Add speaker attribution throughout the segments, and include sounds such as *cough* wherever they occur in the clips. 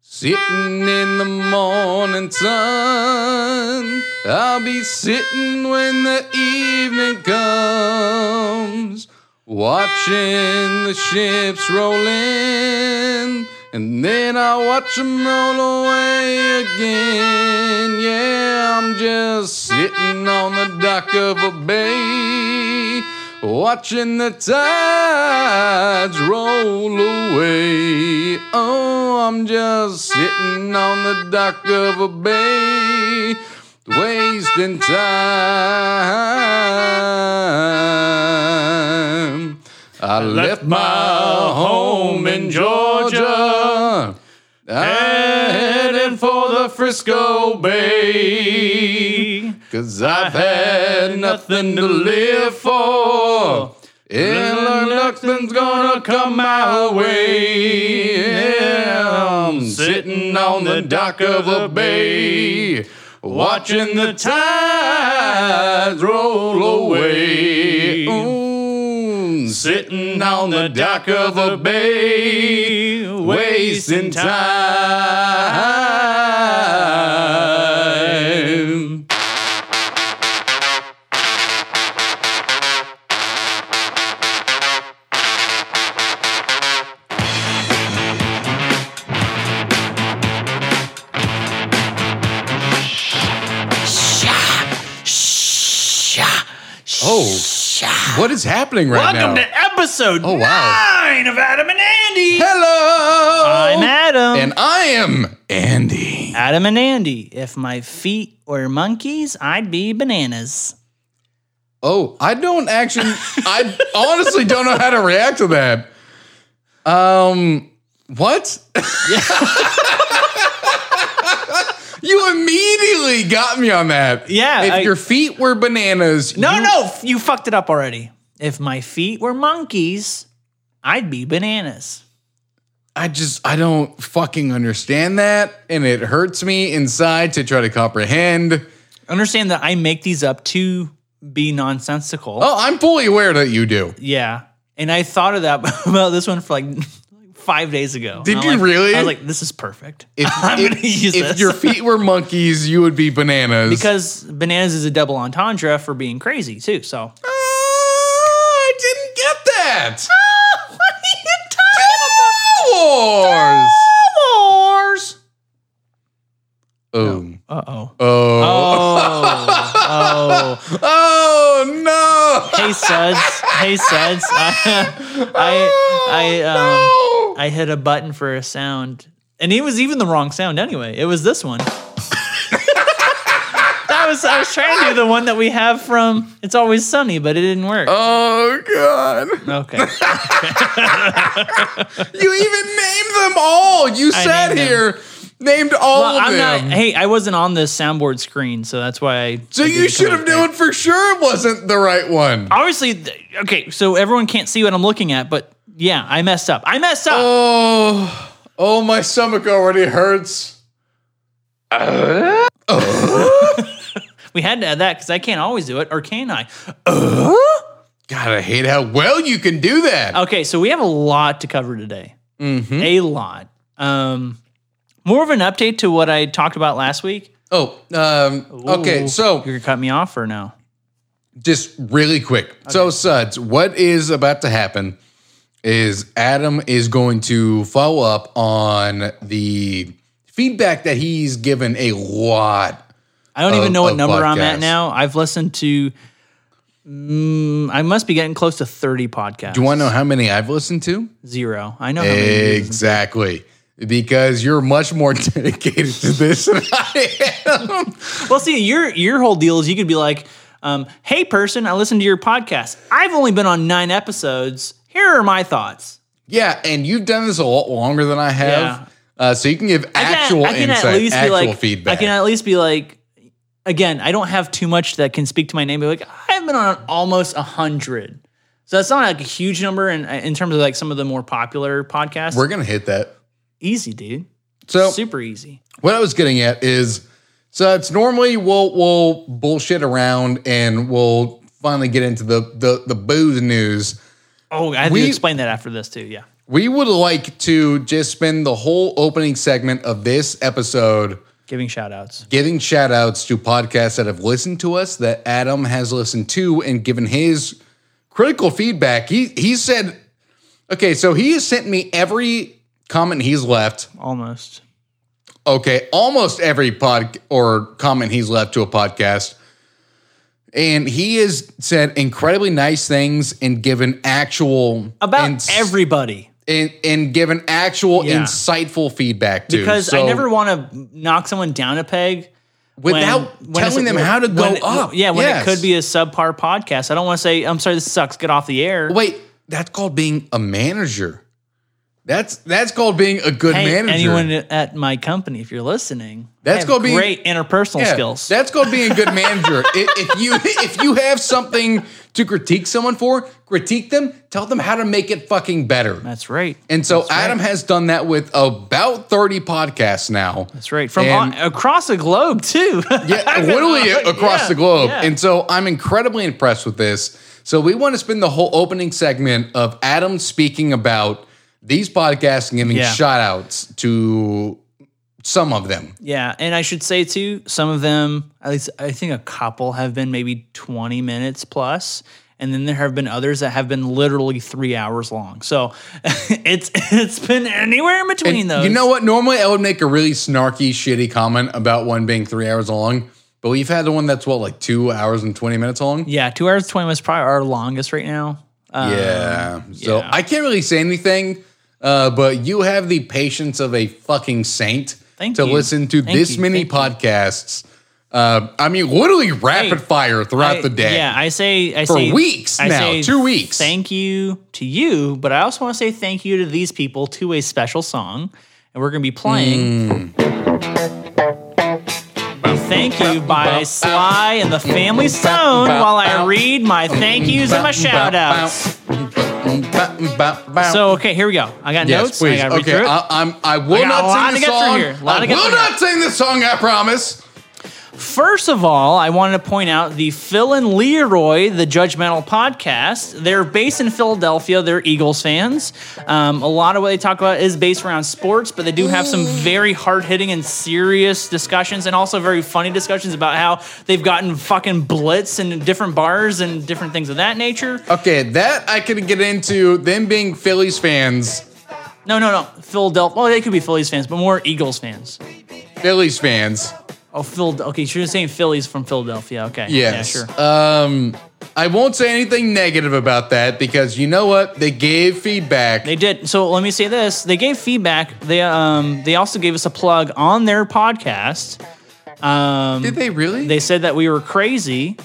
Speaker 1: Sitting in the morning sun, I'll be sitting when the evening comes, watching the ships roll in, and then I'll watch them roll away again. Yeah, I'm just sitting on the dock of a bay, watching the tides roll away. Oh, I'm just sitting on the dock of a bay, wasting time. I left my home in Georgia. I headed for the Frisco Bay. Cause I've had nothing to live for. And nothing's gonna come my way. Yeah, I'm sitting on the dock of a bay, watching the tides roll away. Ooh, sitting on the dock of a bay, wasting time. Oh, what is happening right
Speaker 2: Welcome
Speaker 1: now?
Speaker 2: to episode
Speaker 1: Oh,
Speaker 2: nine
Speaker 1: wow.
Speaker 2: of Adam and Andy.
Speaker 1: Hello,
Speaker 2: I'm Adam.
Speaker 1: and I am Andy.
Speaker 2: Adam and Andy. If my feet were monkeys, I'd be bananas.
Speaker 1: Oh, I don't actually. I
Speaker 2: *laughs*
Speaker 1: honestly don't know how to react to that. Um,
Speaker 2: *laughs*
Speaker 1: what? you immediately got me on that.
Speaker 2: Yeah,
Speaker 1: If
Speaker 2: I-
Speaker 1: your feet were bananas,
Speaker 2: No,
Speaker 1: you-
Speaker 2: no, f- you fucked it up already. If my feet were monkeys, I'd be bananas.
Speaker 1: I just I don't fucking understand that, and it hurts me inside to try to comprehend.
Speaker 2: Understand that I make these up to be nonsensical.
Speaker 1: Oh, I'm fully aware that you do.
Speaker 2: Yeah. And I thought of that *laughs* about this one for like *laughs* five days ago.
Speaker 1: Did
Speaker 2: And
Speaker 1: you
Speaker 2: I'm like-
Speaker 1: really?
Speaker 2: I was like, this is perfect. *laughs*
Speaker 1: If,
Speaker 2: I'm
Speaker 1: if-
Speaker 2: gonna use
Speaker 1: if
Speaker 2: this.
Speaker 1: your feet were monkeys, you would be bananas.
Speaker 2: because bananas is a double entendre for being crazy too. So
Speaker 1: Oh, Ah, I didn't get that.
Speaker 2: Ah, *laughs* what are you talking
Speaker 1: Wars.
Speaker 2: Wars.
Speaker 1: Oh.
Speaker 2: Uh oh.
Speaker 1: Oh.
Speaker 2: Oh, oh.
Speaker 1: Oh no.
Speaker 2: Hey suds. Hey suds. *laughs* I I I um
Speaker 1: Oh.
Speaker 2: I hit a button for a sound. And it was even the wrong sound anyway. It was this one. that was I was trying to do the one that we have from It's Always Sunny, but it didn't work. um,
Speaker 1: Oh god. *laughs*
Speaker 2: Okay.
Speaker 1: You even named them all. You
Speaker 2: I
Speaker 1: sat
Speaker 2: named them.
Speaker 1: here named all
Speaker 2: Well,
Speaker 1: of
Speaker 2: I'm not *laughs*
Speaker 1: them.
Speaker 2: hey, I wasn't on the soundboard screen, so that's why I
Speaker 1: so
Speaker 2: I
Speaker 1: you
Speaker 2: didn't
Speaker 1: should
Speaker 2: come
Speaker 1: have
Speaker 2: up there.
Speaker 1: known for sure it wasn't the right one.
Speaker 2: Obviously th- okay, so everyone can't see what I'm looking at, but yeah, I messed up. I messed
Speaker 1: Uh.
Speaker 2: up.
Speaker 1: Oh. Oh, my stomach already hurts.
Speaker 2: We had to add that because I can't always do it, or can I?
Speaker 1: God, I hate how well you can do that.
Speaker 2: Okay, so we have a lot to cover today.
Speaker 1: Mm-hmm.
Speaker 2: A lot. Um, more of an update to what I talked about last week.
Speaker 1: Oh, um, okay.
Speaker 2: Ooh,
Speaker 1: So
Speaker 2: you're gonna cut me off or no?
Speaker 1: just really quick. So, Suds, what is about to happen is Adam is going to follow up on the feedback that he's given a lot.
Speaker 2: I don't
Speaker 1: Of-
Speaker 2: even know
Speaker 1: of
Speaker 2: what number I'm
Speaker 1: podcasts.
Speaker 2: at now. I've listened to. Mm, I must be getting close to 30 podcasts.
Speaker 1: Do you want Eh, to know how many I've listened to?
Speaker 2: Zero. I know. How many it is.
Speaker 1: Exactly. Because you're much more *laughs* dedicated to this than I am.
Speaker 2: Well, see, your your whole deal is you could be like, um, "Hey, person, I listened to your podcast. I've only been on nine episodes. Here are my thoughts."
Speaker 1: Yeah, and you've done this a lot longer than I have.
Speaker 2: Yeah.
Speaker 1: Uh, so you can give
Speaker 2: I can-
Speaker 1: actual
Speaker 2: I can
Speaker 1: insight, actual
Speaker 2: like,
Speaker 1: feedback.
Speaker 2: I can at least be like, again, I don't have too much that can speak to my name. But like, I've been on almost a hundred, so that's not like a huge number in in terms of like some of the more popular podcasts.
Speaker 1: We're gonna hit that.
Speaker 2: easy, dude.
Speaker 1: So
Speaker 2: Super easy.
Speaker 1: what I was getting at is so it's normally we'll we'll bullshit around and we'll finally get into the the, the booze news.
Speaker 2: Oh, I have
Speaker 1: we-
Speaker 2: to explain that after this too. Yeah.
Speaker 1: We would like to just spend the whole opening segment of this episode
Speaker 2: Giving shout outs.
Speaker 1: giving shout outs to podcasts that have listened to us that Adam has listened to and given his critical feedback. He he said, okay, so he has sent me every comment he's left.
Speaker 2: Almost.
Speaker 1: Okay, almost every pod or comment he's left to a podcast. And he has said incredibly nice things and given actual
Speaker 2: About
Speaker 1: and, s-
Speaker 2: everybody.
Speaker 1: and, and given actual
Speaker 2: Yeah.
Speaker 1: insightful feedback too.
Speaker 2: Because I
Speaker 1: So
Speaker 2: never want to knock someone down a peg. when-
Speaker 1: without
Speaker 2: when it's-
Speaker 1: telling them how to go
Speaker 2: when-
Speaker 1: up.
Speaker 2: Yeah, when
Speaker 1: Yes.
Speaker 2: it could be a subpar podcast. I don't want to say, I'm sorry, this sucks. Get off the air.
Speaker 1: Wait, that's called being a manager. That's that's called being a good
Speaker 2: hey,
Speaker 1: manager.
Speaker 2: anyone at my company, if you're listening, I
Speaker 1: That's
Speaker 2: have
Speaker 1: gonna be-
Speaker 2: great interpersonal
Speaker 1: Yeah,
Speaker 2: skills.
Speaker 1: That's called being a
Speaker 2: *laughs*
Speaker 1: good manager. I- if, you if you have something to critique someone for, critique them. Tell them how to make it fucking better.
Speaker 2: That's right.
Speaker 1: And so Adam has done that with about thirty podcasts now.
Speaker 2: That's right. From
Speaker 1: And-
Speaker 2: on, across the globe too. *laughs*
Speaker 1: yeah, literally across
Speaker 2: Yeah,
Speaker 1: the globe.
Speaker 2: yeah.
Speaker 1: And so I'm incredibly impressed with this. So we want to spend the whole opening segment of Adam speaking about these podcasts and giving
Speaker 2: Yeah.
Speaker 1: shout outs to some of them.
Speaker 2: yeah, and I should say too, some of them, at least I think a couple have been maybe 20 minutes plus, and then there have been others that have been literally 3 hours long. So, *laughs* it's it's been anywhere in between those.
Speaker 1: You know what? Normally I would make a really snarky, shitty comment about one being three hours long, but we've had the one that's what, like two hours and 20 minutes long?
Speaker 2: Yeah, 2 hours 20 minutes probably our longest right now. Uh,
Speaker 1: yeah. So I can't really say anything, uh, but you have the patience of a fucking saint
Speaker 2: Thank
Speaker 1: to
Speaker 2: you.
Speaker 1: listen to
Speaker 2: Thank
Speaker 1: this
Speaker 2: you.
Speaker 1: many podcasts. Uh, I mean, literally rapid
Speaker 2: Hey,
Speaker 1: fire throughout
Speaker 2: I-
Speaker 1: the day.
Speaker 2: Yeah, I say I
Speaker 1: For
Speaker 2: say
Speaker 1: weeks now, two weeks.
Speaker 2: Thank you to you, but I also want to say thank you to these people to a special song, and we're going to be playing. Thank you by Sly and the Family Stone while I read my thank yous and my shout outs. So, okay, here we go. I got
Speaker 1: yes,
Speaker 2: notes.
Speaker 1: please.
Speaker 2: I got to read
Speaker 1: okay,
Speaker 2: through it.
Speaker 1: I, I'm. I will
Speaker 2: I got a lot
Speaker 1: not
Speaker 2: to
Speaker 1: sing the
Speaker 2: get through
Speaker 1: song.
Speaker 2: here. A lot
Speaker 1: I
Speaker 2: to get
Speaker 1: will
Speaker 2: through
Speaker 1: not sing the song. I promise.
Speaker 2: First of all, I wanted to point out the Phil and Leroy, the Judgmental podcast. They're based in Philadelphia. They're Eagles fans. Um, a lot of what they talk about is based around sports, but they do have some very hard hitting and serious discussions, and also very funny discussions about how they've gotten fucking blitz in different bars and different things of that nature.
Speaker 1: Okay, that I can get into. Them being Phillies fans,
Speaker 2: No, no, no. Philadelphia. Well, they could be Phillies fans, but more Eagles fans.
Speaker 1: Phillies fans.
Speaker 2: Oh, Phil. Okay, you're just saying Phillies from Philadelphia. Okay.
Speaker 1: Yes.
Speaker 2: Yeah, sure.
Speaker 1: Um, I won't say anything negative about that because you know what? They gave feedback.
Speaker 2: They did. So let me say this: they gave feedback. They um they also gave us a plug on their podcast. Um,
Speaker 1: did they really?
Speaker 2: they said that we were crazy,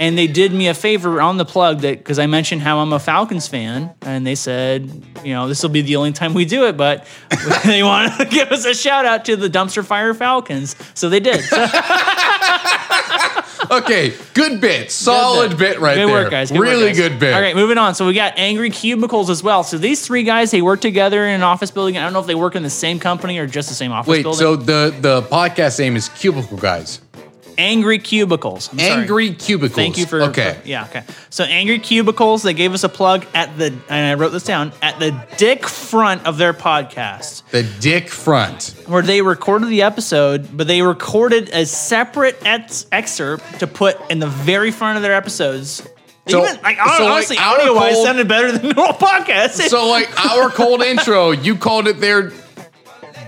Speaker 2: and they did me a favor on the plug that because I mentioned how I'm a Falcons fan, and they said, you know, this will be the only time we do it, but *laughs* they wanted to *laughs* give us a shout out to the dumpster fire Falcons, so they did. So,
Speaker 1: *laughs* okay, good bit, solid
Speaker 2: Good
Speaker 1: bit right
Speaker 2: good
Speaker 1: there.
Speaker 2: work, guys. Good work,
Speaker 1: really
Speaker 2: guys.
Speaker 1: good bit.
Speaker 2: All right, moving on. So we got Angry Cubicles as well. So these three guys, they work together in an office building. I don't know if they work in the same company or just the same office
Speaker 1: Wait,
Speaker 2: building.
Speaker 1: so the the podcast name is Cubicle Guys.
Speaker 2: Angry Cubicles. I'm sorry.
Speaker 1: Angry Cubicles.
Speaker 2: Thank you for
Speaker 1: okay.
Speaker 2: yeah, okay. So Angry Cubicles, they gave us a plug at the and I wrote this down at the dick front of their podcast
Speaker 1: The Dick Front.
Speaker 2: where they recorded the episode, but they recorded a separate ex- excerpt to put in the very front of their episodes.
Speaker 1: So-
Speaker 2: Even like hon-
Speaker 1: so, like,
Speaker 2: honestly,
Speaker 1: our
Speaker 2: audio wise,
Speaker 1: cold-
Speaker 2: sounded better than *laughs* normal podcasts.
Speaker 1: So like our
Speaker 2: *laughs*
Speaker 1: cold intro, you called it their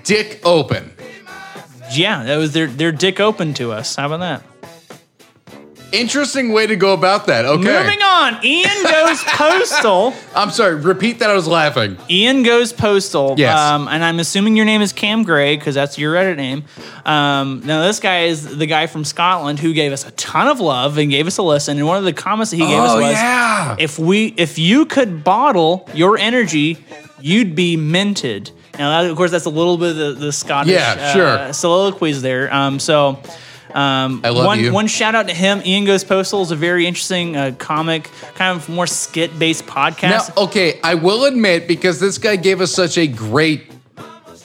Speaker 1: Dick Open.
Speaker 2: yeah, that was their their dick open to us. How about that?
Speaker 1: Interesting way to go about that. Okay.
Speaker 2: Moving on, Ian goes
Speaker 1: *laughs*
Speaker 2: postal.
Speaker 1: I'm sorry. Repeat that. I was laughing.
Speaker 2: Ian goes postal.
Speaker 1: Yes.
Speaker 2: Um, and I'm assuming your name is Cam Gray because that's your Reddit name. Um, now this guy is the guy from Scotland who gave us a ton of love and gave us a listen. And one of the comments that he gave us
Speaker 1: oh
Speaker 2: was,
Speaker 1: yeah.
Speaker 2: "If we, if you could bottle your energy, you'd be minted." Now, that, of course, that's a little bit of the, the Scottish
Speaker 1: Yeah,
Speaker 2: uh,
Speaker 1: sure.
Speaker 2: soliloquies there. Um, so. Um,
Speaker 1: I love
Speaker 2: one,
Speaker 1: you.
Speaker 2: One shout out to him. Ian Goes Postal is a very interesting uh, comic, kind of more skit based
Speaker 1: Now, oh.
Speaker 2: podcast.
Speaker 1: okay, I will admit because this guy gave us such a great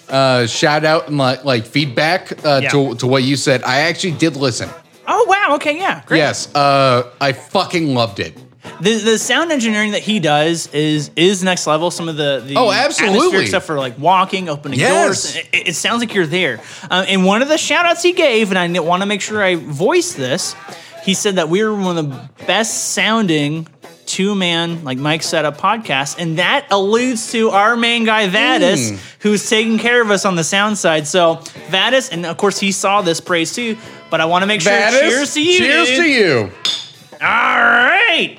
Speaker 1: uh, shout out and like, like feedback uh,
Speaker 2: Yeah.
Speaker 1: to, to what you said. I actually did listen.
Speaker 2: Oh, wow. Okay. Yeah. Great.
Speaker 1: Yes, uh, I fucking loved it.
Speaker 2: the, the sound engineering that he does is is next level. Some of the, the
Speaker 1: Oh, absolutely.
Speaker 2: atmospheric stuff for like walking, opening
Speaker 1: Yes.
Speaker 2: doors. It, it sounds like you're there. Um, and one of the shout outs he gave, and I want to make sure I voice this. He said that we were one of the best sounding two man, like Mike said, a podcast, and that alludes to our main guy
Speaker 1: Hmm.
Speaker 2: Vadis, who's taking care of us on the sound side. So Vadis, and of course he saw this praise too. But I want to make sure.
Speaker 1: That is-
Speaker 2: cheers to you.
Speaker 1: Cheers
Speaker 2: dude.
Speaker 1: to you.
Speaker 2: All right.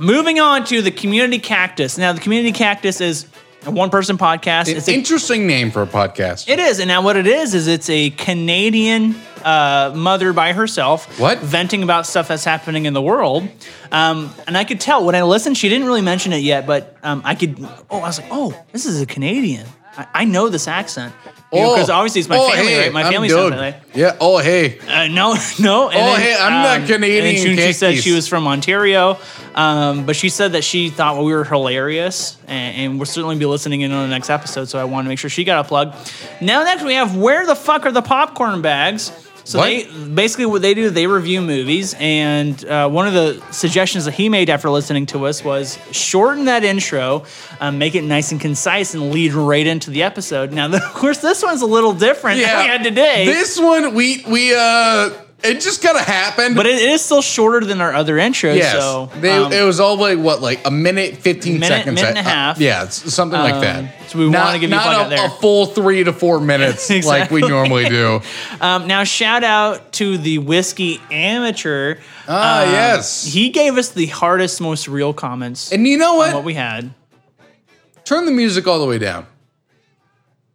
Speaker 2: Moving on to the community cactus. Now, the community cactus is a one-person podcast.
Speaker 1: An
Speaker 2: It's a,
Speaker 1: interesting name for a podcast.
Speaker 2: it is, and now what it is is it's a Canadian uh, mother by herself,
Speaker 1: What?
Speaker 2: venting about stuff that's happening in the world. Um, and I could tell when I listened, she didn't really mention it yet, but um, I could. Oh, I was like, oh, this is a Canadian. I, I know this accent because obviously it's my
Speaker 1: oh,
Speaker 2: family,
Speaker 1: hey,
Speaker 2: right? My
Speaker 1: I'm
Speaker 2: family
Speaker 1: good.
Speaker 2: sounds like.
Speaker 1: Yeah. Oh, hey.
Speaker 2: Uh, no, no. And um,
Speaker 1: Oh, hey, I'm not Canadian,
Speaker 2: And then Shunji said
Speaker 1: Cactus.
Speaker 2: she was from Ontario, um, but she said that she thought we were hilarious, and, and we'll certainly be listening in on the next episode. So I want to make sure she got a plug. Now next we have where the fuck are the popcorn bags? So
Speaker 1: What?
Speaker 2: they basically what they do they review movies, and uh, one of the suggestions that he made after listening to us was shorten that intro, um, make it nice and concise, and lead right into the episode. Now *laughs* of course this one's a little different than *laughs* we had today.
Speaker 1: This one, we we uh, it just kind of happened.
Speaker 2: But it is still shorter than our other intros.
Speaker 1: yes,
Speaker 2: So
Speaker 1: they,
Speaker 2: um,
Speaker 1: it was all like what, like a minute, fifteen
Speaker 2: Minute-
Speaker 1: seconds,
Speaker 2: minute and a
Speaker 1: Uh,
Speaker 2: half.
Speaker 1: yeah, it's something like
Speaker 2: Um,
Speaker 1: that.
Speaker 2: so we
Speaker 1: Not-
Speaker 2: wanna give you a
Speaker 1: not
Speaker 2: plug out there.
Speaker 1: a full three to
Speaker 2: *laughs*
Speaker 1: four minutes like we
Speaker 2: Exactly.
Speaker 1: normally do.
Speaker 2: um, now shout out to the whiskey amateur.
Speaker 1: Ah,
Speaker 2: Um,
Speaker 1: yes.
Speaker 2: He gave us the hardest, most real comments.
Speaker 1: And you know what?
Speaker 2: what we had.
Speaker 1: Turn the music all the way down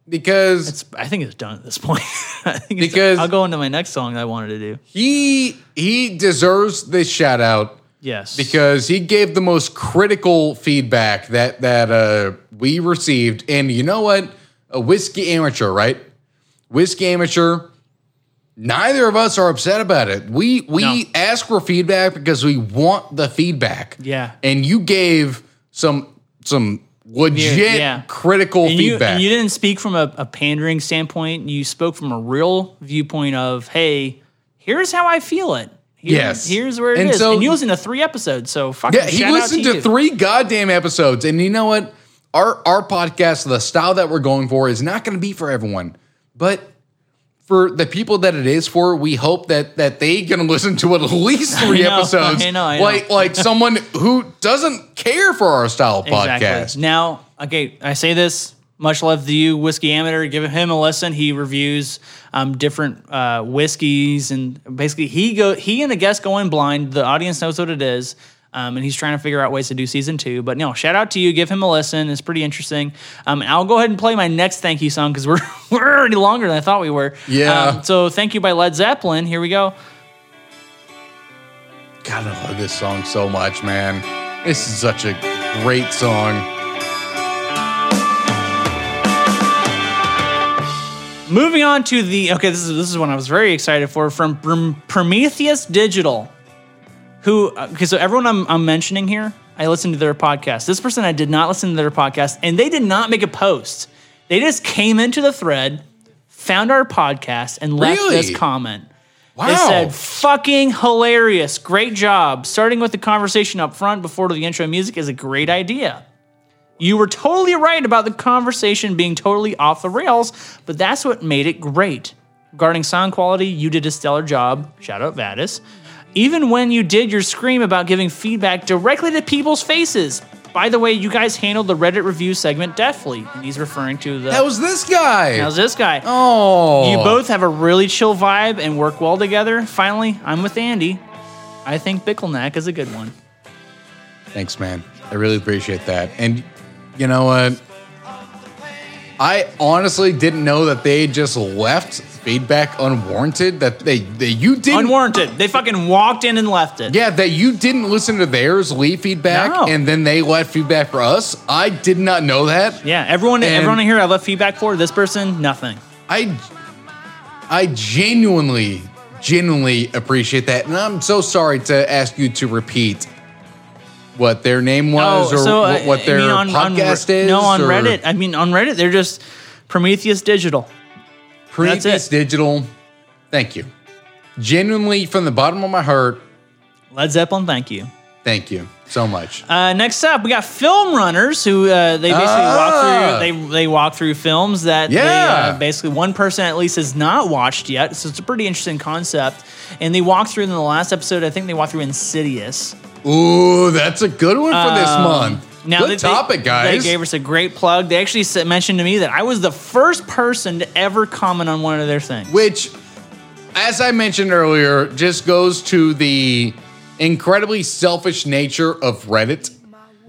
Speaker 1: because
Speaker 2: It's, I think it's done at this point. *laughs* I think it's-
Speaker 1: Because-
Speaker 2: I'll go into my next song I wanted to do.
Speaker 1: he he deserves this shout out.
Speaker 2: Yes.
Speaker 1: because he gave the most critical feedback that that uh, we received. And you know what? A whiskey amateur, right? Whiskey amateur. Neither of us are upset about it. We we
Speaker 2: No.
Speaker 1: ask for feedback because we want the feedback.
Speaker 2: Yeah.
Speaker 1: And you gave some some legit
Speaker 2: yeah.
Speaker 1: critical
Speaker 2: and you,
Speaker 1: feedback.
Speaker 2: and you didn't speak from a, a pandering standpoint. You spoke from a real viewpoint of, hey, here's how I feel it. Here-
Speaker 1: Yes.
Speaker 2: Here's where it is.
Speaker 1: And
Speaker 2: and
Speaker 1: so-
Speaker 2: you listened to three episodes. So fucking
Speaker 1: Yeah, he
Speaker 2: shout out
Speaker 1: listened to,
Speaker 2: you.
Speaker 1: three goddamn episodes, and you know what? Our our podcast, the style that we're going for, is not going to be for everyone, but for the people that it is for, we hope that that they can listen to at least three
Speaker 2: *laughs* I know,
Speaker 1: episodes.
Speaker 2: I know, I know.
Speaker 1: Like like someone who doesn't care for our style podcast.
Speaker 2: Now, okay, I say this. Much love to you, Whiskey Amateur. Give him a listen. He reviews um, different uh, whiskeys, and basically, he go he and a guest go in blind. The audience knows what it is, um, and he's trying to figure out ways to do season two. But no, shout out to you. Give him a listen. It's pretty interesting. Um, I'll go ahead and play my next thank you song because we're *laughs* we're already longer than I thought we were.
Speaker 1: Yeah.
Speaker 2: Um, so thank you by Led Zeppelin. Here we go.
Speaker 1: God, I love this song so much, man. This is such a great song.
Speaker 2: Moving on to the okay, this is this is one I was very excited for from Pr- Prometheus Digital, who uh, okay, so everyone I'm, I'm mentioning here, I listened to their podcast. This person I did not listen to their podcast, and they did not make a post. They just came into the thread, found our podcast, and left
Speaker 1: Really?
Speaker 2: this comment.
Speaker 1: Wow.
Speaker 2: They said, fucking hilarious. Great job. Starting with the conversation up front before the intro music is a great idea. You were totally right about the conversation being totally off the rails, but that's what made it great. Regarding sound quality, you did a stellar job. Shout out Vadis. Even when you did your scream about giving feedback directly to people's faces. By the way, you guys handled the Reddit review segment deftly. And he's referring to the.
Speaker 1: that was this guy.
Speaker 2: how's this guy?
Speaker 1: oh,
Speaker 2: You both have a really chill vibe and work well together. Finally, I'm with Andy. I think Bickleneck is a good one.
Speaker 1: Thanks, man. I really appreciate that. And you know what? I honestly didn't know that they just left feedback unwarranted. That they that you didn't.
Speaker 2: Unwarranted. They fucking walked in and left it.
Speaker 1: yeah, that you didn't listen to theirs, leave feedback,
Speaker 2: No.
Speaker 1: and then they left feedback for us. I did not know that.
Speaker 2: Yeah, everyone,
Speaker 1: And-
Speaker 2: everyone here, I left feedback for this person, nothing.
Speaker 1: I I genuinely, genuinely appreciate that. And I'm so sorry to ask you to repeat what their name was or
Speaker 2: uh,
Speaker 1: what, what
Speaker 2: I
Speaker 1: their
Speaker 2: mean, on- on Re-
Speaker 1: podcast is.
Speaker 2: No, on
Speaker 1: or-
Speaker 2: Reddit. I mean, on Reddit, they're just Prometheus Digital.
Speaker 1: Previous
Speaker 2: That's it.
Speaker 1: digital. Thank you. Genuinely, from the bottom of my heart,
Speaker 2: Led Zeppelin, thank you.
Speaker 1: Thank you so much.
Speaker 2: Uh, next up, we got film runners who uh, they basically
Speaker 1: Ah.
Speaker 2: walk through. They they walk through films that they,
Speaker 1: Yeah.
Speaker 2: uh, basically one person at least has not watched yet. So it's a pretty interesting concept. And they walked through in the last episode. I think they walked through Insidious.
Speaker 1: Ooh, that's a good one for this month.
Speaker 2: Um, Now
Speaker 1: good
Speaker 2: that they-
Speaker 1: topic, guys.
Speaker 2: They gave us a great plug. They actually said- mentioned to me that I was the first person to ever comment on one of their things.
Speaker 1: which as i mentioned earlier just goes to the incredibly selfish nature of reddit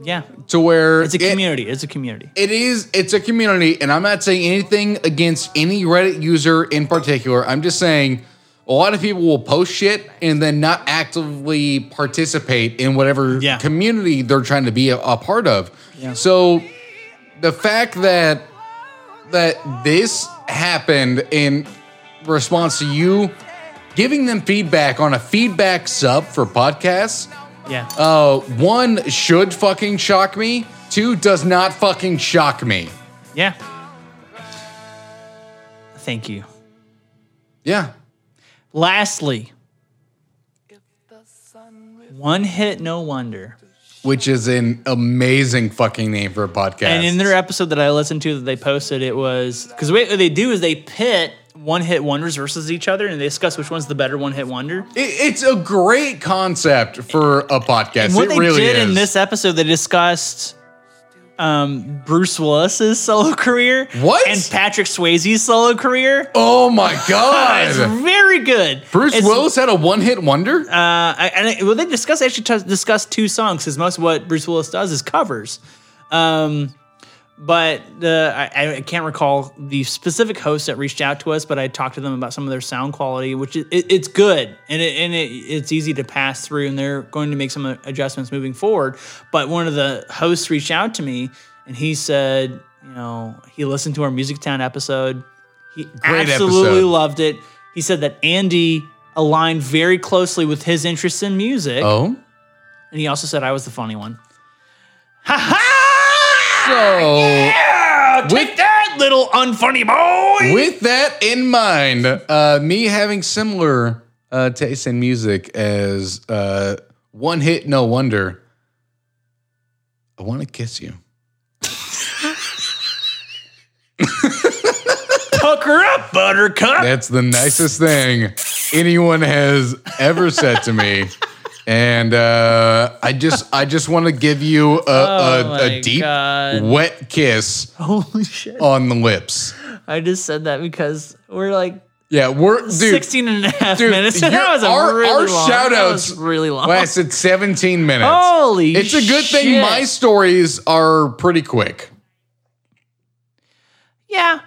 Speaker 2: yeah,
Speaker 1: to where
Speaker 2: it's a
Speaker 1: it-
Speaker 2: community. it's a community.
Speaker 1: it is it's a community and i'm not saying anything against any reddit user in particular i'm just saying a lot of people will post shit and then not actively participate in whatever
Speaker 2: Yeah.
Speaker 1: community they're trying to be a, a part of
Speaker 2: Yeah.
Speaker 1: so the fact that that this happened in response to you giving them feedback on a feedback sub for podcasts
Speaker 2: Yeah.
Speaker 1: uh, one should fucking shock me. Two does not fucking shock me.
Speaker 2: Yeah. Thank you.
Speaker 1: Yeah.
Speaker 2: Lastly, one hit, no wonder.
Speaker 1: Which is an amazing fucking name for a podcast.
Speaker 2: And in their episode that I listened to that they posted, it was because what they do is they pit one hit wonders versus each other and they discuss which one's the better one hit wonder.
Speaker 1: It- it's a great concept for a podcast.
Speaker 2: And what
Speaker 1: it
Speaker 2: they
Speaker 1: really
Speaker 2: did
Speaker 1: is.
Speaker 2: in this episode, they discussed um, Bruce Willis's *laughs* solo career,
Speaker 1: What?
Speaker 2: and Patrick Swayze's solo career.
Speaker 1: oh my
Speaker 2: It's
Speaker 1: god!
Speaker 2: very good.
Speaker 1: Bruce
Speaker 2: It's-
Speaker 1: Willis had a one-hit wonder.
Speaker 2: Uh, I- and I, well, they discuss actually t- discuss two songs because most of what Bruce Willis does is covers. Um, but the I, I can't recall the specific host that reached out to us, but I talked to them about some of their sound quality, which is, it, it's good and it, and it, it's easy to pass through, and they're going to make some uh, adjustments moving forward. But one of the hosts reached out to me, and he said, you know, he listened to our Music Town episode. He
Speaker 1: Great
Speaker 2: absolutely
Speaker 1: episode.
Speaker 2: loved it. He said that Andy aligned very closely with his interests in music,
Speaker 1: oh,
Speaker 2: and he also said I was the funny one. Ha ha!
Speaker 1: so
Speaker 2: Yeah, take
Speaker 1: With-
Speaker 2: that, little unfunny boy.
Speaker 1: with that in mind, uh, me having similar uh, taste in music as uh, One Hit No Wonder, I want to kiss you.
Speaker 2: Hook her up, Buttercup.
Speaker 1: That's the nicest thing anyone has ever said to me. And uh, I just, I just want to give you a,
Speaker 2: Oh
Speaker 1: a,
Speaker 2: my
Speaker 1: a deep,
Speaker 2: God.
Speaker 1: wet kiss
Speaker 2: Holy shit!
Speaker 1: on the lips.
Speaker 2: I just said that because we're like
Speaker 1: Yeah, we're dude.
Speaker 2: 16 and a half
Speaker 1: dude,
Speaker 2: minutes. *laughs*
Speaker 1: your-
Speaker 2: that was a
Speaker 1: our-
Speaker 2: really
Speaker 1: our
Speaker 2: long. that was
Speaker 1: shout-outs
Speaker 2: really long.
Speaker 1: lasted 17 minutes.
Speaker 2: Holy!
Speaker 1: it's a good thing
Speaker 2: Oh, shit.
Speaker 1: my stories are pretty quick
Speaker 2: yeah.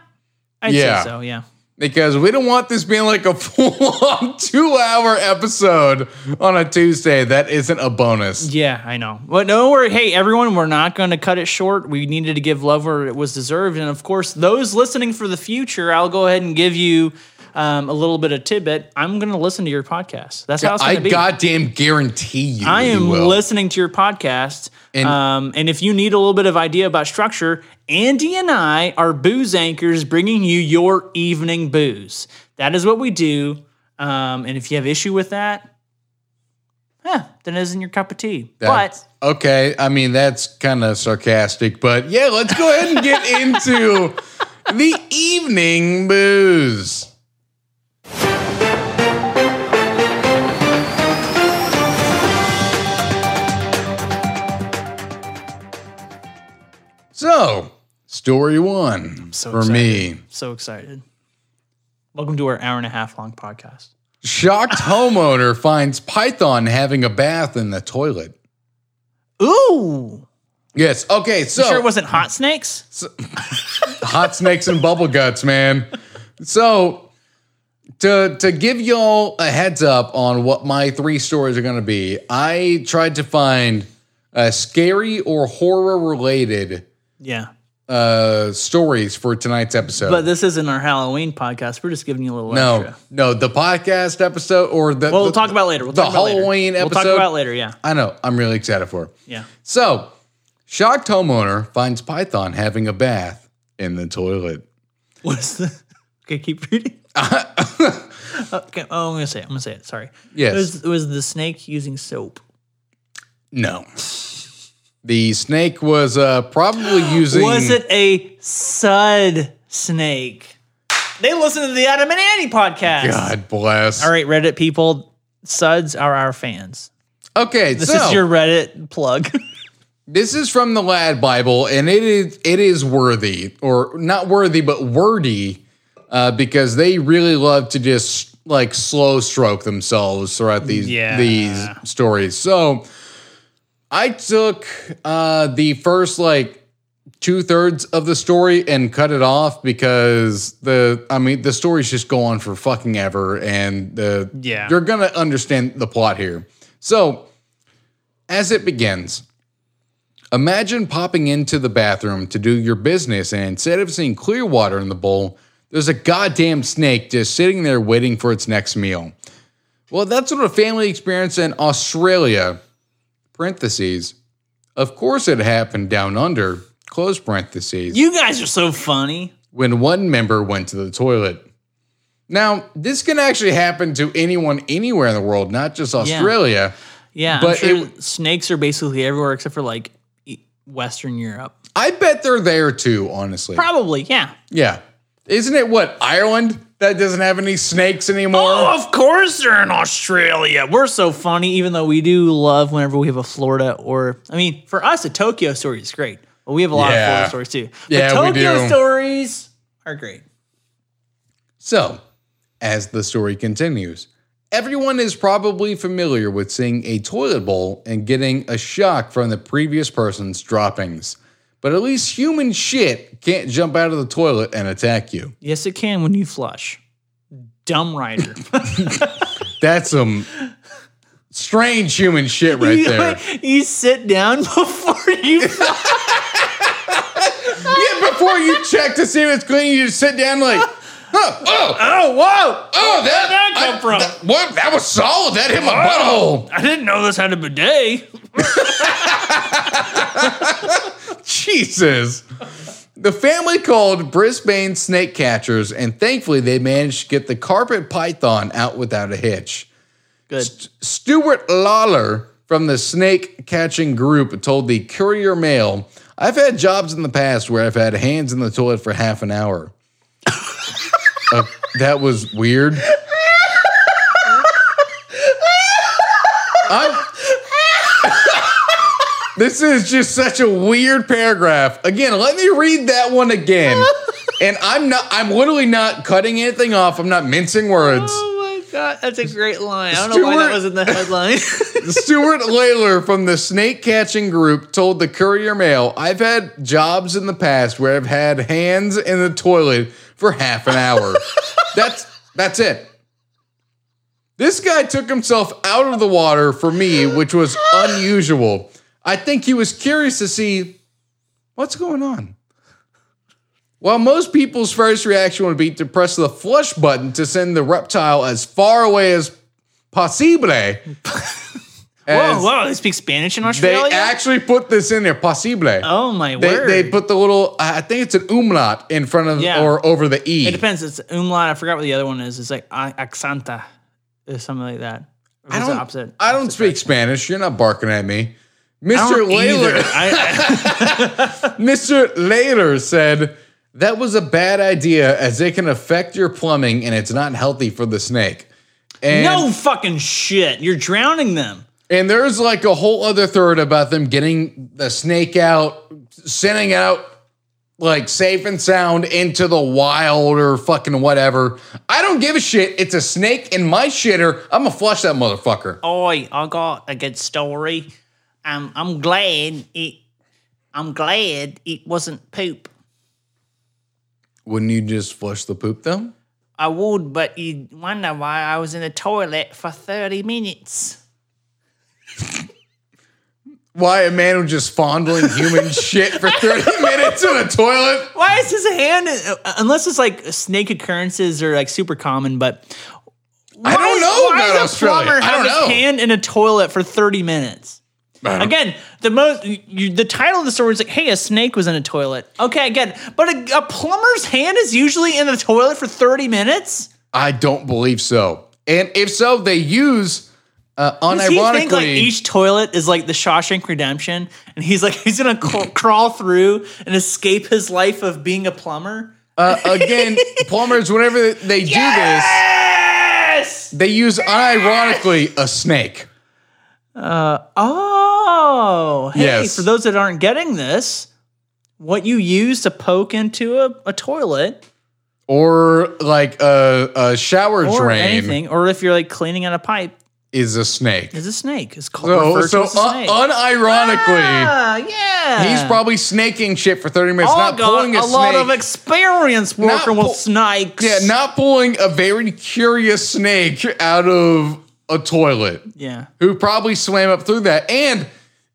Speaker 2: I'd
Speaker 1: Yeah.
Speaker 2: say so. Yeah.
Speaker 1: because we don't want this being like a *laughs* full-on two-hour episode on a Tuesday. That isn't a bonus.
Speaker 2: Yeah, I know. But no worry. Hey, everyone, we're not going to cut it short. We needed to give love where it was deserved. And of course, those listening for the future, I'll go ahead and give you um, a little bit of tidbit. I'm going to listen to your podcast. That's how it's going
Speaker 1: I
Speaker 2: to be.
Speaker 1: goddamn guarantee you.
Speaker 2: I
Speaker 1: you
Speaker 2: am
Speaker 1: will.
Speaker 2: listening to your podcast.
Speaker 1: And-
Speaker 2: um, and if you need a little bit of idea about structure, Andy and I are booze anchors bringing you your evening booze. That is what we do. Um, and if you have issue with that, huh, then it isn't your cup of tea. but
Speaker 1: That's- okay, I mean that's kind of sarcastic, but yeah, let's go ahead and get
Speaker 2: *laughs*
Speaker 1: into the evening booze. So, story one
Speaker 2: so
Speaker 1: for
Speaker 2: excited.
Speaker 1: me.
Speaker 2: So excited. Welcome to our hour and a half long podcast.
Speaker 1: Shocked homeowner finds python having a bath in the toilet.
Speaker 2: Ooh.
Speaker 1: Yes. Okay. So
Speaker 2: sure it wasn't hot snakes?
Speaker 1: hot snakes and bubble guts, man. So to to give y'all a heads up on what my three stories are going to be, I tried to find uh, scary or horror related
Speaker 2: Yeah.
Speaker 1: uh, stories for tonight's episode.
Speaker 2: But this isn't our Halloween podcast. We're just giving you a little
Speaker 1: no,
Speaker 2: extra.
Speaker 1: no, the podcast episode or the
Speaker 2: Well, we'll
Speaker 1: the-
Speaker 2: talk about it later. We'll
Speaker 1: the
Speaker 2: talk about it later.
Speaker 1: Halloween
Speaker 2: We'll talk
Speaker 1: episode.
Speaker 2: about it later, yeah.
Speaker 1: I know. I'm really excited for. it.
Speaker 2: *laughs* Yeah.
Speaker 1: So, shocked homeowner finds python having a bath in the toilet.
Speaker 2: What's the Okay, keep
Speaker 1: *laughs*
Speaker 2: reading. okay, oh, I'm gonna say it. I'm gonna say it. Sorry.
Speaker 1: Yes.
Speaker 2: It was, it was the snake using soap. *laughs*
Speaker 1: No. The snake was uh, probably using.
Speaker 2: Was it a sud snake? They listen to the Adam and Annie podcast.
Speaker 1: God bless.
Speaker 2: All right, Reddit people, suds are our fans.
Speaker 1: Okay,
Speaker 2: This
Speaker 1: so
Speaker 2: is your
Speaker 1: *laughs*
Speaker 2: Reddit plug.
Speaker 1: this is from the Lad Bible, and it is it is worthy, or not worthy, but wordy, uh, because they really love to just like slow stroke themselves throughout these
Speaker 2: Yeah.
Speaker 1: these stories. So I took uh, the first like two thirds of the story and cut it off because the I mean the stories just go on for fucking ever, and the
Speaker 2: Yeah.
Speaker 1: you're gonna understand the plot here. So as it begins. Imagine popping into the bathroom to do your business, and instead of seeing clear water in the bowl, there's a goddamn snake just sitting there waiting for its next meal. Well, that's what a family experienced in Australia. Parentheses. Of course, it happened down under. Close parentheses.
Speaker 2: you guys are so funny.
Speaker 1: when one member went to the toilet. Now, this can actually happen to anyone anywhere in the world, not just Australia.
Speaker 2: Yeah,
Speaker 1: But
Speaker 2: I'm sure
Speaker 1: it-
Speaker 2: snakes are basically everywhere except for like e- Western Europe.
Speaker 1: I bet they're there too, honestly.
Speaker 2: Probably, yeah.
Speaker 1: Yeah. Isn't it what Ireland that doesn't have any snakes anymore?
Speaker 2: Oh, of course they're in Australia. We're so funny, even though we do love whenever we have a Florida or, I mean, for us, a Tokyo story is great. But we have a lot
Speaker 1: Yeah.
Speaker 2: of Florida stories too. But
Speaker 1: Yeah, we
Speaker 2: Tokyo
Speaker 1: do.
Speaker 2: stories are great.
Speaker 1: So, as the story continues, everyone is probably familiar with seeing a toilet bowl and getting a shock from the previous person's droppings. But at least human shit can't jump out of the toilet and attack you.
Speaker 2: Yes, it can when you flush. Dumb *laughs* rider.
Speaker 1: That's some strange human shit *laughs*
Speaker 2: *laughs*
Speaker 1: right
Speaker 2: you,
Speaker 1: there.
Speaker 2: you sit down *laughs* before
Speaker 1: *laughs*
Speaker 2: you flush.
Speaker 1: Yeah, before you check to see if it's clean, you just sit down like, oh, oh,
Speaker 2: Oh, whoa.
Speaker 1: oh, that,
Speaker 2: that come
Speaker 1: I-
Speaker 2: from?
Speaker 1: That, what? That was solid. That hit my butthole.
Speaker 2: I didn't know this had a bidet.
Speaker 1: Jesus. The family called Brisbane snake catchers, and thankfully they managed to get the carpet python out without a hitch.
Speaker 2: Good.
Speaker 1: Stuart Lawler from the snake catching group told the Courier Mail, I've had jobs in the past where I've had hands in the toilet for half an hour. Uh, that was weird. I'm- *laughs* this is just such a weird paragraph. Again, let me read that one again. And I'm not I'm literally not cutting anything off. I'm not mincing words.
Speaker 2: Oh my God, that's a great line. I don't know why that
Speaker 1: Stuart-
Speaker 2: was in
Speaker 1: *laughs*
Speaker 2: the headline.
Speaker 1: Stuart Layler from the snake catching group told the Courier Mail, I've had jobs in the past where I've had hands in the toilet for half an hour. that's that's it. This guy took himself out of the water for me, which was unusual. I think he was curious to see what's going on. While most people's first reaction would be to press the flush button to send the reptile as far away as possible.
Speaker 2: Whoa,
Speaker 1: as-
Speaker 2: whoa, they speak Spanish in
Speaker 1: they
Speaker 2: Australia?
Speaker 1: actually put this in there, possible.
Speaker 2: oh my
Speaker 1: they,
Speaker 2: word.
Speaker 1: they put the little, I I think it's an umlaut in front of
Speaker 2: Yeah.
Speaker 1: or over the E.
Speaker 2: it depends. It's umlaut. I forgot what the other one is. It's like a- accenta or something like that. Or
Speaker 1: I
Speaker 2: is it
Speaker 1: don't,
Speaker 2: opposite.
Speaker 1: I don't speak Spanish. You're not barking at me.
Speaker 2: I
Speaker 1: Mr.
Speaker 2: don't either. *laughs*
Speaker 1: Layler, *laughs*
Speaker 2: I,
Speaker 1: Mr. Layler said, that was a bad idea as it can affect your plumbing and it's not healthy for the snake. *laughs*
Speaker 2: I,
Speaker 1: And,
Speaker 2: no fucking shit. You're drowning them.
Speaker 1: and there's like a whole other third about them getting the snake out, sending it out like safe and sound into the wild or fucking whatever. I don't give a shit. It's a snake in my shitter. I'm gonna flush that motherfucker.
Speaker 2: Oi, I got a good story. Um, I'm glad it. I'm glad it wasn't poop.
Speaker 1: Wouldn't you just flush the poop though?
Speaker 2: I would, but you'd wonder why I was in the toilet for 30 minutes.
Speaker 1: Why a man was just fondling *laughs* human shit for 30 minutes in a toilet?
Speaker 2: Why is his hand? uh, Unless it's like snake occurrences are like super common, but
Speaker 1: I
Speaker 2: Why
Speaker 1: don't
Speaker 2: is-
Speaker 1: know
Speaker 2: why
Speaker 1: about
Speaker 2: does a
Speaker 1: Australia.
Speaker 2: plumber
Speaker 1: I
Speaker 2: have
Speaker 1: don't
Speaker 2: his
Speaker 1: know.
Speaker 2: hand in a toilet for 30 minutes?
Speaker 1: don't-
Speaker 2: Again, the most you, the title of the story is like, "Hey, a snake was in a toilet." Okay, again, but a, a plumber's hand is usually in the toilet for thirty minutes.
Speaker 1: I don't believe so. And if so, they use uh,
Speaker 2: Does he think like
Speaker 1: unironically.
Speaker 2: each toilet is like the Shawshank Redemption, and he's like *laughs* he's gonna crawl, crawl through and escape his life of being a plumber?
Speaker 1: uh, again, plumbers, whenever they do
Speaker 2: *laughs* Yes.
Speaker 1: this, they use unironically a snake.
Speaker 2: Oh, hey!
Speaker 1: Yes.
Speaker 2: For those that aren't getting this, what you use to poke into a, a toilet
Speaker 1: Or like a, a shower
Speaker 2: or
Speaker 1: drain
Speaker 2: anything, or if you're like cleaning out a pipe,
Speaker 1: is a snake.
Speaker 2: is a snake. It's called
Speaker 1: So,
Speaker 2: referred to
Speaker 1: so
Speaker 2: as a
Speaker 1: un-
Speaker 2: snake.
Speaker 1: unironically,
Speaker 2: Ah, yeah.
Speaker 1: he's probably snaking shit for 30 minutes,
Speaker 2: Oh,
Speaker 1: not
Speaker 2: God,
Speaker 1: pulling a,
Speaker 2: a, lot
Speaker 1: snake.
Speaker 2: of experience working
Speaker 1: pull-
Speaker 2: with snakes.
Speaker 1: yeah, not pulling a very curious snake out of a toilet.
Speaker 2: yeah.
Speaker 1: who probably swam up through that. And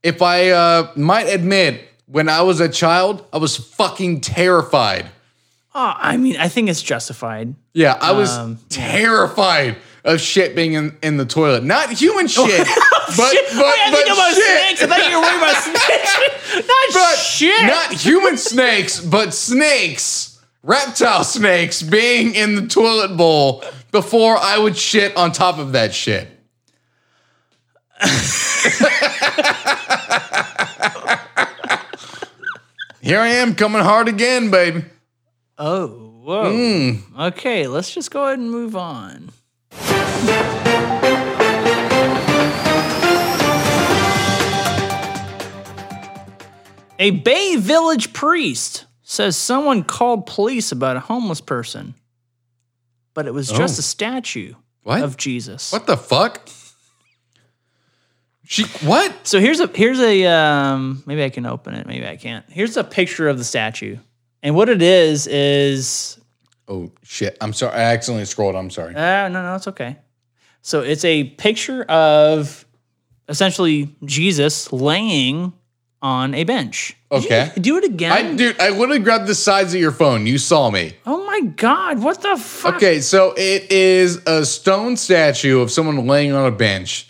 Speaker 1: if I uh, might admit, when I was a child, I was fucking terrified.
Speaker 2: Oh, I mean, I think it's justified.
Speaker 1: Yeah, I was
Speaker 2: Um,
Speaker 1: terrified of shit being in, in the toilet. Not
Speaker 2: *laughs*
Speaker 1: human shit, but, but,
Speaker 2: Oh, shit. Wait, I
Speaker 1: but
Speaker 2: think about
Speaker 1: shit.
Speaker 2: snakes. I thought you were worried about
Speaker 1: *laughs*
Speaker 2: snakes. *laughs* Not
Speaker 1: But
Speaker 2: shit.
Speaker 1: Not human
Speaker 2: *laughs*
Speaker 1: snakes, but snakes, reptile snakes being in the toilet bowl before I would shit on top of that shit. *laughs* Here I am coming hard again, baby.
Speaker 2: oh, whoa.
Speaker 1: Hmm.
Speaker 2: Okay, let's just go ahead and move on. A Bay Village priest says someone called police about a homeless person, but it was
Speaker 1: Oh.
Speaker 2: just a statue
Speaker 1: What?
Speaker 2: of Jesus.
Speaker 1: What the fuck? She what?
Speaker 2: So here's a here's a um, maybe I can open it, maybe I can't. Here's a picture of the statue, and what it is is
Speaker 1: Oh shit! I'm sorry. I accidentally scrolled. I'm sorry.
Speaker 2: uh, no, no, it's okay. So it's a picture of essentially Jesus laying on a bench. Did you
Speaker 1: Okay.
Speaker 2: do it again.
Speaker 1: I dude, I literally grabbed the sides of your phone. You saw me.
Speaker 2: oh my God! What the fuck?
Speaker 1: Okay, so it is a stone statue of someone laying on a bench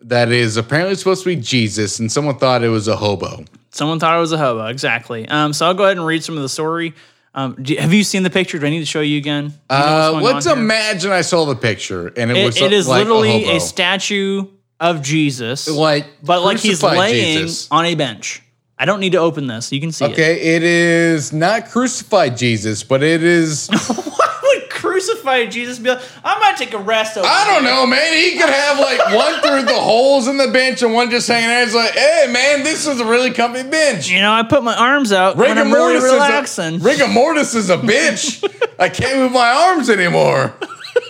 Speaker 1: that is apparently supposed to be Jesus, and someone thought it was a hobo.
Speaker 2: Someone thought it was a hobo. Exactly. Um, so I'll go ahead and read some of the story. Um, do, have you seen the picture? Do I need to show you again? Do you know what's
Speaker 1: Uh,
Speaker 2: going
Speaker 1: let's
Speaker 2: on here?
Speaker 1: imagine I saw the picture, and it,
Speaker 2: It-
Speaker 1: was
Speaker 2: it is
Speaker 1: like
Speaker 2: literally
Speaker 1: a, hobo.
Speaker 2: a statue of Jesus.
Speaker 1: like,
Speaker 2: But like he's
Speaker 1: crucified
Speaker 2: laying on a bench. I don't need to open this. You can see it.
Speaker 1: Okay, it is not crucified Jesus, but it is.
Speaker 2: Why *laughs* would crucified Jesus be like, I'm gonna take a rest over
Speaker 1: I don't know, man. He could have like one through the holes in the bench and one just hanging there. It's like, hey, man, this is a really comfy bench.
Speaker 2: You know, I put my arms out when
Speaker 1: Rigor
Speaker 2: I'm really
Speaker 1: mortis,
Speaker 2: relaxing.
Speaker 1: is a, rigor mortis is a
Speaker 2: *laughs*
Speaker 1: bitch. I can't move my arms anymore. *laughs*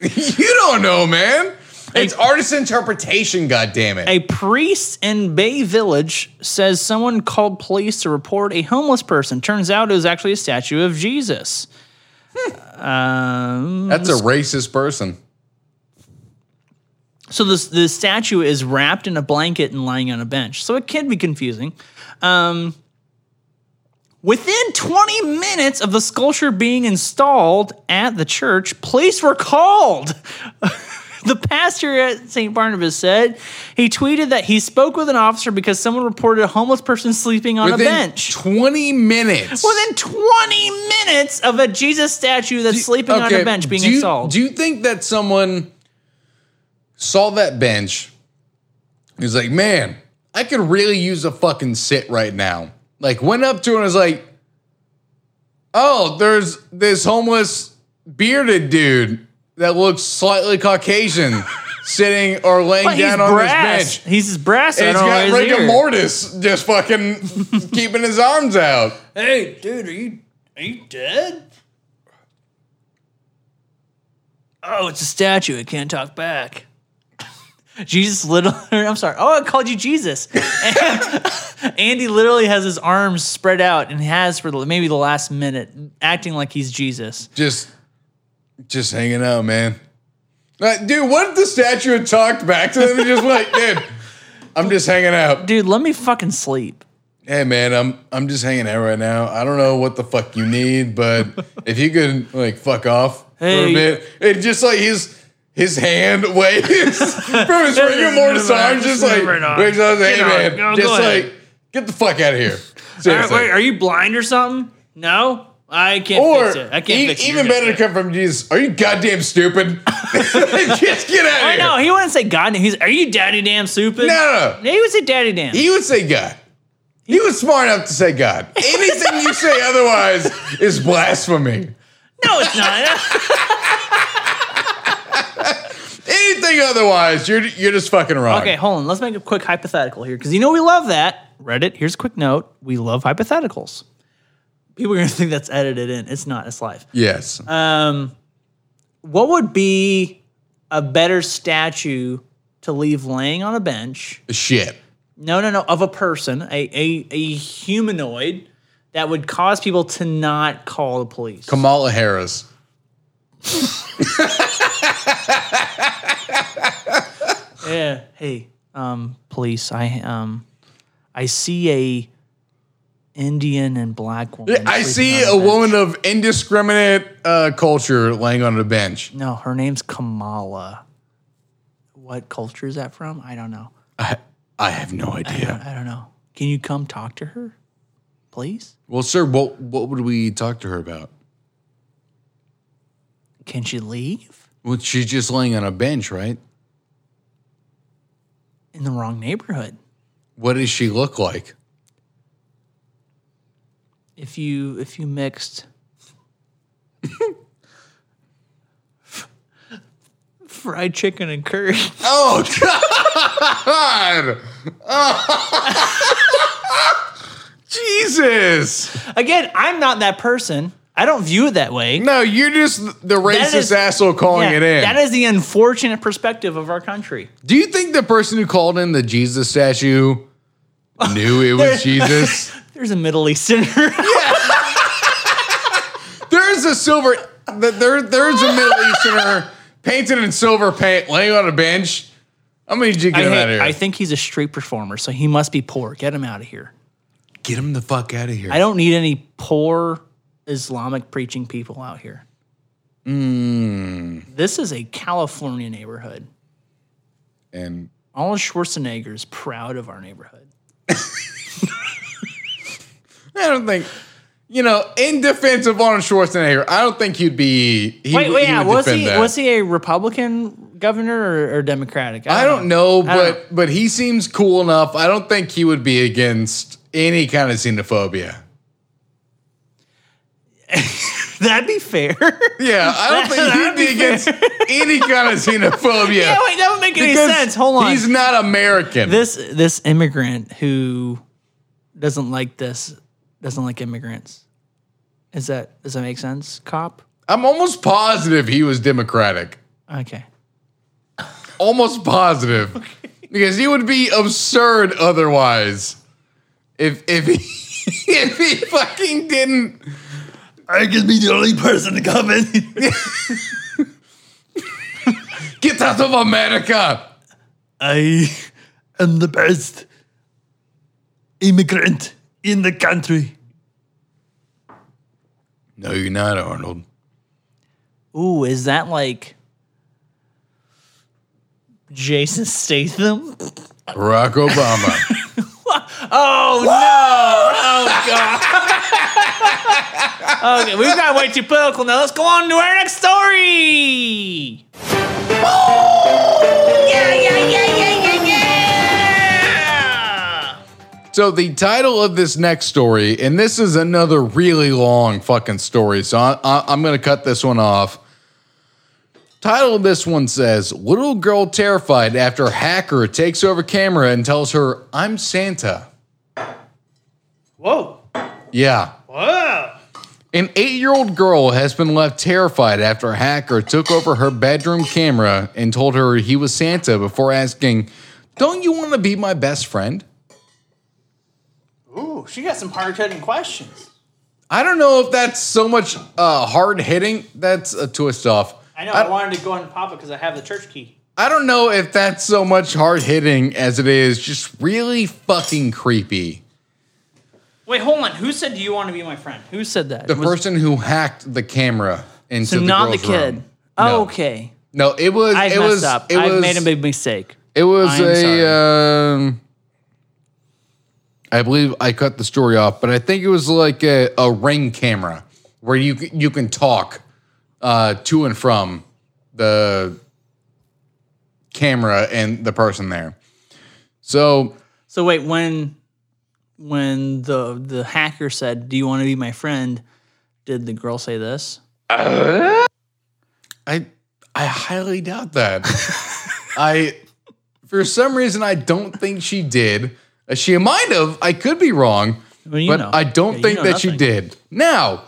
Speaker 1: you don't know, man. It's artist interpretation, goddammit.
Speaker 2: a priest in Bay Village says someone called police to report a homeless person. Turns out it was actually a statue of Jesus. um,
Speaker 1: That's a racist person.
Speaker 2: So this the statue is wrapped in a blanket and lying on a bench. So it can be confusing. Um, within 20 minutes of the sculpture being installed at the church, police were called. *laughs* the pastor at St. Barnabas said he tweeted that he spoke with an officer because someone reported a homeless person sleeping on a
Speaker 1: Within
Speaker 2: bench.
Speaker 1: 20 minutes.
Speaker 2: Within 20 minutes of a Jesus statue that's sleeping on a bench being
Speaker 1: do you,
Speaker 2: installed.
Speaker 1: Do you think that someone saw that bench? He's like, man, I could really use a fucking sit right now. Like, went up to it and was like, oh, there's this homeless bearded dude that looks slightly
Speaker 2: *laughs*
Speaker 1: Caucasian sitting or laying
Speaker 2: But he's
Speaker 1: down on
Speaker 2: brass.
Speaker 1: this bench.
Speaker 2: He's brass. I
Speaker 1: He's
Speaker 2: don't know why
Speaker 1: got
Speaker 2: he's
Speaker 1: rigor
Speaker 2: here.
Speaker 1: mortis just fucking
Speaker 2: *laughs*
Speaker 1: keeping his arms out.
Speaker 2: Hey, dude, are you are you dead? Oh, it's a statue. It can't talk back. *laughs* Jesus literally. *laughs* I'm sorry. Oh, I called you Jesus. *laughs* Andy literally has his arms spread out and has for the, maybe the last minute, acting like he's Jesus.
Speaker 1: just just hanging out, man. Like, dude, what if the statue had talked back to them and just like, *laughs* dude, I'm just hanging out.
Speaker 2: Dude, let me fucking sleep.
Speaker 1: Hey man, I'm I'm just hanging out right now. I don't know what the fuck
Speaker 2: *laughs*
Speaker 1: you need, but if you could like fuck off for
Speaker 2: Hey.
Speaker 1: a bit. It just like he's his hand *laughs* waves from
Speaker 2: *laughs*
Speaker 1: his rigor mortis arm, just like wakes up. and says, Hey
Speaker 2: Get on.
Speaker 1: man,
Speaker 2: Go- go
Speaker 1: just
Speaker 2: ahead."
Speaker 1: like get the fuck out of here.
Speaker 2: All right,
Speaker 1: Seriously.
Speaker 2: wait, are you blind or something? No, I can't
Speaker 1: Or
Speaker 2: fix it. I can't
Speaker 1: e-
Speaker 2: fix it.
Speaker 1: even
Speaker 2: You're
Speaker 1: better to
Speaker 2: good.
Speaker 1: come from Jesus. Are you goddamn
Speaker 2: *laughs*
Speaker 1: stupid? just get out of
Speaker 2: I
Speaker 1: here.
Speaker 2: know he wouldn't say God. He's are you daddy damn stupid?
Speaker 1: No, no,
Speaker 2: he would say daddy damn.
Speaker 1: He would say God. He was smart enough to say God. Anything you
Speaker 2: *laughs*
Speaker 1: say otherwise is blasphemy.
Speaker 2: no, it's not.
Speaker 1: *laughs* Anything otherwise, you're you're just fucking wrong.
Speaker 2: Okay, hold on. Let's make a quick hypothetical here because you know we love that. Reddit, here's a quick note. We love hypotheticals. People are going to *laughs* think that's edited in. It's not, it's live.
Speaker 1: Yes.
Speaker 2: Um, what would be a better statue to leave laying on a bench?
Speaker 1: Shit.
Speaker 2: No, no, no, of a person, a, a, a humanoid that would cause people to not call the police.
Speaker 1: Kamala Harris.
Speaker 2: Yeah. Hey, um, police, I um, I see a Indian and black woman.
Speaker 1: I
Speaker 2: sleeping
Speaker 1: see
Speaker 2: on
Speaker 1: a
Speaker 2: bench.
Speaker 1: woman of indiscriminate uh, culture laying on a bench.
Speaker 2: No, her name's Kamala. What culture is that from? I don't know.
Speaker 1: I, I have no idea.
Speaker 2: I don't know. Can you come talk to her, please?
Speaker 1: Well, sir, what what would we talk to her about?
Speaker 2: Can she leave
Speaker 1: Well, she's just laying on a bench, right?
Speaker 2: in the wrong neighborhood?
Speaker 1: What does she look like?
Speaker 2: If you if you mixed fried chicken and curry, *laughs*
Speaker 1: Oh God! *laughs* Jesus!
Speaker 2: again, I'm not that person. I don't view it that way.
Speaker 1: No, you're just the racist
Speaker 2: is-
Speaker 1: asshole calling
Speaker 2: Yeah,
Speaker 1: it in.
Speaker 2: That is the unfortunate perspective of our country.
Speaker 1: Do you think the person who called in the Jesus statue knew it
Speaker 2: *laughs*
Speaker 1: was Jesus?
Speaker 2: There's a Middle *laughs* Easterner.
Speaker 1: There's a silver. th- There, there's a Middle Easterner painted in silver paint laying on a bench. I'm gonna need you to
Speaker 2: I,
Speaker 1: get him out of
Speaker 2: hate-
Speaker 1: here.
Speaker 2: I think he's a street performer, so he must be poor. Get him out of here.
Speaker 1: get him the fuck out of here.
Speaker 2: I don't need any poor Islamic preaching people out here.
Speaker 1: Hmm.
Speaker 2: This is a California neighborhood.
Speaker 1: and
Speaker 2: Arnold Schwarzenegger is proud of our neighborhood.
Speaker 1: I don't think. You know, in defense of Arnold Schwarzenegger, I don't think he'd be. He,
Speaker 2: Wait,
Speaker 1: would-
Speaker 2: wait,
Speaker 1: he
Speaker 2: yeah,
Speaker 1: would
Speaker 2: was
Speaker 1: defend
Speaker 2: he
Speaker 1: that.
Speaker 2: was he a Republican governor or, or Democratic?
Speaker 1: I don't know,
Speaker 2: I don't
Speaker 1: but but he seems cool enough. I don't think he would be against any kind of xenophobia.
Speaker 2: *laughs* That'd be fair.
Speaker 1: Yeah, I
Speaker 2: *laughs*
Speaker 1: don't think he'd
Speaker 2: That'd
Speaker 1: be
Speaker 2: be fair.
Speaker 1: against any kind of xenophobia.
Speaker 2: yeah, wait, that would make any
Speaker 1: because
Speaker 2: sense. Hold on.
Speaker 1: He's not American.
Speaker 2: this this immigrant who doesn't like this doesn't like immigrants. Is that does that make sense, cop?
Speaker 1: I'm almost positive he was Democratic.
Speaker 2: Okay.
Speaker 1: Almost positive. Because he would be absurd otherwise. If if he *laughs* if he fucking didn't
Speaker 2: I could be the only person to come in.
Speaker 1: get out of America.
Speaker 2: I am the best immigrant in the country.
Speaker 1: No, you're not, Arnold.
Speaker 2: Ooh, is that like Jason Statham?
Speaker 1: Barack
Speaker 2: *laughs*
Speaker 1: Obama.
Speaker 2: Oh no! Oh *laughs* god! okay, we've got way too political now. Let's go on to our next story.
Speaker 3: Yeah, yeah, yeah, yeah, yeah, yeah!
Speaker 1: so the title of this next story, and this is another really long fucking story, so I, I, I'm gonna cut this one off. Title of this one says Little Girl Terrified After Hacker Takes Over Camera and Tells Her, I'm Santa.
Speaker 2: Whoa!
Speaker 1: Yeah.
Speaker 2: Whoa!
Speaker 1: An eight year old girl has been left terrified after a hacker took over her bedroom camera and told her he was Santa before asking, Don't you wanna be my best friend?
Speaker 2: Ooh, she got some hard-hitting questions.
Speaker 1: I don't know if that's so much uh, hard hitting. That's a twist off.
Speaker 2: I know. I, wanted to go and pop it because I have the church key.
Speaker 1: I don't know if that's so much hard hitting as it is just really fucking creepy.
Speaker 2: Wait, hold on. Who said do you want to be my friend? Who said that?
Speaker 1: The
Speaker 2: Was-
Speaker 1: person who hacked the camera into
Speaker 2: so
Speaker 1: the
Speaker 2: not the
Speaker 1: girl's
Speaker 2: kid.
Speaker 1: room.
Speaker 2: Oh,
Speaker 1: No.
Speaker 2: okay.
Speaker 1: No, it was.
Speaker 2: I've
Speaker 1: it
Speaker 2: messed
Speaker 1: was.
Speaker 2: up.
Speaker 1: It
Speaker 2: I've
Speaker 1: was.
Speaker 2: made a big mistake.
Speaker 1: It was
Speaker 2: I'm
Speaker 1: a. Um, I believe I cut the story off, but I think it was like a, a ring camera where you c- you can talk uh, to and from the camera and the person there. So
Speaker 2: So wait, when when the the hacker said, "Do you want to be my friend?" Did the girl say this?
Speaker 1: I I highly doubt that. I for some reason I don't think she did. Uh, She might have. I could be wrong,
Speaker 2: Well, you
Speaker 1: but
Speaker 2: know.
Speaker 1: I don't
Speaker 2: Yeah, you
Speaker 1: think
Speaker 2: know
Speaker 1: that she
Speaker 2: nothing.
Speaker 1: did. Now,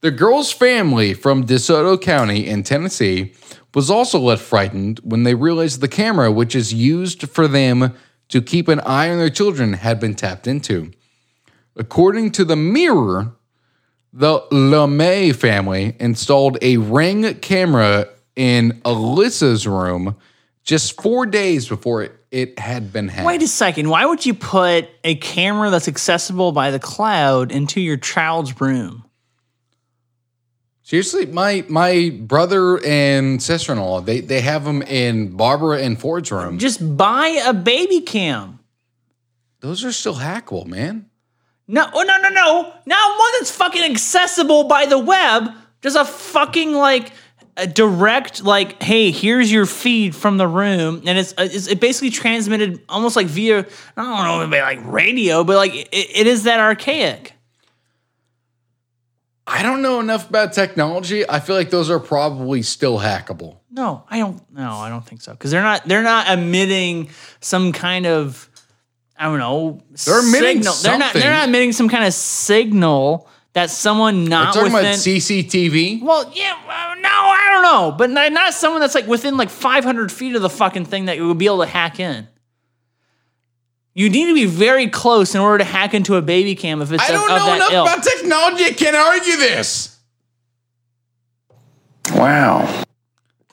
Speaker 1: the girl's family from DeSoto County in Tennessee was also left frightened when they realized the camera, which is used for them to keep an eye on their children, had been tapped into. According to the Mirror, the LeMay family installed a ring camera in Alyssa's room just four days before it, it had been hacked.
Speaker 2: Wait a second. Why would you put a camera that's accessible by the cloud into your child's room?
Speaker 1: Seriously, my my brother and sister in law they they have them in Barbara and Ford's room.
Speaker 2: Just buy a baby cam.
Speaker 1: Those are still hackable, man.
Speaker 2: No, oh, no, no, no. Not one that's fucking accessible by the web. Just a fucking like a direct like, hey, here's your feed from the room, and it's, uh, it's it basically transmitted almost like via I don't know, maybe like radio, but like it, it is that archaic.
Speaker 1: I don't know enough about technology. I feel like those are probably still hackable.
Speaker 2: No, I don't. No, I don't think so. Because they're not. They're not emitting some kind of. I don't know.
Speaker 1: They're emitting
Speaker 2: signal. They're not. They're
Speaker 1: something.
Speaker 2: not emitting some kind of signal that someone
Speaker 1: I'm
Speaker 2: not
Speaker 1: talking
Speaker 2: within.
Speaker 1: about CCTV.
Speaker 2: well, yeah. uh, no, I don't know. But not, not someone that's like within like 500 feet of the fucking thing that you would be able to hack in. You need to be very close in order to hack into a baby cam if it's
Speaker 1: I
Speaker 2: of,
Speaker 1: don't
Speaker 2: of
Speaker 1: know
Speaker 2: that
Speaker 1: enough
Speaker 2: ilk.
Speaker 1: about technology. I can't argue this. Wow.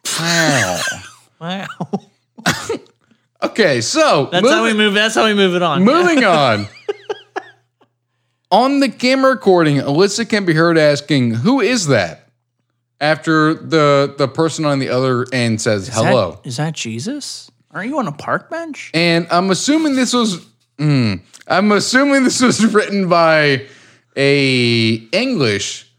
Speaker 1: *laughs*
Speaker 2: wow.
Speaker 1: okay, so
Speaker 2: That's how we move. That's how we move it on.
Speaker 1: Moving
Speaker 2: *laughs*
Speaker 1: on. on the camera recording, Alyssa can be heard asking, "Who is that?" After the the person on the other end says
Speaker 2: Is that-
Speaker 1: hello,
Speaker 2: is that Jesus? Aren't you on a park bench?
Speaker 1: and I'm assuming this was mm, I'm assuming this was *laughs* written by a English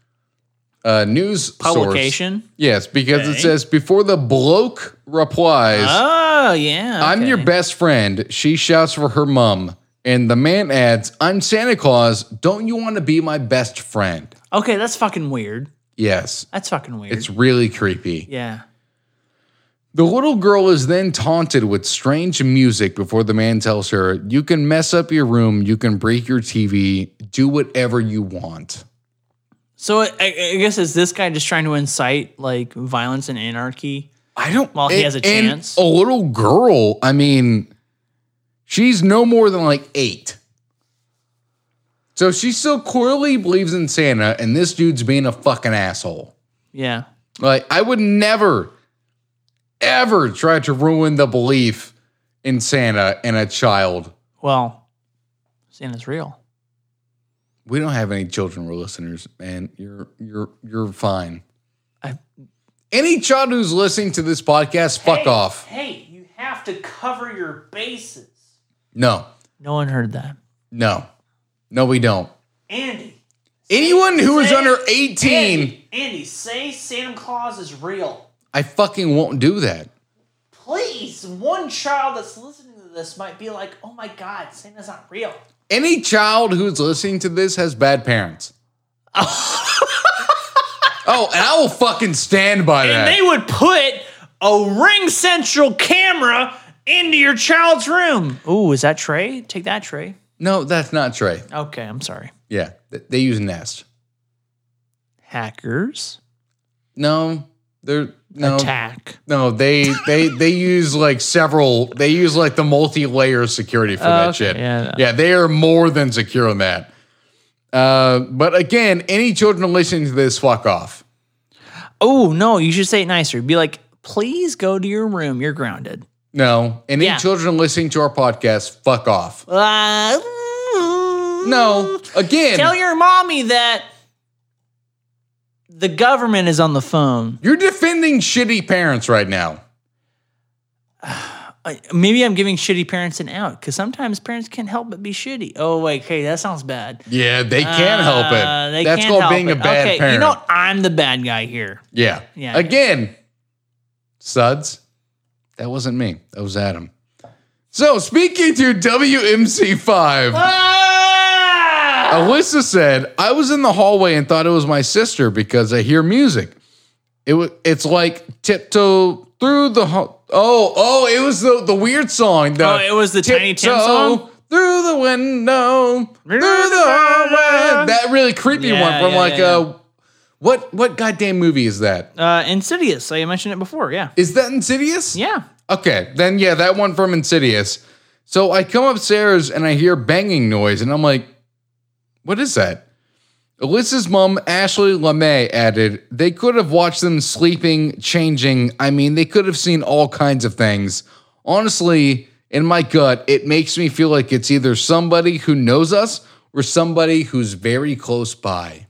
Speaker 1: uh, news source.
Speaker 2: publication.
Speaker 1: Yes, because
Speaker 2: Okay.
Speaker 1: it says before the bloke replies,
Speaker 2: Oh yeah,
Speaker 1: I'm
Speaker 2: okay.
Speaker 1: your best friend. She shouts for her mom. And the man adds, I'm Santa Claus. Don't you want to be my best friend?
Speaker 2: okay. That's fucking weird.
Speaker 1: Yes.
Speaker 2: That's fucking weird.
Speaker 1: It's really creepy.
Speaker 2: yeah.
Speaker 1: The little girl is then taunted with strange music before the man tells her, You can mess up your room, you can break your TV, do whatever you want.
Speaker 2: So I, I I guess is this guy just trying to incite like violence and anarchy?
Speaker 1: I don't.
Speaker 2: Well, he
Speaker 1: and-
Speaker 2: has a
Speaker 1: and
Speaker 2: chance.
Speaker 1: A little girl. I mean, she's no more than like eight. So she still clearly believes in Santa, and this dude's being a fucking asshole.
Speaker 2: Yeah.
Speaker 1: Like, I would never, ever try to ruin the belief in Santa in a child.
Speaker 2: Well, Santa's real.
Speaker 1: We don't have any children, we're listeners, man. You're you're you're fine.
Speaker 2: I-
Speaker 1: any child who's listening to this podcast, fuck off.
Speaker 2: Hey, you have to cover your bases.
Speaker 1: No,
Speaker 2: No one heard that.
Speaker 1: no, no, we don't.
Speaker 2: Andy,
Speaker 1: Anyone who is
Speaker 2: Say-
Speaker 1: under 18,
Speaker 2: Andy, say Santa Claus is real.
Speaker 1: I fucking won't do that.
Speaker 2: Please, one child that's listening to this might be like, "Oh my God, Santa's not real."
Speaker 1: Any child who's listening to this has bad
Speaker 2: *laughs*
Speaker 1: parents. oh, and I will fucking stand by
Speaker 2: and
Speaker 1: that.
Speaker 2: they would put a ring central camera into your child's room. Ooh, is that Trey? Take that, Trey.
Speaker 1: no, that's not Trey.
Speaker 2: Okay, I'm sorry.
Speaker 1: Yeah, th- they use Nest.
Speaker 2: Hackers
Speaker 1: No, they're no,
Speaker 2: attack.
Speaker 1: no. They they they use like several. They use like the multi-layer security for that
Speaker 2: Oh, okay,
Speaker 1: shit.
Speaker 2: yeah.
Speaker 1: yeah, they are more than secure on that. Uh, but again, any children listening to this, fuck off.
Speaker 2: Oh no, you should say it nicer. Be like, please go to your room. You're grounded.
Speaker 1: No. Any
Speaker 2: Yeah.
Speaker 1: children listening to our podcast, fuck off.
Speaker 2: Uh, *laughs*
Speaker 1: No. Again,
Speaker 2: Mm. Tell your mommy that the government is on the phone.
Speaker 1: You're defending shitty parents right now.
Speaker 2: Maybe I'm giving shitty parents an out because sometimes parents can't help but be shitty. Oh wait, hey, that sounds bad.
Speaker 1: Yeah, they can't help
Speaker 2: Uh,
Speaker 1: it.
Speaker 2: they
Speaker 1: That's
Speaker 2: can't
Speaker 1: called
Speaker 2: help
Speaker 1: being a
Speaker 2: it.
Speaker 1: bad
Speaker 2: okay,
Speaker 1: parent.
Speaker 2: You know, I'm the bad guy here.
Speaker 1: yeah.
Speaker 2: Yeah.
Speaker 1: Again, suds. That wasn't me. That was Adam. So speaking to WMC5. Alyssa said, I was in the hallway and thought it was my sister because I hear music. It was it's like tiptoe through the ho- oh oh it was the the weird song the
Speaker 2: Oh, it was the Tiny Tim
Speaker 1: tiptoe
Speaker 2: song?
Speaker 1: through the window through the hallway that really creepy
Speaker 2: Yeah,
Speaker 1: one from
Speaker 2: yeah,
Speaker 1: like
Speaker 2: yeah, yeah.
Speaker 1: uh what what goddamn movie is that
Speaker 2: Uh, Insidious. I mentioned it before. Yeah.
Speaker 1: is that Insidious
Speaker 2: Yeah.
Speaker 1: Okay, then yeah, that one from Insidious. So I come upstairs and I hear banging noise, and I'm like, what is that? Alyssa's mom, Ashley LeMay, added, they could have watched them sleeping, changing. I mean, they could have seen all kinds of things. Honestly, in my gut, it makes me feel like it's either somebody who knows us or somebody who's very close by.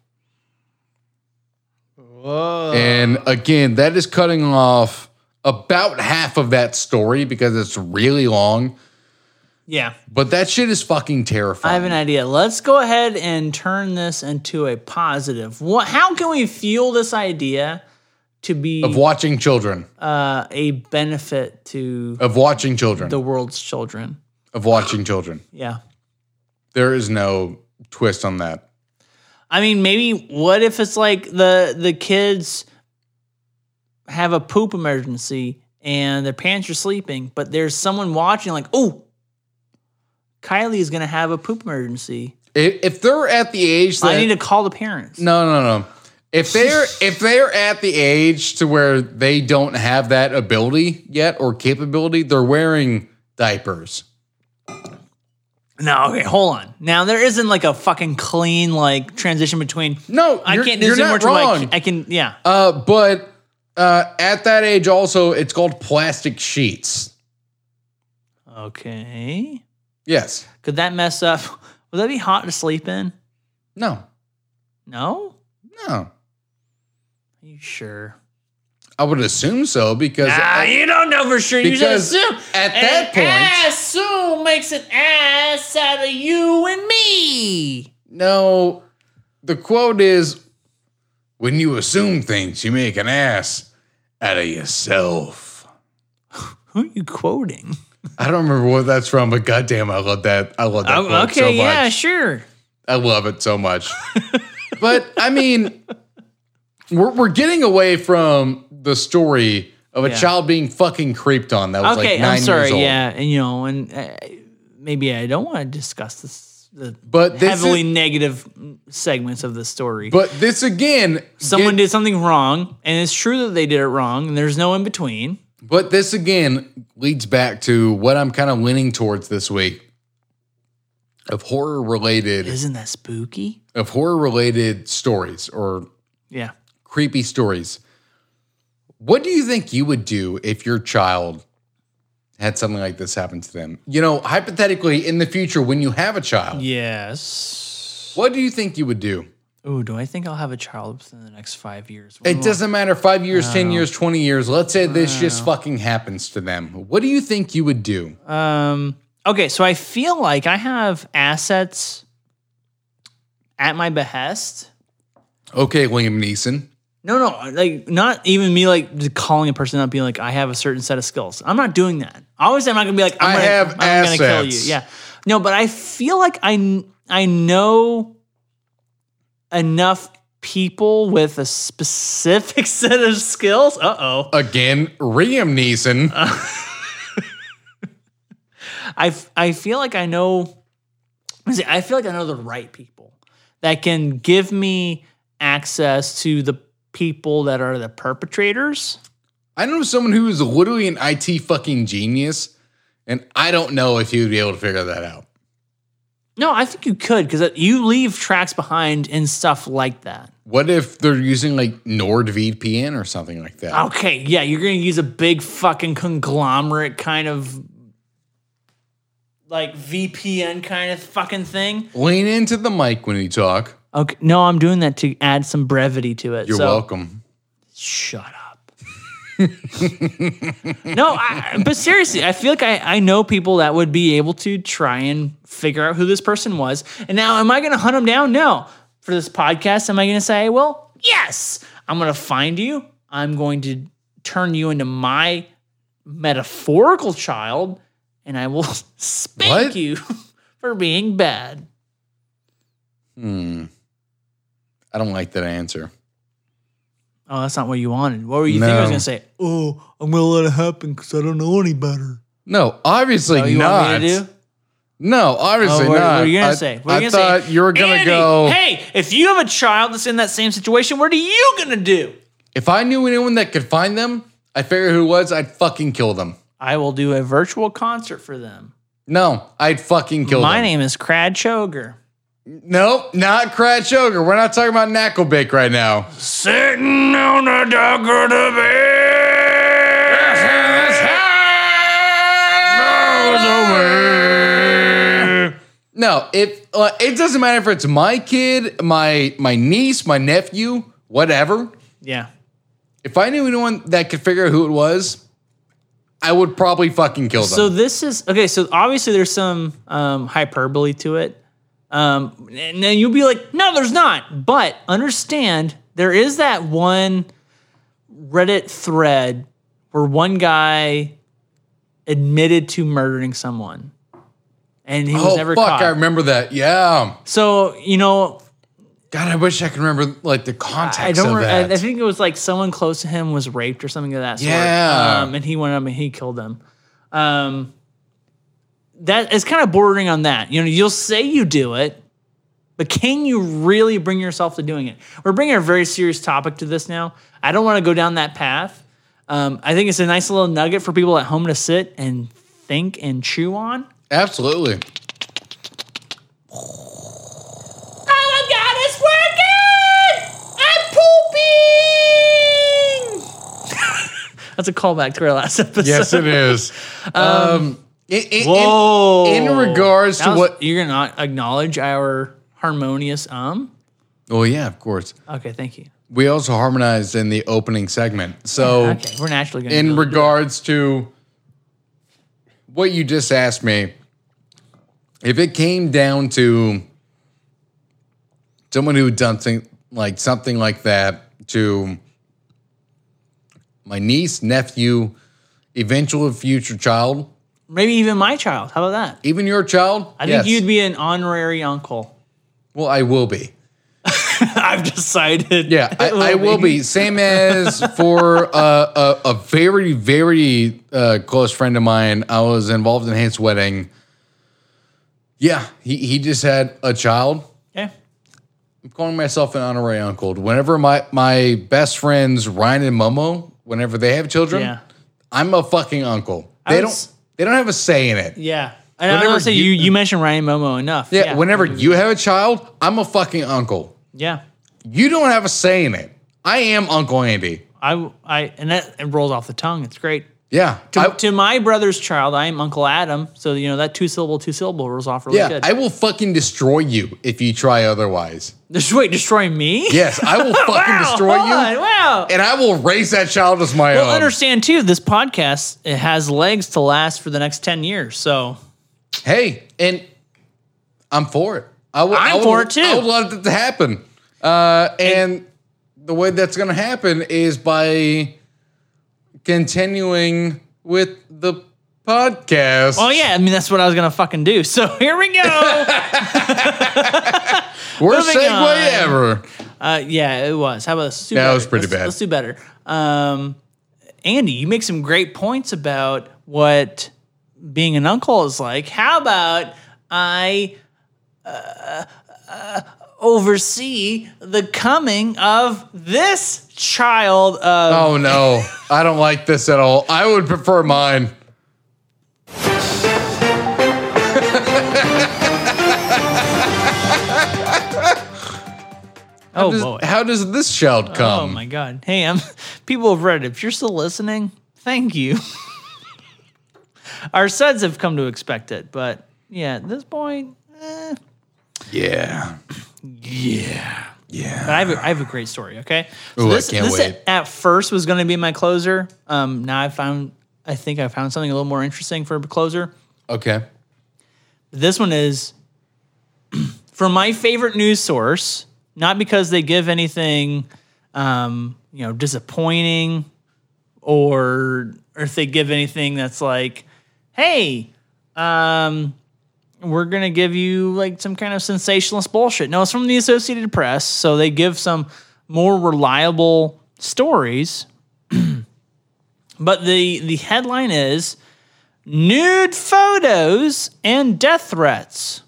Speaker 1: And again, that is cutting off about half of that story because it's really long.
Speaker 2: Yeah.
Speaker 1: But that shit is fucking
Speaker 2: I
Speaker 1: terrifying.
Speaker 2: have an idea. Let's go ahead and turn this into a positive. What? How can we fuel this idea to be
Speaker 1: of watching children.
Speaker 2: uh, a benefit to
Speaker 1: Of watching children.
Speaker 2: the world's children?
Speaker 1: of watching children.
Speaker 2: Yeah.
Speaker 1: There is no twist on that.
Speaker 2: I mean, maybe what if it's like the the kids have a poop emergency and their parents are sleeping, but there's someone watching, like, oh, Kylie is gonna have a poop emergency.
Speaker 1: If, if they're at the age that
Speaker 2: I need to call the parents.
Speaker 1: No, no, no. If
Speaker 2: *laughs*
Speaker 1: they're if they're at the age to where they don't have that ability yet or capability, they're wearing diapers.
Speaker 2: No, okay, hold on. Now there isn't like a fucking clean like transition between.
Speaker 1: No,
Speaker 2: I
Speaker 1: you're-
Speaker 2: can't do
Speaker 1: you're
Speaker 2: this anymore.
Speaker 1: not
Speaker 2: To
Speaker 1: wrong.
Speaker 2: like, I can, yeah.
Speaker 1: Uh, but uh, at that age, also, it's called plastic sheets.
Speaker 2: Okay.
Speaker 1: Yes.
Speaker 2: Could that mess up? *laughs* Would that be hot to sleep in?
Speaker 1: No.
Speaker 2: No.
Speaker 1: No.
Speaker 2: Are you sure?
Speaker 1: I would assume so because
Speaker 2: Ah,
Speaker 1: I-
Speaker 2: you don't know for sure. You
Speaker 1: Because
Speaker 2: just assume.
Speaker 1: at that point-
Speaker 2: assume makes an ass out of you and me.
Speaker 1: no, the quote is, "When you assume things, you make an ass out of yourself."
Speaker 2: Who are you quoting?
Speaker 1: I don't remember what that's from, but goddamn, I love that. I love that
Speaker 2: Oh,
Speaker 1: quote
Speaker 2: okay,
Speaker 1: so much.
Speaker 2: yeah, sure.
Speaker 1: I love it so
Speaker 2: *laughs*
Speaker 1: much. but I mean, we're, we're getting away from the story of a
Speaker 2: Yeah.
Speaker 1: child being fucking creeped on. That was
Speaker 2: okay,
Speaker 1: like 9
Speaker 2: I'm sorry.
Speaker 1: years old.
Speaker 2: Yeah, and you know, and uh, maybe I don't want to discuss this the
Speaker 1: But this
Speaker 2: heavily
Speaker 1: is-
Speaker 2: negative segments of the story.
Speaker 1: but this again,
Speaker 2: Someone
Speaker 1: get-
Speaker 2: did something wrong, and it's true that they did it wrong, and there's no in between.
Speaker 1: But this again leads back to what I'm kind of leaning towards this week of horror related
Speaker 2: Isn't that spooky?
Speaker 1: of horror related stories or
Speaker 2: Yeah.
Speaker 1: creepy stories. What do you think you would do if your child had something like this happen to them? You know, hypothetically, in the future, when you have a child,
Speaker 2: Yes.
Speaker 1: what do you think you would do?
Speaker 2: Ooh, do I think I'll have a child within the next five years?
Speaker 1: It doesn't matter five years, 10 years, 20 years. Let's say this just fucking happens to them. What do you think you would do?
Speaker 2: Um. Okay, so I feel like I have assets at my behest.
Speaker 1: Okay, Liam Neeson.
Speaker 2: No, no, like not even me like just calling a person up, being like, I have a certain set of skills. I'm not doing that. I Always, I'm not gonna be like, I'm
Speaker 1: I
Speaker 2: gonna,
Speaker 1: have
Speaker 2: I'm gonna kill you.
Speaker 1: assets.
Speaker 2: Yeah, no, but I feel like I kn- I know enough people with a specific *laughs* set of skills. Uh oh,
Speaker 1: Again, Liam Neeson.
Speaker 2: Uh. I f- I feel like I know. let's see, I feel like I know the right people that can give me access to the people that are the perpetrators.
Speaker 1: I know someone who is literally an IT fucking genius, and I don't know if he would be able to figure that out.
Speaker 2: No, I think you could because you leave tracks behind and stuff like that.
Speaker 1: What if they're using like NordVPN or something like that?
Speaker 2: Okay, yeah, you're gonna use a big fucking conglomerate kind of like VPN kind of fucking thing.
Speaker 1: Lean into the mic when you talk.
Speaker 2: Okay, no, I'm doing that to add some brevity to it.
Speaker 1: You're
Speaker 2: so,
Speaker 1: welcome.
Speaker 2: Shut up. no, I, but seriously, I feel like I, I know people that would be able to try and figure out who this person was. And now, am I going to hunt them down? No. For this podcast, am I going to say, well, yes, I'm going to find you. I'm going to turn you into my metaphorical child, and I will *laughs* spank
Speaker 1: What?
Speaker 2: you *laughs* for being bad.
Speaker 1: I don't like that answer.
Speaker 2: Oh, that's not what you wanted. What were you thinking? I was
Speaker 1: No.
Speaker 2: going to say, oh, I'm going to let it happen because I don't know any better.
Speaker 1: No, obviously
Speaker 2: Oh, you
Speaker 1: not.
Speaker 2: want me to do?
Speaker 1: No, obviously
Speaker 2: Oh, what, what
Speaker 1: not.
Speaker 2: are you gonna
Speaker 1: I,
Speaker 2: say? What
Speaker 1: I
Speaker 2: are you gonna
Speaker 1: thought
Speaker 2: say?
Speaker 1: you were gonna
Speaker 2: Andy,
Speaker 1: go.
Speaker 2: Hey, if you have a child that's in that same situation, what are you gonna do?
Speaker 1: If I knew anyone that could find them, I figure who it was, I'd fucking kill them.
Speaker 2: I will do a virtual concert for them.
Speaker 1: No, I'd fucking kill
Speaker 2: My
Speaker 1: them.
Speaker 2: name is Crad Choger.
Speaker 1: Nope, not Cratch Ogre. We're not talking about Knacklebake right now.
Speaker 2: Sitting on a dogger to
Speaker 1: No, if uh, it doesn't matter if it's my kid, my my niece, my nephew, whatever.
Speaker 2: Yeah.
Speaker 1: If I knew anyone that could figure out who it was, I would probably fucking kill them.
Speaker 2: So this is okay. So obviously there's some um, hyperbole to it. Um, and then you'll be like, no, there's not. But understand, there is that one Reddit thread where one guy admitted to murdering someone, and he was
Speaker 1: oh
Speaker 2: never
Speaker 1: fuck,
Speaker 2: caught.
Speaker 1: I remember that. Yeah.
Speaker 2: so you know,
Speaker 1: God, I wish I could remember like the context
Speaker 2: I don't.
Speaker 1: of
Speaker 2: Re- I,
Speaker 1: that.
Speaker 2: I think it was like someone close to him was raped or something of that sort.
Speaker 1: Yeah.
Speaker 2: Um, and he went up and he killed them. Um, that is kind of bordering on that. You know, you'll say you do it, but can you really bring yourself to doing it? We're bringing a very serious topic to this now. I don't want to go down that path. Um, I think it's a nice little nugget for people at home to sit and think and chew on.
Speaker 1: Absolutely.
Speaker 3: Oh my god, it's working! I'm pooping!
Speaker 2: *laughs* That's a callback to our last episode.
Speaker 1: *laughs* Yes, it
Speaker 2: *laughs*
Speaker 1: is. um, in, in- in-
Speaker 2: Whoa.
Speaker 1: in regards
Speaker 2: That
Speaker 1: to
Speaker 2: was-
Speaker 1: what-
Speaker 2: you're gonna not acknowledge our harmonious um.
Speaker 1: oh yeah, of course.
Speaker 2: Okay, thank you.
Speaker 1: We also harmonized in the opening segment. So
Speaker 2: Oh, Okay, we're naturally gonna.
Speaker 1: in
Speaker 2: do it.
Speaker 1: regards to what you just asked me, if it came down to someone who done thing, like something like that to my niece, nephew, eventual future child,
Speaker 2: maybe even my child. How about that?
Speaker 1: even your child,
Speaker 2: I think you'd be an
Speaker 1: *laughs*
Speaker 2: honorary uncle.
Speaker 1: Well, I will be.
Speaker 2: I've decided.
Speaker 1: Yeah,
Speaker 2: *laughs*
Speaker 1: I,
Speaker 2: Will
Speaker 1: I will
Speaker 2: be.
Speaker 1: be.
Speaker 2: *laughs*
Speaker 1: Same as for uh, a, a very, very uh, close friend of mine. I was involved in his wedding. Yeah, he, he just had a child.
Speaker 2: Okay.
Speaker 1: I'm calling myself an honorary uncle. Whenever my, my best friends, Ryan and Momo, whenever they have children,
Speaker 2: Yeah.
Speaker 1: I'm a fucking uncle. They
Speaker 2: would
Speaker 1: don't
Speaker 2: s-
Speaker 1: they don't have a say in it.
Speaker 2: Yeah. And I
Speaker 1: Whenever
Speaker 2: want to say you,
Speaker 1: you- *laughs*
Speaker 2: you mentioned Ryan Momo enough.
Speaker 1: Yeah, whenever you have a child, I'm a fucking uncle.
Speaker 2: Yeah.
Speaker 1: You don't have a say in it. I am Uncle Andy.
Speaker 2: I I and that it rolls off the tongue. It's great.
Speaker 1: Yeah.
Speaker 2: To,
Speaker 1: I-
Speaker 2: to my brother's child, I am Uncle Adam. So you know that two syllable, two syllable rolls off really
Speaker 1: Yeah,
Speaker 2: good. *laughs*
Speaker 1: I will fucking destroy you if you try otherwise.
Speaker 2: Wait, destroy me?
Speaker 1: Yes, I
Speaker 2: *laughs*
Speaker 1: will fucking
Speaker 2: Wow,
Speaker 1: destroy
Speaker 2: hold
Speaker 1: you, Um,
Speaker 2: on, wow.
Speaker 1: and I will raise that child as my
Speaker 2: Well,
Speaker 1: own.
Speaker 2: understand too. This podcast it has legs to last for the next ten years. So
Speaker 1: hey, and I'm for it. I would,
Speaker 2: I'm
Speaker 1: I would-
Speaker 2: for it, too.
Speaker 1: I would love it to happen. Uh, and, the way that's going to happen is by continuing with the podcast.
Speaker 2: Oh yeah, I mean that's what I was gonna fucking do. So *laughs* here we go.
Speaker 1: Worst
Speaker 2: moving
Speaker 1: segue
Speaker 2: on.
Speaker 1: ever.
Speaker 2: uh, yeah, it was. How about this? Let's do
Speaker 1: That
Speaker 2: better.
Speaker 1: was pretty
Speaker 2: Let's-
Speaker 1: bad.
Speaker 2: Let's do better. Um, Andy, you make some great points about what being an uncle is like. How about I uh, uh, oversee the coming of this child of
Speaker 1: Oh
Speaker 2: *laughs*
Speaker 1: no, I don't like this at all. I would prefer mine.
Speaker 2: oh
Speaker 1: Does-
Speaker 2: boy.
Speaker 1: How does this child come?
Speaker 2: Oh my god. Hey, I'm *laughs* people of Reddit, if you're still listening, thank you. *laughs* Our suds have come to expect it, but yeah, at this point, eh,
Speaker 1: Yeah.
Speaker 2: Yeah.
Speaker 1: Yeah.
Speaker 2: But I have a, I have a great story. Okay.
Speaker 1: Ooh, I
Speaker 2: this,
Speaker 1: can't
Speaker 2: this
Speaker 1: wait.
Speaker 2: At, at first was going to be my closer. Um, now I found I think I found something a little more interesting for a closer.
Speaker 1: Okay.
Speaker 2: This one is *clears throat* from my favorite news source, not because they give anything, um, you know, disappointing, or or if they give anything that's like, hey, um, we're gonna give you like some kind of sensationalist bullshit. No, it's from the Associated Press, so they give some more reliable stories. *clears throat* but the the headline is nude photos and death threats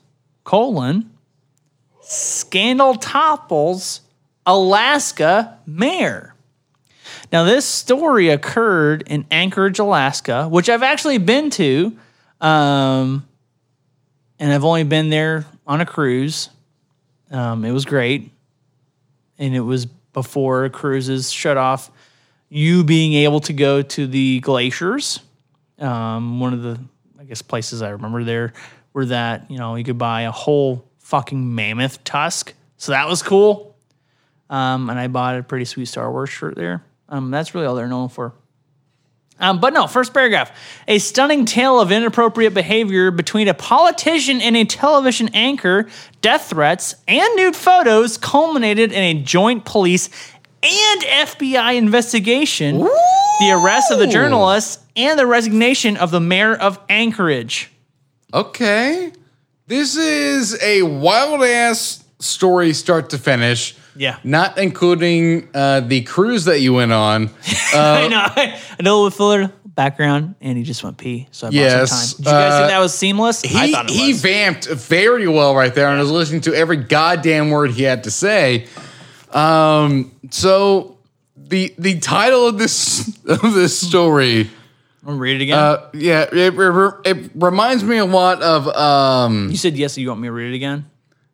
Speaker 2: colon scandal topples alaska mayor now this story occurred in anchorage alaska which i've actually been to um, and i've only been there on a cruise um, it was great and it was before cruises shut off you being able to go to the glaciers um, one of the I guess places I remember there were that you know you could buy a whole fucking mammoth tusk, so that was cool. Um, and I bought a pretty sweet Star Wars shirt there. Um, that's really all they're known for. Um, but no, first paragraph. A stunning tale of inappropriate behavior between a politician and a television anchor, death threats, and nude photos culminated in a joint police and FBI investigation, the arrest of the journalist, and the resignation of the mayor of Anchorage.
Speaker 1: Okay. This is a wild ass story start to finish.
Speaker 2: Yeah.
Speaker 1: Not including uh, the cruise that you went on.
Speaker 2: I know. I know with filler background, and he just went pee, so I bought
Speaker 1: Yes,
Speaker 2: some time. Did you guys
Speaker 1: uh,
Speaker 2: think that was seamless? *laughs* I
Speaker 1: He,
Speaker 2: thought it
Speaker 1: he
Speaker 2: was.
Speaker 1: vamped very well right there and I was listening to every goddamn word he had to say. Um, so the the title of this *laughs* of this story,
Speaker 2: I'm gonna read it again.
Speaker 1: uh, yeah, it, it, it reminds me a lot of um,
Speaker 2: you said yes, so you want me to read it again?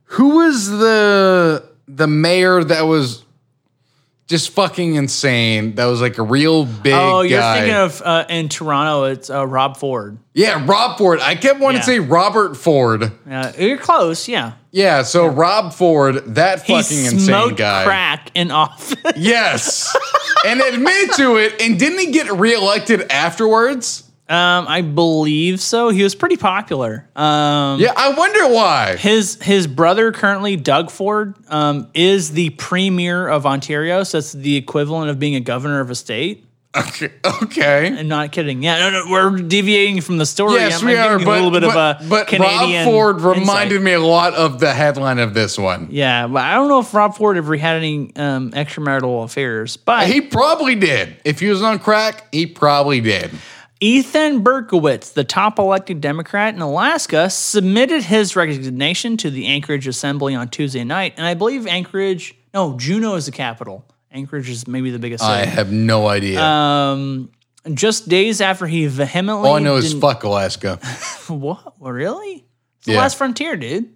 Speaker 1: who was the the mayor that was just fucking insane? That was like a real big.
Speaker 2: Oh, you're
Speaker 1: guy.
Speaker 2: thinking of uh, in Toronto, it's uh, Rob Ford.
Speaker 1: yeah, Rob Ford. I kept wanting
Speaker 2: Yeah.
Speaker 1: to say Robert Ford.
Speaker 2: Uh, you're close, yeah.
Speaker 1: Yeah, so Rob Ford, that
Speaker 2: He
Speaker 1: fucking insane
Speaker 2: smoked
Speaker 1: guy.
Speaker 2: crack in office. *laughs*
Speaker 1: Yes, and admit to it, and didn't he get reelected afterwards?
Speaker 2: um, I believe so. He was pretty popular. Um,
Speaker 1: Yeah, I wonder why.
Speaker 2: his his brother currently Doug Ford um, is the premier of Ontario, so that's the equivalent of being a governor of a state.
Speaker 1: Okay, okay.
Speaker 2: I'm not kidding. Yeah, no, no, we're deviating from the story.
Speaker 1: Yes,
Speaker 2: I'm,
Speaker 1: we
Speaker 2: I'm
Speaker 1: are.
Speaker 2: giving you
Speaker 1: But,
Speaker 2: a little bit
Speaker 1: but,
Speaker 2: of a
Speaker 1: but
Speaker 2: Canadian
Speaker 1: Rob Ford
Speaker 2: insight.
Speaker 1: reminded me a lot of the headline of this one.
Speaker 2: Yeah, but I don't know if Rob Ford ever had any um, extramarital affairs, but
Speaker 1: He probably did. If he was on crack, he probably did.
Speaker 2: Ethan Berkowitz, the top elected Democrat in Alaska, submitted his resignation to the Anchorage Assembly on Tuesday night. And I believe Anchorage, no, Juneau is the capital. Anchorage is maybe the biggest
Speaker 1: I
Speaker 2: city.
Speaker 1: have no idea.
Speaker 2: Um, just days after he vehemently.
Speaker 1: All I know is
Speaker 2: den-
Speaker 1: fuck Alaska.
Speaker 2: What? Really? It's the
Speaker 1: Yeah.
Speaker 2: last frontier, dude.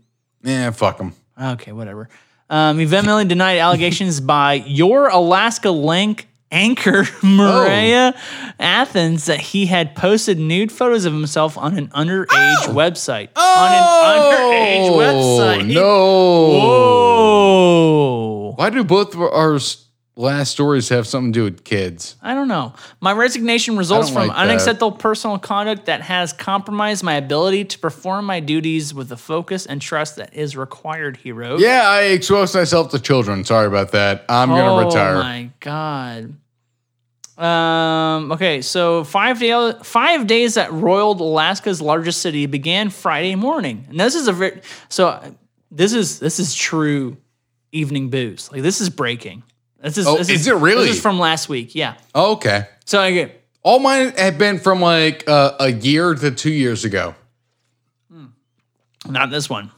Speaker 1: yeah, fuck them.
Speaker 2: Okay, whatever. Um, he vehemently denied allegations *laughs* by your Alaska Link anchor *laughs*
Speaker 1: Oh.
Speaker 2: Maria Athens that he had posted nude photos of himself on an underage
Speaker 1: Oh.
Speaker 2: website. on an underage website.
Speaker 1: No.
Speaker 2: Whoa.
Speaker 1: Why do both of our s- last stories have something to do with kids?
Speaker 2: I don't know. My resignation results
Speaker 1: I
Speaker 2: from
Speaker 1: don't like that.
Speaker 2: unacceptable personal conduct that has compromised my ability to perform my duties with the focus and trust that is required, he wrote.
Speaker 1: Yeah, I exposed myself to children. Sorry about that. I'm going to retire.
Speaker 2: Oh my god. Um, okay, so five day, five days at Royal Alaska's largest city began Friday morning, and this is a very so uh, this is this is true evening booze. Like this is breaking. This is
Speaker 1: Oh,
Speaker 2: this
Speaker 1: is it really?
Speaker 2: This is from last week. Yeah.
Speaker 1: Okay.
Speaker 2: So I get
Speaker 1: All mine have been from like uh, a year to two years ago.
Speaker 2: not this one.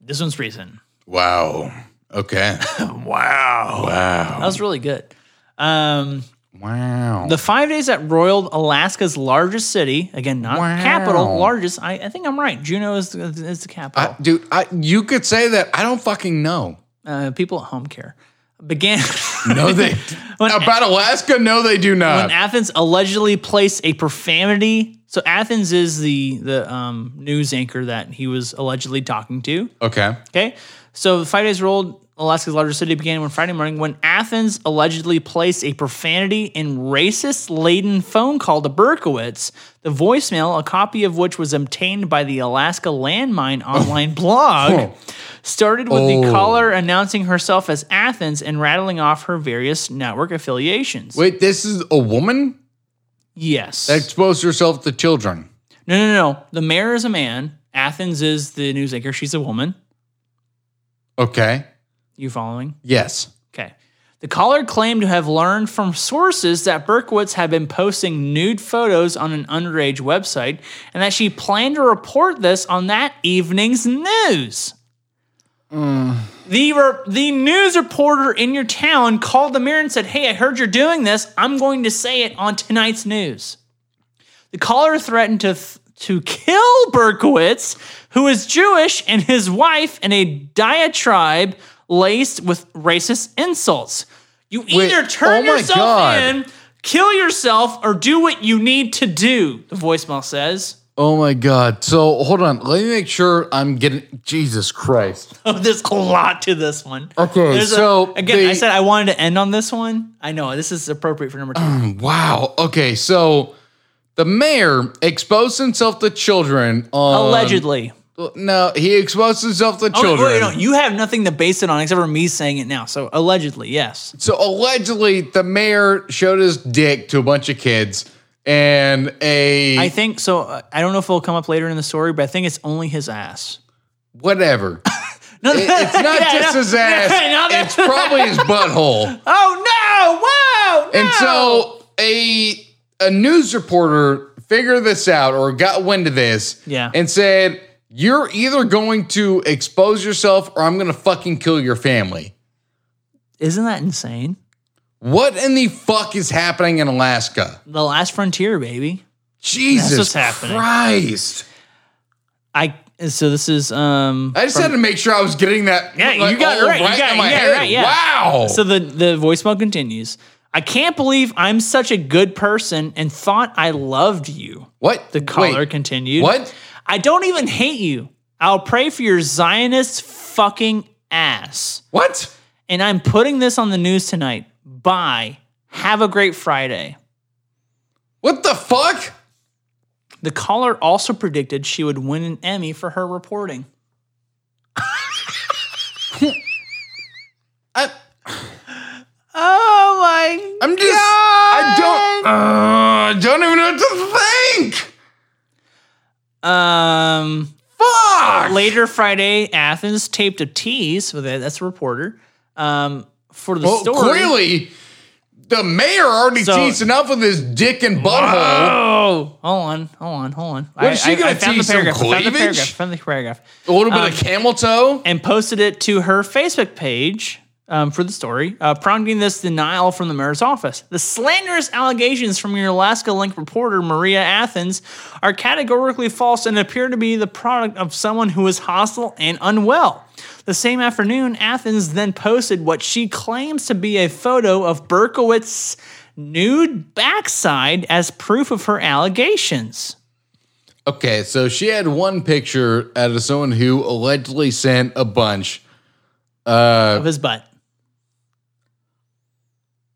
Speaker 2: This one's recent.
Speaker 1: Wow.
Speaker 2: *laughs*
Speaker 1: Okay.
Speaker 2: Oh.
Speaker 1: wow. Wow.
Speaker 2: That was really good. Um,
Speaker 1: Wow.
Speaker 2: The five days at Royal Alaska's largest city, again, not
Speaker 1: Wow.
Speaker 2: capital, largest. I, I think I'm right. Juneau is the, is the
Speaker 1: I,
Speaker 2: capital.
Speaker 1: dude, I, you could say that. I don't fucking know.
Speaker 2: uh, people at home care. Began
Speaker 1: *laughs* No, they
Speaker 2: *laughs* When-
Speaker 1: about Alaska. No, they do not.
Speaker 2: when Athens allegedly placed a profanity. So Athens is the the um, news anchor that he was allegedly talking to.
Speaker 1: okay.
Speaker 2: Okay, So five days rolled. Alaska's largest city began on Friday morning when Athens allegedly placed a profanity and racist laden phone call to Berkowitz, the voicemail, a copy of which was obtained by the
Speaker 1: *laughs*
Speaker 2: Alaska Landmine online blog, started with the
Speaker 1: Oh.
Speaker 2: caller announcing herself as Athens and rattling off her various network affiliations.
Speaker 1: Wait, this is a woman
Speaker 2: yes.
Speaker 1: that exposed herself to children.
Speaker 2: No, no, no. no. The mayor is a man. Athens is the news anchor. She's a woman.
Speaker 1: Okay.
Speaker 2: You following?
Speaker 1: Yes.
Speaker 2: Okay. The caller claimed to have learned from sources that Berkowitz had been posting nude photos on an underage website and that she planned to report this on that evening's news. The, re- the news reporter in your town called the mayor and said, Hey, I heard you're doing this. I'm going to say it on tonight's news. The caller threatened to, th- to kill Berkowitz, who is Jewish, and his wife in a diatribe laced with racist insults. You either
Speaker 1: oh
Speaker 2: turn
Speaker 1: my
Speaker 2: yourself
Speaker 1: God.
Speaker 2: in, kill yourself, or do what you need to do, the voicemail says.
Speaker 1: Oh my God. So hold on. Let me make sure I'm getting. Jesus
Speaker 2: *laughs*
Speaker 1: Christ.
Speaker 2: There's a lot to this one.
Speaker 1: Okay,
Speaker 2: There's a-
Speaker 1: so
Speaker 2: again, I
Speaker 1: they-
Speaker 2: said I wanted to end on this one. I know this is appropriate for number two.
Speaker 1: *clears throat* Um, Wow. Okay. So the mayor exposed himself to children on.
Speaker 2: Allegedly.
Speaker 1: No, he exposed himself to
Speaker 2: Oh, wait,
Speaker 1: children.
Speaker 2: wait, no, you have nothing to base it on except for me saying it now. So allegedly, yes.
Speaker 1: So allegedly, the mayor showed his dick to a bunch of kids, and a
Speaker 2: I think so. uh, I don't know if it'll come up later in the story, but I think it's only his ass.
Speaker 1: whatever.
Speaker 2: No,
Speaker 1: It- it's not
Speaker 2: *laughs* yeah,
Speaker 1: just
Speaker 2: no, *laughs*
Speaker 1: his ass.
Speaker 2: yeah, no, that-
Speaker 1: it's probably his
Speaker 2: *laughs*
Speaker 1: butthole.
Speaker 2: oh no! Wow!
Speaker 1: And so a a news reporter figured this out or got wind of this,
Speaker 2: Yeah.
Speaker 1: and said, "You're either going to expose yourself, or I'm going to fucking kill your family."
Speaker 2: isn't that insane?
Speaker 1: What in the fuck is happening in Alaska?
Speaker 2: The last frontier, baby.
Speaker 1: Jesus
Speaker 2: what's happening.
Speaker 1: Christ!
Speaker 2: I so this is um.
Speaker 1: I just had to make sure I was getting that.
Speaker 2: Yeah, you got it
Speaker 1: all
Speaker 2: right. You got-
Speaker 1: in my
Speaker 2: you got it
Speaker 1: head.
Speaker 2: right, yeah.
Speaker 1: Wow.
Speaker 2: So the, the voicemail continues. I can't believe I'm such a good person and thought I loved you.
Speaker 1: what
Speaker 2: The
Speaker 1: Wait,
Speaker 2: caller continued.
Speaker 1: What?
Speaker 2: I don't even hate you. I'll pray for your Zionist fucking ass.
Speaker 1: What?
Speaker 2: And I'm putting this on the news tonight. Bye. Have a great Friday.
Speaker 1: What the fuck?
Speaker 2: The caller also predicted she would win an Emmy for her reporting.
Speaker 1: I,
Speaker 2: Oh my.
Speaker 1: I'm just. I don't. Uh, I don't even know what to think.
Speaker 2: Um.
Speaker 1: Fuck.
Speaker 2: Later Friday, Athens taped a tease with it. That's a reporter. Um, for the
Speaker 1: Well,
Speaker 2: story.
Speaker 1: clearly, the mayor already
Speaker 2: So-
Speaker 1: teased enough with his dick and butthole.
Speaker 2: Oh, hold on, hold on, hold on. What
Speaker 1: is she gonna tease some
Speaker 2: I found the
Speaker 1: cleavage?
Speaker 2: paragraph. I found the paragraph.
Speaker 1: A little bit of
Speaker 2: Uh,
Speaker 1: camel toe.
Speaker 2: and posted it to her Facebook page um, for the story, uh, prompting this denial from the mayor's office. The slanderous allegations from your Alaska Link reporter, Maria Athens, are categorically false and appear to be the product of someone who is hostile and unwell. The same afternoon, Athens then posted what she claims to be a photo of Berkowitz's nude backside as proof of her allegations.
Speaker 1: Okay, so she had one picture out of someone who allegedly sent a bunch.
Speaker 2: of his butt.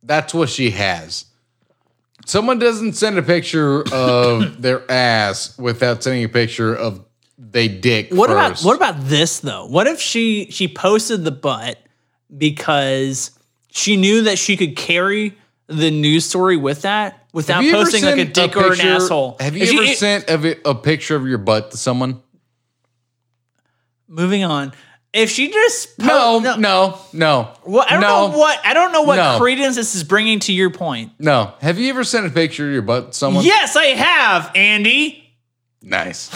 Speaker 1: That's what she has. Someone doesn't send a picture of their ass without sending a picture of they dick.
Speaker 2: What
Speaker 1: first.
Speaker 2: about what about this though? What if she she posted the butt because she knew that she could carry the news story with that without
Speaker 1: Have you ever
Speaker 2: posting like a
Speaker 1: sent
Speaker 2: dick or an
Speaker 1: picture-
Speaker 2: asshole?
Speaker 1: Have you
Speaker 2: If she- eh,
Speaker 1: ever
Speaker 2: it-
Speaker 1: sent a, vi- a picture of your butt to someone?
Speaker 2: Moving on. If she just po-
Speaker 1: No, no, no, no.
Speaker 2: Oh, Well, I don't
Speaker 1: no,
Speaker 2: know what I don't know what
Speaker 1: No.
Speaker 2: credence this is bringing to your point.
Speaker 1: No. Have you ever sent a picture of your butt to someone?
Speaker 2: Yes, I have, Andy. *laughs*
Speaker 1: Nice.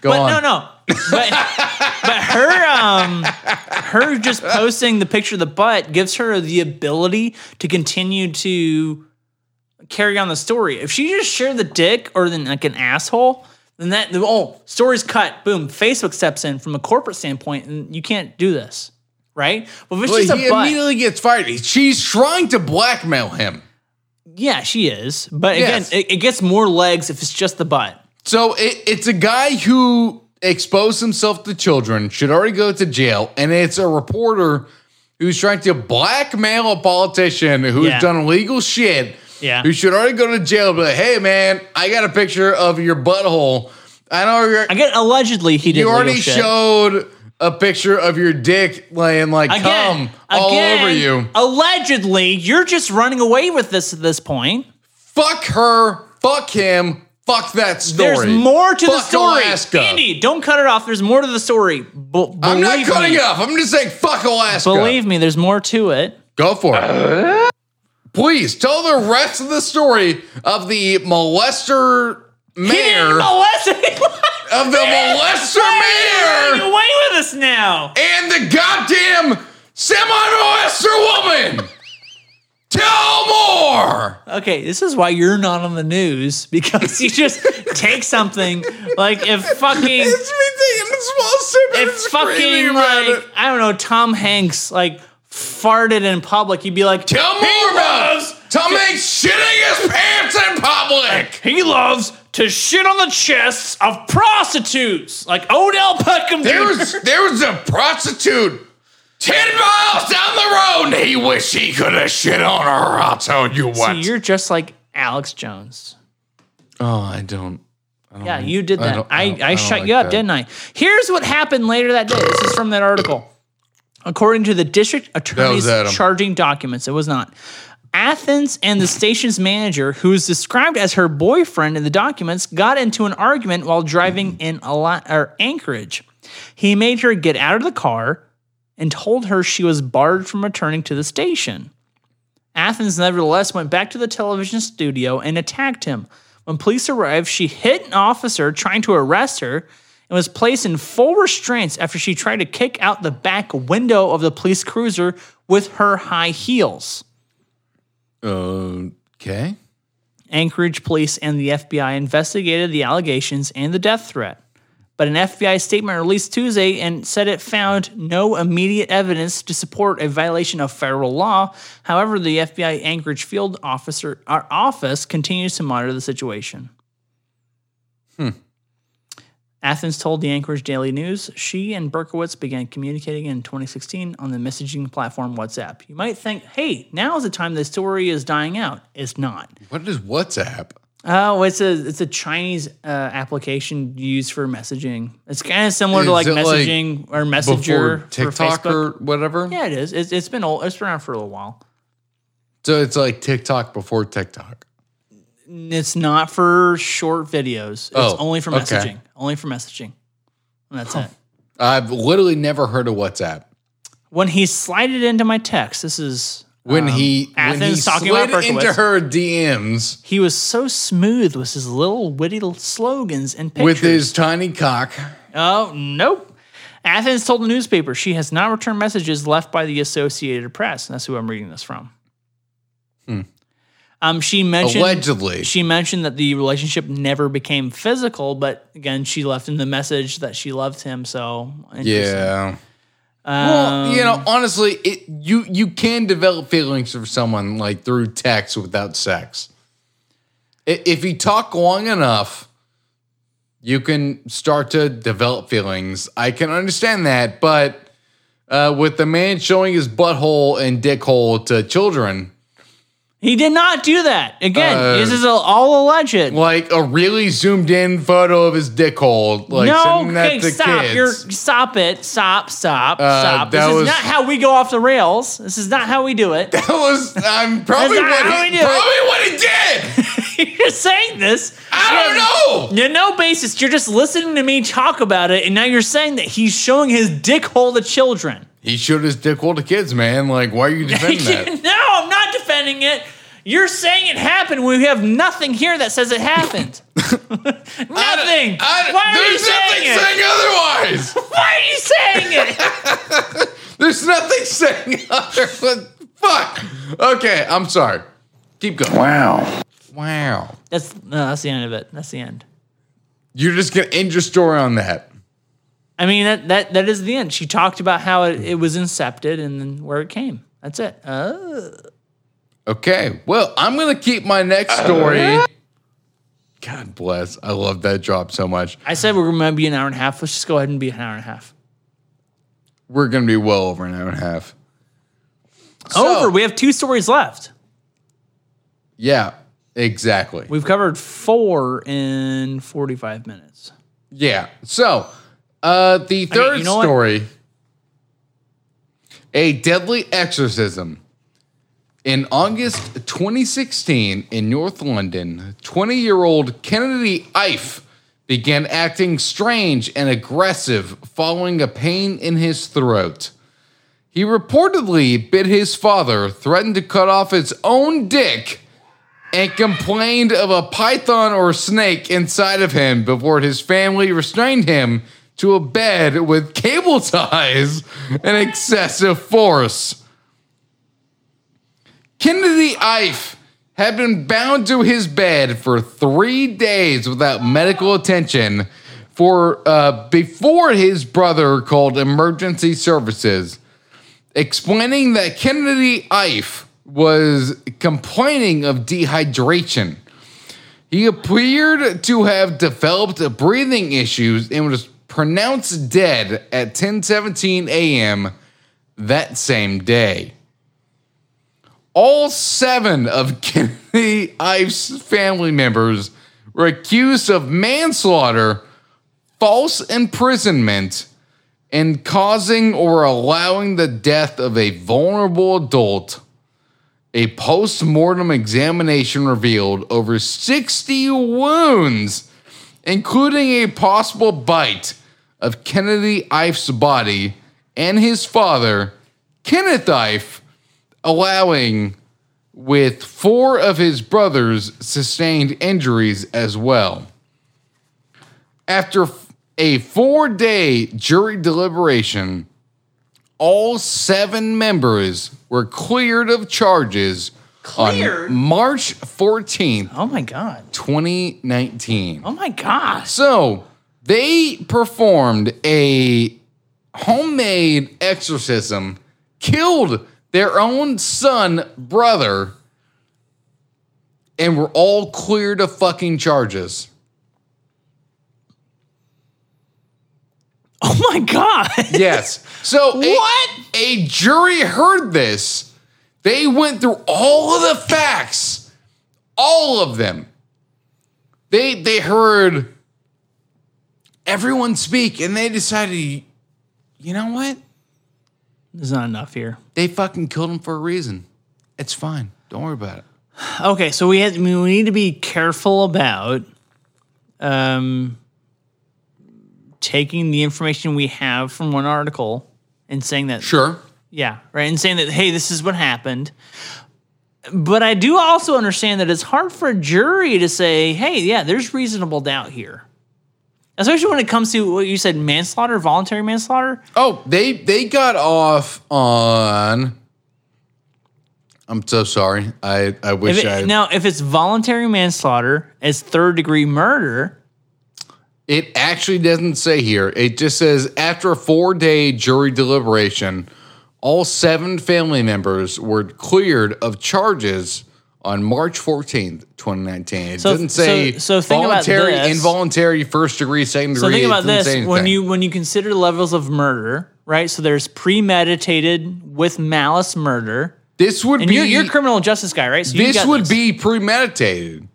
Speaker 1: Go
Speaker 2: But
Speaker 1: on.
Speaker 2: no, no. But but her um her just posting the picture of the butt gives her the ability to continue to carry on the story. If she just shared the dick or then like an asshole, then that oh story's cut. Boom. Facebook steps in from a corporate standpoint, and you can't do this, right? But if it's
Speaker 1: Well,
Speaker 2: just
Speaker 1: he
Speaker 2: a butt,
Speaker 1: immediately gets fired. She's trying to blackmail him.
Speaker 2: yeah, she is. But again,
Speaker 1: Yes.
Speaker 2: it, it gets more legs if it's just the butt.
Speaker 1: So it, it's a guy who exposed himself to children, should already go to jail, and it's a reporter who's trying to blackmail a politician who's
Speaker 2: Yeah.
Speaker 1: done illegal shit.
Speaker 2: Yeah.
Speaker 1: Who should already go to jail, but hey man, I got a picture of your butthole. I know you're,
Speaker 2: Again, allegedly he did.
Speaker 1: you
Speaker 2: legal
Speaker 1: already
Speaker 2: shit.
Speaker 1: showed a picture of your dick laying like
Speaker 2: again,
Speaker 1: cum all
Speaker 2: again,
Speaker 1: over you.
Speaker 2: Allegedly, you're just running away with this at this point.
Speaker 1: Fuck her. Fuck him. Fuck that story.
Speaker 2: There's more to the
Speaker 1: Fuck
Speaker 2: story.
Speaker 1: Alaska.
Speaker 2: Andy, don't cut it off. There's more to the story. B-
Speaker 1: I'm not
Speaker 2: believe
Speaker 1: cutting
Speaker 2: me.
Speaker 1: it off. I'm just saying, fuck Alaska.
Speaker 2: Believe me, there's more to it.
Speaker 1: Go for it.
Speaker 2: Uh?
Speaker 1: Please tell the rest of the story of the molester mayor
Speaker 2: *laughs* Molested.
Speaker 1: of the molester
Speaker 2: Running
Speaker 1: mayor
Speaker 2: away with us now.
Speaker 1: and the goddamn semi-molester woman. Tell more.
Speaker 2: Okay, this is why you're not on the news *laughs* because you just take something like if fucking
Speaker 1: It's me taking a small sip and
Speaker 2: if fucking
Speaker 1: screaming about
Speaker 2: like
Speaker 1: it.
Speaker 2: I don't know Tom Hanks like farted in public, you'd be like
Speaker 1: Tell more about us. Tell me shitting his pants in public.
Speaker 2: he loves to shit on the chests of prostitutes like Odell Beckham
Speaker 1: There
Speaker 2: Jr.
Speaker 1: was there was a prostitute ten miles down the road. and He wish he could have shit on her. I'll tell you
Speaker 2: So
Speaker 1: what.
Speaker 2: you're just like Alex Jones.
Speaker 1: oh, I don't.
Speaker 2: Yeah, you did that.
Speaker 1: don't-
Speaker 2: I,
Speaker 1: I
Speaker 2: I,
Speaker 1: don't- I don't
Speaker 2: shut
Speaker 1: like
Speaker 2: you up,
Speaker 1: that.
Speaker 2: didn't I? Here's what happened later that day. This is from that article. According to the district attorney's
Speaker 1: Adam.
Speaker 2: charging documents, it was not. Athens and the station's manager, who is described as her boyfriend in the documents, got into an argument while driving in Ala- or Anchorage. He made her get out of the car and told her she was barred from returning to the station. Athens nevertheless went back to the television studio and attacked him. When police arrived, she hit an officer trying to arrest her and was placed in full restraints after she tried to kick out the back window of the police cruiser with her high heels.
Speaker 1: Okay.
Speaker 2: Anchorage police and the FBI investigated the allegations and the death threat. But an FBI statement released Tuesday and said it found no immediate evidence to support a violation of federal law. However, the FBI Anchorage field officer our office continues to monitor the situation. Athens told the Anchorage Daily News she and Berkowitz began communicating in 2016 on the messaging platform WhatsApp. You might think, hey, now is the time the story is dying out. It's not.
Speaker 1: What is WhatsApp?
Speaker 2: Oh, it's a it's a Chinese uh, application used for messaging. It's kind of similar to
Speaker 1: Is
Speaker 2: like
Speaker 1: it, like,
Speaker 2: messaging or messenger
Speaker 1: Before
Speaker 2: for
Speaker 1: TikTok
Speaker 2: Facebook.
Speaker 1: or whatever.
Speaker 2: yeah, it is. It's, it's been old. It's been around for a little while.
Speaker 1: So it's like TikTok before TikTok.
Speaker 2: It's not for short videos. It's
Speaker 1: Oh,
Speaker 2: only for
Speaker 1: okay.
Speaker 2: messaging. Only for messaging. And that's it.
Speaker 1: I've literally never heard of WhatsApp.
Speaker 2: When he slided into my text, this is
Speaker 1: When he when he
Speaker 2: Um, Athens talking about
Speaker 1: slid into
Speaker 2: Berkowitz.
Speaker 1: her DMs.
Speaker 2: he was so smooth with his little witty l- slogans and pictures.
Speaker 1: with his tiny cock.
Speaker 2: Oh, nope. Athens told the newspaper she has not returned messages left by the Associated Press. And that's who I'm reading this from.
Speaker 1: Hmm.
Speaker 2: Um, she mentioned
Speaker 1: Allegedly.
Speaker 2: she mentioned that the relationship never became physical, but again, she left him the message that she loved him. So interesting.
Speaker 1: Yeah. well, you
Speaker 2: Um,
Speaker 1: know, honestly, it you you can develop feelings for someone like through text without sex. I- If you talk long enough, you can start to develop feelings. I can understand that, but uh, with the man showing his butthole and dick hole to children,
Speaker 2: he did not do that. Again,
Speaker 1: Uh,
Speaker 2: this is all alleged.
Speaker 1: like a really zoomed in photo of his dick hole, like
Speaker 2: no,
Speaker 1: sending that
Speaker 2: okay,
Speaker 1: to
Speaker 2: stop.
Speaker 1: kids.
Speaker 2: You're stop it. Stop, stop,
Speaker 1: Uh,
Speaker 2: stop. This
Speaker 1: that
Speaker 2: is
Speaker 1: was-
Speaker 2: not how we go off the rails. This is not how we do it.
Speaker 1: *laughs* That
Speaker 2: *laughs*
Speaker 1: was I'm probably
Speaker 2: That's not how
Speaker 1: what
Speaker 2: we
Speaker 1: he,
Speaker 2: do it.
Speaker 1: probably what he did.
Speaker 2: You're saying this.
Speaker 1: I don't know.
Speaker 2: No, no basis. You're just listening to me talk about it, and now you're saying that he's showing his dick hole to children.
Speaker 1: He showed his dick hole to kids, man. Like, why are you
Speaker 2: no, *laughs*
Speaker 1: defending that?
Speaker 2: I'm not defending it. You're saying it happened. We have nothing here that says
Speaker 1: *laughs*
Speaker 2: it happened. *laughs* nothing.
Speaker 1: I-
Speaker 2: Why are you
Speaker 1: there's
Speaker 2: saying
Speaker 1: nothing
Speaker 2: it?
Speaker 1: saying otherwise.
Speaker 2: *laughs* Why are you saying it?
Speaker 1: There's nothing saying *laughs* otherwise. Fuck. Okay, I'm sorry. Keep going. Wow. Wow.
Speaker 2: that's no, that's the end of it. That's the end.
Speaker 1: You're just gonna end your story on that.
Speaker 2: I mean that that that is the end. She talked about how it, it was incepted and then where it came. That's it. Uh,
Speaker 1: Oh. Okay. Well, I'm gonna keep my next story God bless. I love that drop so much.
Speaker 2: I said we're going to be an hour and a half. Let's just go ahead and be an hour and a half.
Speaker 1: We're going to be well over an hour and a half. So-
Speaker 2: Over. We have two stories left.
Speaker 1: Yeah, exactly.
Speaker 2: We've covered four in 45 minutes.
Speaker 1: Yeah. So, uh, the third
Speaker 2: you know what?
Speaker 1: story a deadly exorcism. In August 2016, in North London, 20 year old Kennedy Ife began acting strange and aggressive following a pain in his throat. He reportedly bit his father, threatened to cut off his own dick, and complained of a python or snake inside of him before his family restrained him to a bed with cable ties and excessive force. Kennedy Ife had been bound to his bed for three days without medical attention for uh, before his brother called emergency services explaining that Kennedy Ife was complaining of dehydration. He appeared to have developed breathing issues and was pronounced dead at 10:17 a.m. that same day. All seven of *laughs* Kennedy Ife's family members were accused of manslaughter, false imprisonment, and causing or allowing the death of a vulnerable adult. A post mortem examination revealed over 60 wounds, including a possible bite of Kennedy Ife's body and his father, Kenneth Ife, allowing with four of his brothers sustained injuries as well. After f- a four day jury deliberation, all seven members were cleared of charges
Speaker 2: Cleared?
Speaker 1: on March 14th,
Speaker 2: Oh my God.
Speaker 1: 2019.
Speaker 2: Oh my gosh. *laughs*
Speaker 1: So they performed a homemade exorcism, killed their own son, brother, and were all cleared of fucking charges.
Speaker 2: Oh my God.
Speaker 1: Yes. So a-
Speaker 2: What?
Speaker 1: A, jury heard this. They went through all of the facts, all of them. They they heard everyone speak, and they decided, you know what?
Speaker 2: There's not enough here.
Speaker 1: They fucking killed him for a reason. It's fine. Don't worry about it.
Speaker 2: Okay, so we had, we need to be careful about um, taking the information we have from one article and saying that
Speaker 1: Sure.
Speaker 2: yeah, right, and saying that hey, this is what happened. But I do also understand that it's hard for a jury to say, hey, yeah, there's reasonable doubt here. Especially when it comes to what you said, manslaughter, voluntary manslaughter.
Speaker 1: Oh, they they got off on. I'm so sorry. I I wish
Speaker 2: If it-
Speaker 1: I
Speaker 2: now, if it's voluntary manslaughter, it's third degree murder.
Speaker 1: It actually doesn't say here. It just says after a four day jury deliberation, all seven family members were cleared of charges on March 14th, 2019. It
Speaker 2: So-
Speaker 1: doesn't say
Speaker 2: so- so think about
Speaker 1: voluntary,
Speaker 2: this.
Speaker 1: involuntary, first degree, second degree.
Speaker 2: So think
Speaker 1: It
Speaker 2: about
Speaker 1: doesn't
Speaker 2: this:
Speaker 1: say
Speaker 2: when
Speaker 1: anything.
Speaker 2: you when you consider levels of murder, right? So there's premeditated with malice murder,
Speaker 1: this would
Speaker 2: and
Speaker 1: be
Speaker 2: you're, you're a criminal justice guy, right? So you
Speaker 1: this
Speaker 2: got
Speaker 1: would be premeditated.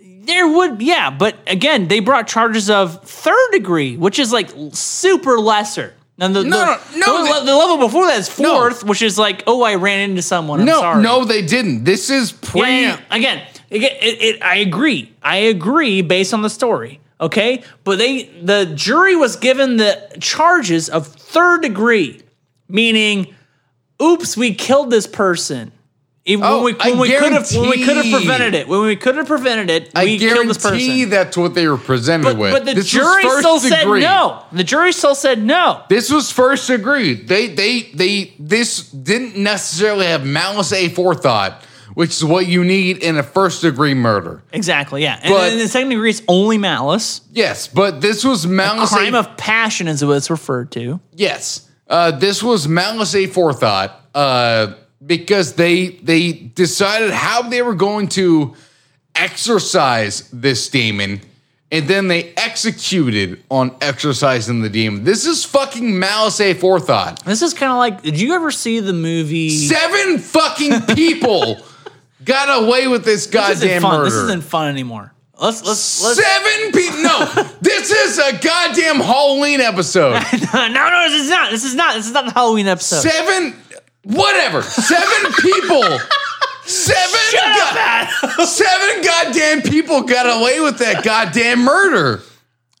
Speaker 2: there would yeah, but again, they brought charges of third degree, which is like l- super lesser. Now the,
Speaker 1: No, no,
Speaker 2: the, the,
Speaker 1: no,
Speaker 2: le-
Speaker 1: they-
Speaker 2: the level before that is
Speaker 1: No.
Speaker 2: fourth, which is like oh, I ran into someone. I'm
Speaker 1: No,
Speaker 2: sorry.
Speaker 1: no, they didn't. This is pre.
Speaker 2: Yeah, yeah, yeah. Again, again it, it, I agree. I agree based on the story. Okay, but they the jury was given the charges of third degree, meaning, oops, we killed this person. Even
Speaker 1: Oh,
Speaker 2: when we,
Speaker 1: I
Speaker 2: when we could have when we could have
Speaker 1: guarantee-
Speaker 2: prevented it, when we could have prevented it,
Speaker 1: I
Speaker 2: we killed this
Speaker 1: guarantee
Speaker 2: person.
Speaker 1: that's what they were presented
Speaker 2: But,
Speaker 1: with.
Speaker 2: but the
Speaker 1: This was
Speaker 2: jury
Speaker 1: first
Speaker 2: still said
Speaker 1: degree.
Speaker 2: no. The jury still said no.
Speaker 1: This was first degree. They they they this didn't necessarily have malice aforethought, which is what you need in a first degree murder.
Speaker 2: Exactly. Yeah. And,
Speaker 1: But-
Speaker 2: and the second degree is only malice.
Speaker 1: Yes, but this was malice.
Speaker 2: Crime
Speaker 1: a-
Speaker 2: of passion is what it's referred to.
Speaker 1: yes, uh, this was malice aforethought uh, because they they decided how they were going to exorcise this demon, and then they executed on exorcising the demon. This is fucking malice aforethought.
Speaker 2: This is kind of like, did you ever see the movie?
Speaker 1: Seven fucking
Speaker 2: *laughs*
Speaker 1: people got away with this goddamn
Speaker 2: this isn't fun.
Speaker 1: murder.
Speaker 2: This isn't fun anymore. Let's let's let's.
Speaker 1: Seven people. No, this is a goddamn Halloween
Speaker 2: *laughs*
Speaker 1: episode.
Speaker 2: no, no, this is not. This is not. This is not the Halloween episode.
Speaker 1: Seven, whatever.
Speaker 2: *laughs*
Speaker 1: Seven people. Seven. go- seven goddamn people got away with that goddamn murder.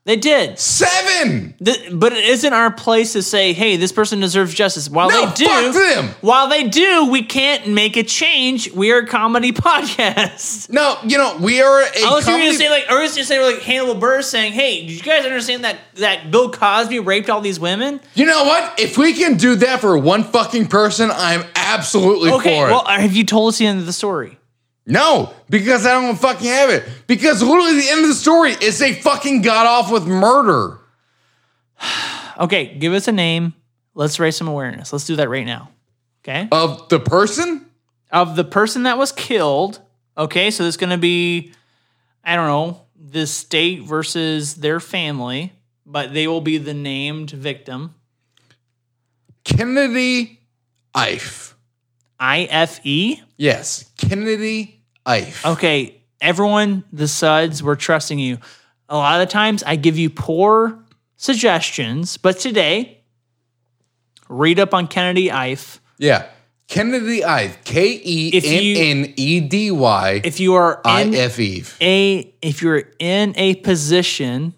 Speaker 2: They did,
Speaker 1: Seven.
Speaker 2: Th- but it isn't our place to say, "Hey, this person deserves justice." While
Speaker 1: No,
Speaker 2: they do,
Speaker 1: fuck them.
Speaker 2: while they do, we can't make a change. We are a comedy *laughs* podcast.
Speaker 1: No, you know we are a.
Speaker 2: Unless you're
Speaker 1: comedy-
Speaker 2: gonna say like, or just gonna say like Hannibal Burr saying, "Hey, did you guys understand that that Bill Cosby raped all these women?"
Speaker 1: you know what? If we can do that for one fucking person, I'm absolutely
Speaker 2: Okay,
Speaker 1: for it.
Speaker 2: well, have you told us the end of the story?
Speaker 1: no, because I don't fucking have it. Because literally the end of the story is they fucking got off with murder.
Speaker 2: Okay, give us a name. Let's raise some awareness. Let's do that right now. Okay,
Speaker 1: of the person?
Speaker 2: of the person that was killed. Okay, so it's gonna be, I don't know, the state versus their family, but they will be the named victim.
Speaker 1: Kennedy Ife.
Speaker 2: I F E.
Speaker 1: Yes, Kennedy Ife.
Speaker 2: Oh. okay, everyone, the suds, we're trusting you. A lot of the times I give you poor suggestions, but today, read up on Kennedy Ife.
Speaker 1: Yeah. Kennedy Ife. K E N N E D Y
Speaker 2: If you are
Speaker 1: I
Speaker 2: in
Speaker 1: F E Eve.
Speaker 2: a if you're in a position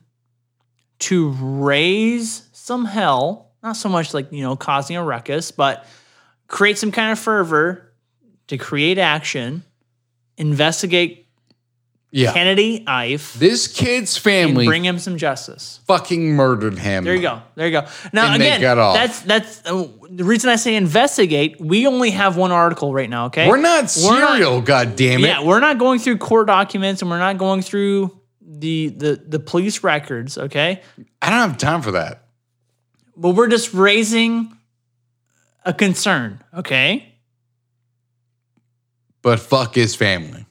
Speaker 2: to raise some hell, not so much like, you know, causing a ruckus, but create some kind of fervor to create action, investigate
Speaker 1: Yeah.
Speaker 2: Kennedy Ife,
Speaker 1: This kid's
Speaker 2: and
Speaker 1: family
Speaker 2: bring him some justice.
Speaker 1: fucking murdered him.
Speaker 2: There you go. There you go. Now
Speaker 1: And they
Speaker 2: again,
Speaker 1: got off.
Speaker 2: that's that's uh, the reason I say investigate. We only have one article right now. Okay,
Speaker 1: We're not
Speaker 2: We're not-
Speaker 1: serial, goddammit.
Speaker 2: Yeah, we're not going through court documents, and we're not going through the the the police records. Okay,
Speaker 1: I don't have time for that.
Speaker 2: but we're just raising a concern. Okay,
Speaker 1: But fuck his family.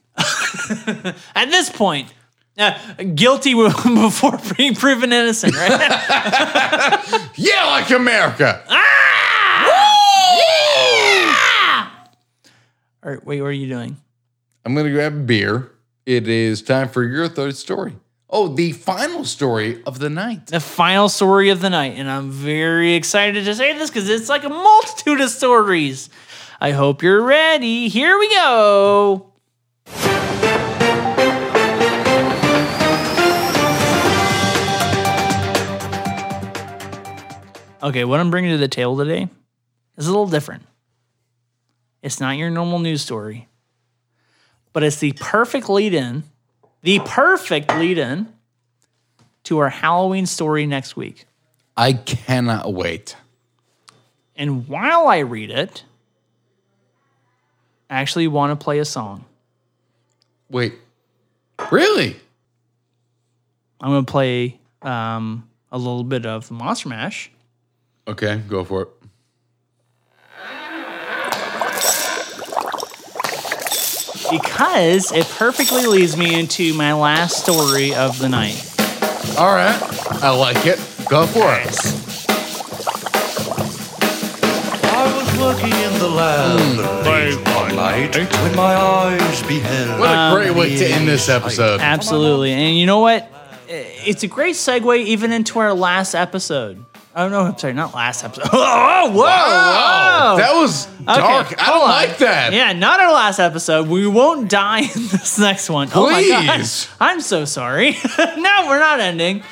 Speaker 2: at this point. Uh, guilty *laughs* before being proven innocent, right? *laughs*
Speaker 1: Yeah, like America.
Speaker 2: Ah! All right, wait, what are you doing?
Speaker 1: I'm going to grab a beer. It is time for your third story. Oh, the final story of the night.
Speaker 2: the final story of the night, and I'm very excited to say this because it's like a multitude of stories. I hope you're ready. Here we go. Okay, what I'm bringing to the table today is a little different. It's not your normal news story, but it's the perfect lead in, the perfect lead in to our Halloween story next week.
Speaker 1: I cannot wait.
Speaker 2: And while I read it, I actually want to play a song.
Speaker 1: Wait, really?
Speaker 2: I'm going to play um, a little bit of Monster Mash.
Speaker 1: Okay, go for it.
Speaker 2: because it perfectly leads me into my last story of the night.
Speaker 1: All right, I like it. Go for it.
Speaker 4: I was working in
Speaker 1: Hmm.
Speaker 4: the land late one night when my eyes beheld.
Speaker 1: What a great way to end this episode.
Speaker 2: Absolutely. And you know what? It's a great segue even into our last episode. Oh, no, I'm sorry, not last episode. *laughs* Oh, whoa,
Speaker 1: Wow,
Speaker 2: whoa.
Speaker 1: that was dark. I
Speaker 2: hold
Speaker 1: don't
Speaker 2: on.
Speaker 1: like that.
Speaker 2: Yeah, not our last episode. We won't die in this next one. Oh my god.
Speaker 1: Please.
Speaker 2: I'm so sorry. *laughs* no, we're not ending.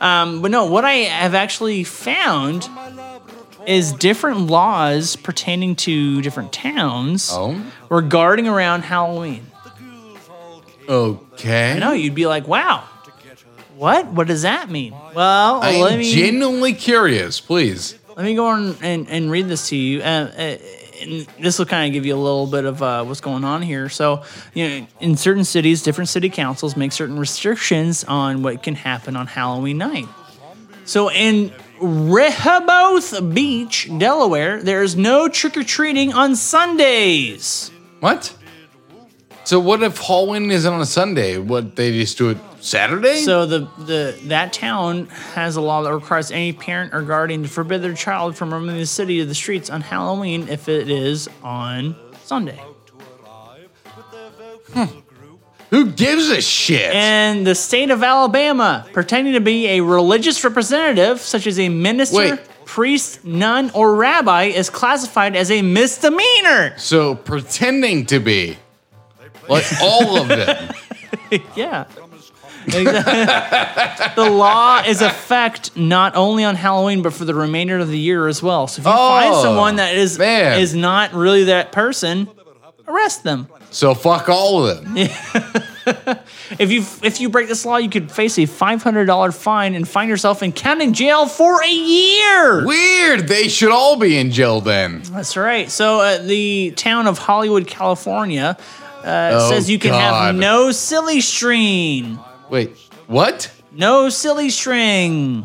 Speaker 2: Um, but no, what I have actually found is different laws pertaining to different towns
Speaker 1: Oh,
Speaker 2: regarding around Halloween.
Speaker 1: okay.
Speaker 2: No, you'd be like, wow. What? What does that mean? Well,
Speaker 1: I
Speaker 2: let
Speaker 1: am
Speaker 2: me
Speaker 1: genuinely curious. Please.
Speaker 2: let me go on and, and read this to you. Uh, uh, and this will kind of give you a little bit of uh, what's going on here. So, you know, in certain cities, different city councils make certain restrictions on what can happen on Halloween night. So, in Rehoboth Beach, Delaware, there is no trick or treating on Sundays.
Speaker 1: What? So what if Halloween isn't on a Sunday? What they just do it Saturday?
Speaker 2: So the, the that town has a law that requires any parent or guardian to forbid their child from roaming the city to the streets on Halloween if it is on Sunday.
Speaker 1: Who gives a shit?
Speaker 2: And the state of Alabama, pretending to be a religious representative, such as a minister,
Speaker 1: Wait.
Speaker 2: priest, nun, or rabbi, is classified as a misdemeanor.
Speaker 1: so pretending to be like all of them.
Speaker 2: Yeah. *laughs* the law is effect not only on Halloween but for the remainder of the year as well. So if you find
Speaker 1: Oh,
Speaker 2: someone that is
Speaker 1: man.
Speaker 2: is not really that person, arrest them.
Speaker 1: So fuck all of them.
Speaker 2: If you if you break this law, you could face a five hundred dollar fine and find yourself in county jail for a year.
Speaker 1: Weird. They should all be in jail then.
Speaker 2: That's right. So uh, the town of Hollywood, California, uh,
Speaker 1: Oh,
Speaker 2: says you can have
Speaker 1: God.
Speaker 2: no silly string,
Speaker 1: Wait, what?
Speaker 2: no silly string.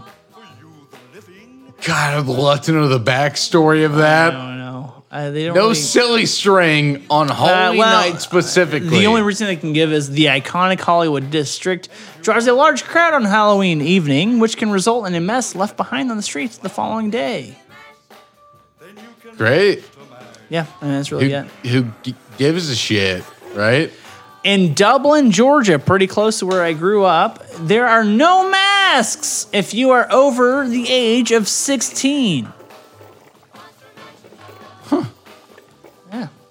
Speaker 1: God, I'd love to know the backstory of that.
Speaker 2: I don't know. Uh, they don't.
Speaker 1: No
Speaker 2: really-
Speaker 1: silly string on Halloween
Speaker 2: well,
Speaker 1: night specifically.
Speaker 2: the only reason they can give is the iconic Hollywood district draws a large crowd on Halloween evening, which can result in a mess left behind on the streets the following day.
Speaker 1: Great.
Speaker 2: Oh, Yeah, I mean, that's
Speaker 1: Who,
Speaker 2: really it.
Speaker 1: who g- gives a shit, right?
Speaker 2: in Dublin, Georgia, pretty close to where I grew up, there are no masks if you are over the age of 16.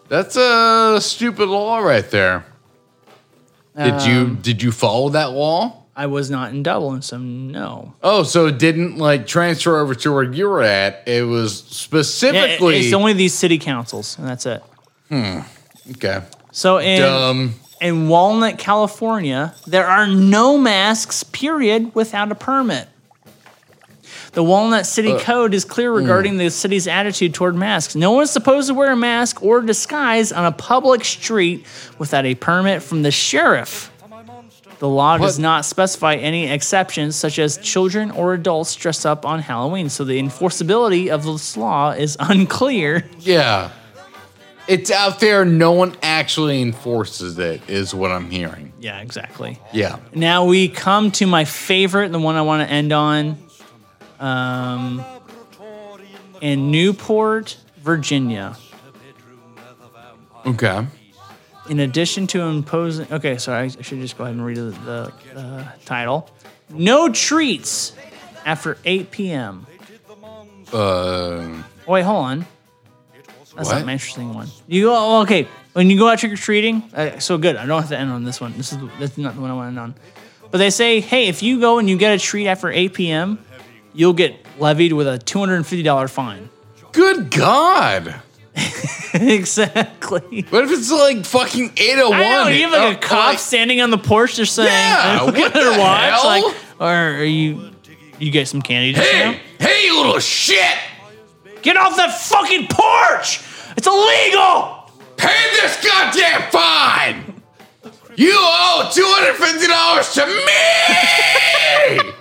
Speaker 1: That's a stupid law right there. Did you
Speaker 2: Um,
Speaker 1: did you follow that law?
Speaker 2: I was not in Dublin, so no.
Speaker 1: Oh, so it didn't like transfer over to where you were at. It was
Speaker 2: Yeah, it-
Speaker 1: specifically
Speaker 2: it's only these city councils, and that's it.
Speaker 1: okay.
Speaker 2: So in
Speaker 1: Dumb.
Speaker 2: in Walnut, California, there are no masks, period, without a permit. The Walnut City Code is clear regarding the city's attitude toward masks. No one is supposed to wear a mask or disguise on a public street without a permit from the sheriff. The law does
Speaker 1: What?
Speaker 2: not specify any exceptions, such as children or adults dressed up on Halloween, so the enforceability of this law is *laughs* unclear.
Speaker 1: Yeah. It's out there. No one actually enforces it, is what I'm hearing.
Speaker 2: Yeah, exactly.
Speaker 1: Yeah.
Speaker 2: Now we come to my favorite, the one I want to end on. Um, in Newport, Virginia.
Speaker 1: Okay.
Speaker 2: In addition to imposing, okay, sorry, I should just go ahead and read the, the uh, title. No treats after 8 p.m.
Speaker 1: Uh,
Speaker 2: Oh, Wait, hold on. That's
Speaker 1: What?
Speaker 2: not an interesting one. You go oh, okay when you go out trick or treating. Uh, so good. I don't have to end on this one. This is that's not the one I want to end on. But they say, hey, if you go and you get a treat after 8 p.m., you'll get levied with a $250 fine. *laughs*
Speaker 1: good God.
Speaker 2: exactly.
Speaker 1: What if it's like fucking 801?
Speaker 2: I know you have like a
Speaker 1: Uh,
Speaker 2: cop standing on the porch just saying,
Speaker 1: Yeah,
Speaker 2: I *laughs*
Speaker 1: what
Speaker 2: look at
Speaker 1: the
Speaker 2: her watch,
Speaker 1: hell?
Speaker 2: like, or are you? You get some candy just now?
Speaker 1: hey, hey, you little shit!
Speaker 2: Get off that fucking porch! It's illegal.
Speaker 1: Pay this goddamn fine! You owe $250 to me! *laughs*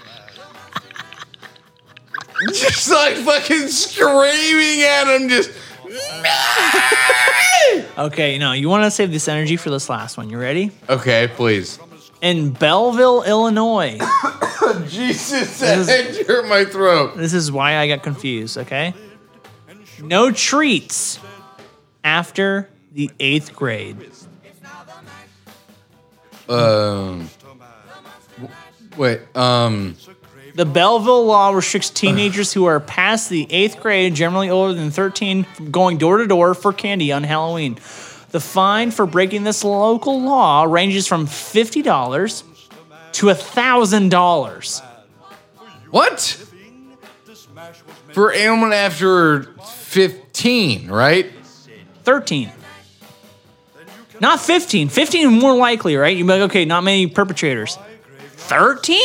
Speaker 1: just like fucking screaming at him, just.
Speaker 2: Okay, no, you want to save this energy for this last one. You ready?
Speaker 1: Okay, please.
Speaker 2: In Belleville, Illinois.
Speaker 1: Jesus, that head hurt my throat.
Speaker 2: this is why I got confused, okay? No treats after the eighth grade.
Speaker 1: Um, w- wait, um,
Speaker 2: The Belleville law restricts teenagers who are past the eighth grade, generally older than 13, from going door to door for candy on Halloween. The fine for breaking this local law ranges from $50 to $1,000.
Speaker 1: what? For anyone after 15, right?
Speaker 2: 13. Not 15. 15 is more likely, right? You're like, okay, not many perpetrators. 13?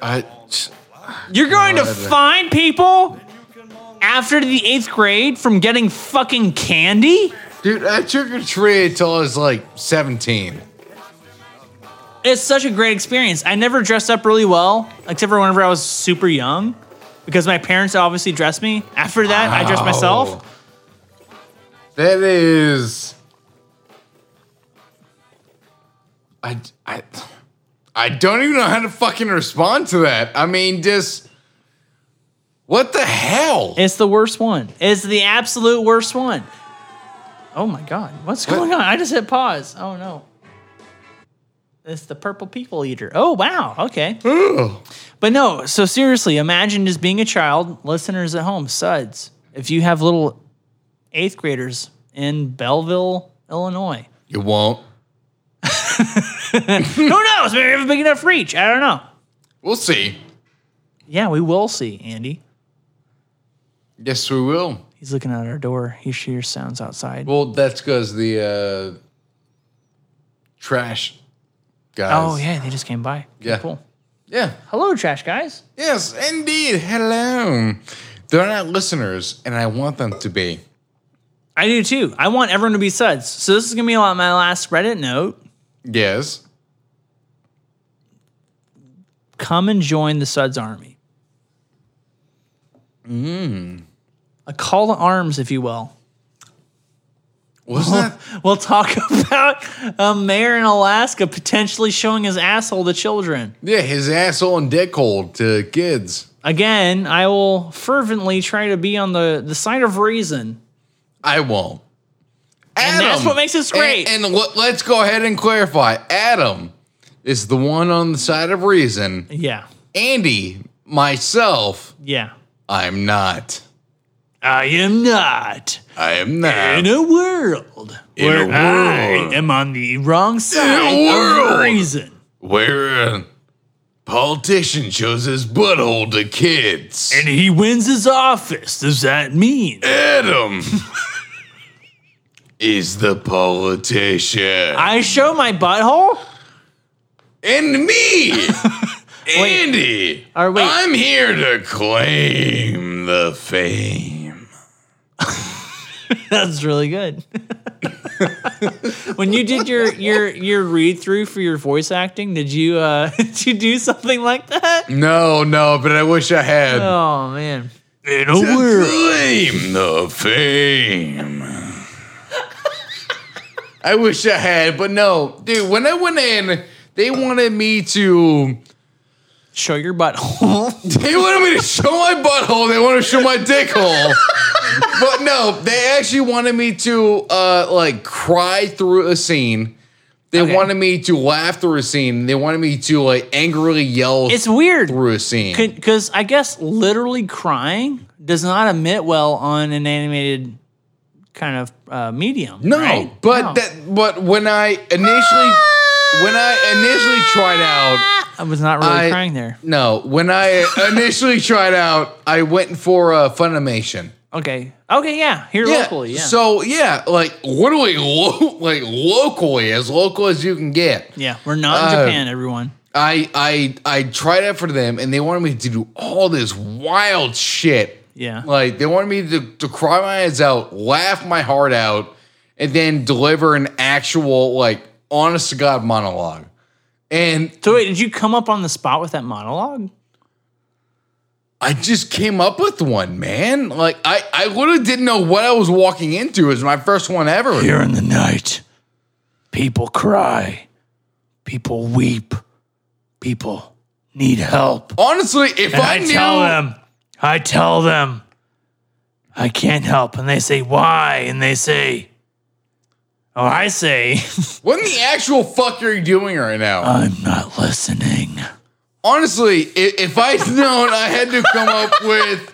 Speaker 1: I,
Speaker 2: You're going to
Speaker 1: Whatever.
Speaker 2: find people after the eighth grade from getting fucking candy?
Speaker 1: dude, I took a tree until I was like 17.
Speaker 2: It's such a great experience. I never dressed up really well, except for whenever I was super young, because my parents obviously dressed me. After that, I dressed myself.
Speaker 1: That is I, I, I don't even know how to fucking respond to that. I mean, just what the hell?
Speaker 2: It's the worst one. It's the absolute worst one. Oh my god, what's going on? I just hit pause. Oh no. It's the purple people eater. Oh wow, okay. But no, so seriously, imagine just being a child, listeners at home, suds. If you have little eighth graders in Belleville, Illinois.
Speaker 1: You won't.
Speaker 2: Who knows? Maybe we have a big enough reach. I don't know.
Speaker 1: We'll see.
Speaker 2: Yeah, we will see, Andy.
Speaker 1: Yes, we will.
Speaker 2: He's looking out our door. He hears sounds outside.
Speaker 1: Well, that's because the uh, trash guys.
Speaker 2: oh yeah, they just came by. Okay,
Speaker 1: Yeah.
Speaker 2: Cool.
Speaker 1: Yeah.
Speaker 2: Hello, trash guys.
Speaker 1: Yes, indeed. Hello. They're not listeners, and I want them to be.
Speaker 2: I do too. I want everyone to be suds. So this is gonna be on my last Reddit note.
Speaker 1: Yes.
Speaker 2: Come and join the suds army. Mm. A call to arms, if you will.
Speaker 1: Wasn't that
Speaker 2: We'll talk *laughs* about a mayor in Alaska potentially showing his asshole to children.
Speaker 1: *laughs* yeah his asshole and dick hold to kids?
Speaker 2: Again, I will fervently try to be on the, the side of reason.
Speaker 1: I won't.
Speaker 2: And that's what makes us great.
Speaker 1: And, and let- let's go ahead and clarify. Adam is the one on the side of reason.
Speaker 2: Yeah.
Speaker 1: Andy, myself,
Speaker 2: Yeah.
Speaker 1: I'm not.
Speaker 2: I am not
Speaker 1: I am not.
Speaker 2: in a world
Speaker 1: In
Speaker 2: where
Speaker 1: a world.
Speaker 2: I am on the wrong side
Speaker 1: world.
Speaker 2: of reason.
Speaker 1: where a uh, politician shows his butthole to kids.
Speaker 2: and he wins his office. Does that mean
Speaker 1: Adam *laughs* is the politician.
Speaker 2: I show my butthole? *laughs*
Speaker 1: and me, Andy.
Speaker 2: Or wait.
Speaker 1: I'm here to claim the fame.
Speaker 2: That's really good. when you did your your your read through for your voice acting, did you uh *laughs* did you do something like that?
Speaker 1: No, no, but I wish I had.
Speaker 2: Oh man.
Speaker 1: In a world. Claim the fame. I wish I had, but no. Dude, when I went in, they wanted me to.
Speaker 2: Show your butthole. *laughs*
Speaker 1: They wanted me to show my butthole. They wanted to show my dick hole. but no, they actually wanted me to uh, like cry through a scene. They
Speaker 2: Okay.
Speaker 1: wanted me to laugh through a scene. They wanted me to like angrily yell
Speaker 2: it's weird
Speaker 1: through a scene.
Speaker 2: because I guess literally crying does not emit well on an animated kind of uh, medium.
Speaker 1: no,
Speaker 2: right?
Speaker 1: but
Speaker 2: No.
Speaker 1: that but when I initially when I initially tried out
Speaker 2: I was not really
Speaker 1: I-
Speaker 2: crying there.
Speaker 1: no, when I initially tried out, I went for uh, Funimation.
Speaker 2: Okay. Okay. Yeah. Here locally. Yeah.
Speaker 1: So yeah, like literally, *laughs* lo- like locally, as local as you can get.
Speaker 2: yeah. We're not in
Speaker 1: Uh,
Speaker 2: Japan, everyone.
Speaker 1: I I I tried out for them, and they wanted me to do all this wild shit.
Speaker 2: Yeah.
Speaker 1: Like they wanted me to, to cry my eyes out, laugh my heart out, and then deliver an actual like honest to god monologue. And
Speaker 2: So wait, did you come up on the spot with that monologue?
Speaker 1: I just came up with one, man. Like I I literally didn't know what I was walking into. It was my first one ever.
Speaker 2: Here in the night, people cry, people weep, people need help.
Speaker 1: Honestly, if I, knew
Speaker 2: them, I tell them, I can't help, and they say why, and they say, or I say, *laughs*
Speaker 1: What in the actual fuck are you doing right now?
Speaker 2: I'm not listening.
Speaker 1: Honestly, if, if I'd known I had to come up with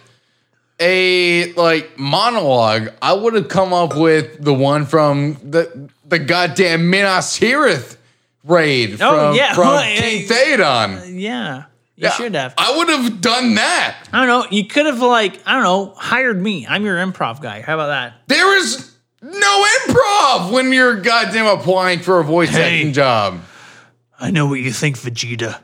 Speaker 1: a like monologue, I would have come up with the one from the the goddamn Minas Tirith raid from,
Speaker 2: Oh, *laughs* yeah.
Speaker 1: from
Speaker 2: Well,
Speaker 1: King
Speaker 2: eh,
Speaker 1: Theoden.
Speaker 2: Yeah, you
Speaker 1: Yeah,
Speaker 2: should have.
Speaker 1: I would have done that.
Speaker 2: I don't know. You could have like I don't know hired me. I'm your improv guy. How about that?
Speaker 1: There is no improv when you're goddamn applying for a voice
Speaker 2: Hey.
Speaker 1: acting job.
Speaker 2: I know what you think, Vegeta.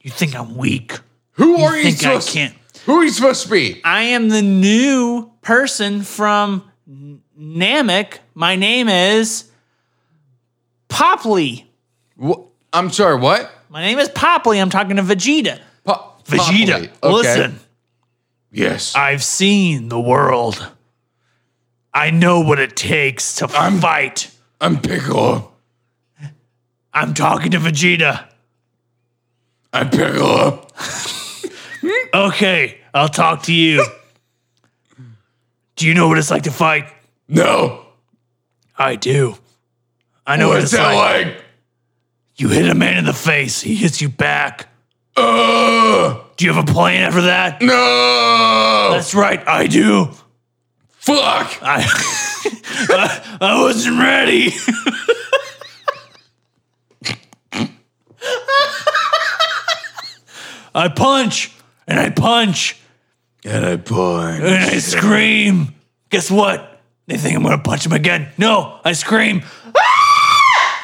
Speaker 2: You think I'm weak.
Speaker 1: Who are you
Speaker 2: think I
Speaker 1: supposed?
Speaker 2: can't.
Speaker 1: Who are you supposed to be?
Speaker 2: I am the new person from N- Namek. My name is Popley.
Speaker 1: Wh- I'm sorry. What?
Speaker 2: My name is Popley. I'm talking to Vegeta.
Speaker 1: Po-
Speaker 2: Vegeta,
Speaker 1: Popoli. Okay.
Speaker 2: listen.
Speaker 1: Yes.
Speaker 2: I've seen the world. I know what it takes to fight.
Speaker 1: I'm Piccolo.
Speaker 2: I'm talking to Vegeta.
Speaker 1: I pick up.
Speaker 2: Okay, I'll talk to you. do you know what it's like to fight?
Speaker 1: No.
Speaker 2: I do. I know what
Speaker 1: What's
Speaker 2: it's
Speaker 1: that
Speaker 2: like.
Speaker 1: like?
Speaker 2: You hit a man in the face, he hits you back.
Speaker 1: Uh,
Speaker 2: Do you have a plan after that?
Speaker 1: no.
Speaker 2: That's right, I do.
Speaker 1: Fuck.
Speaker 2: I, *laughs* I, I wasn't ready. I punch and I punch
Speaker 1: And I point.
Speaker 2: and I scream. Guess what? They think I'm gonna punch them again. No, I scream.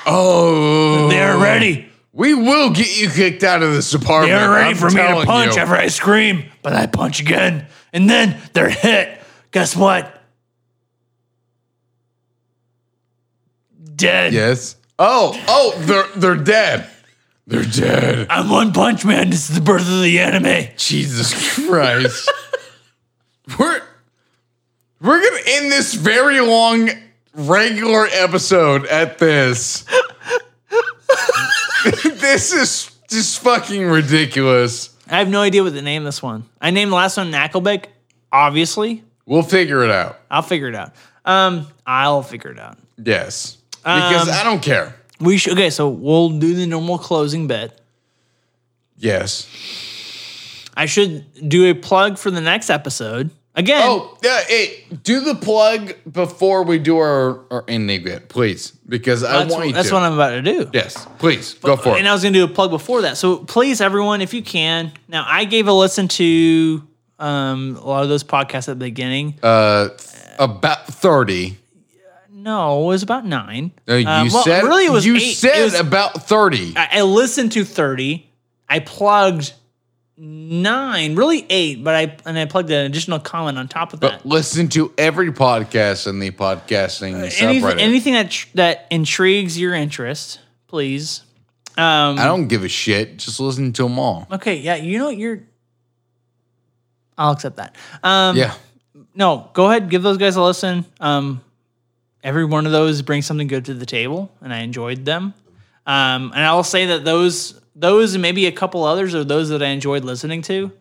Speaker 1: Oh.
Speaker 2: They're ready.
Speaker 1: We will get you kicked out of this apartment.
Speaker 2: They're ready
Speaker 1: I'm
Speaker 2: for me to
Speaker 1: telling
Speaker 2: punch
Speaker 1: you.
Speaker 2: after I scream, but I punch again. And then they're hit. Guess what? Dead.
Speaker 1: Yes. Oh, oh, they're they're dead. They're dead.
Speaker 2: I'm One Punch Man. This is the birth of the anime.
Speaker 1: Jesus Christ. *laughs* we're we're gonna end this very long regular episode at this. *laughs* this is just fucking ridiculous.
Speaker 2: I have no idea what to name this one. I named the last one Knacklebeck, obviously.
Speaker 1: We'll figure it out.
Speaker 2: I'll figure it out. Um, I'll figure it out.
Speaker 1: Yes. Because
Speaker 2: Um,
Speaker 1: I don't care.
Speaker 2: We should okay, so we'll do the normal closing bit.
Speaker 1: Yes.
Speaker 2: I should do a plug for the next episode. Again,
Speaker 1: Oh, yeah, hey, do the plug before we do our, our ending bit, please. Because I
Speaker 2: that's,
Speaker 1: want you
Speaker 2: that's
Speaker 1: to.
Speaker 2: what I'm about to do.
Speaker 1: yes, please. Go for
Speaker 2: and
Speaker 1: it.
Speaker 2: I was going to do a plug before that. So please, everyone, if you can. Now, I gave a listen to um, a lot of those podcasts at the beginning.
Speaker 1: Uh, th- about 30.
Speaker 2: no, it was about nine.
Speaker 1: Uh, you
Speaker 2: Um, well,
Speaker 1: said
Speaker 2: really it was
Speaker 1: you
Speaker 2: eight. It
Speaker 1: said
Speaker 2: was-
Speaker 1: about 30.
Speaker 2: I, I listened to thirty. I plugged nine, really eight, but I and I plugged an additional comment on top of that.
Speaker 1: but listen to every podcast in the podcasting
Speaker 2: Uh,
Speaker 1: subreddit.
Speaker 2: anything, anything that tr- that intrigues your interest, please. Um,
Speaker 1: I don't give a shit. Just listen to them all.
Speaker 2: okay, yeah, you know what you're. I'll accept that. Um,
Speaker 1: Yeah.
Speaker 2: no, go ahead, give those guys a listen. Um, every one of those brings something good to the table, and I enjoyed them. Um, and I'll say that those, those, and maybe a couple others are those that I enjoyed listening to.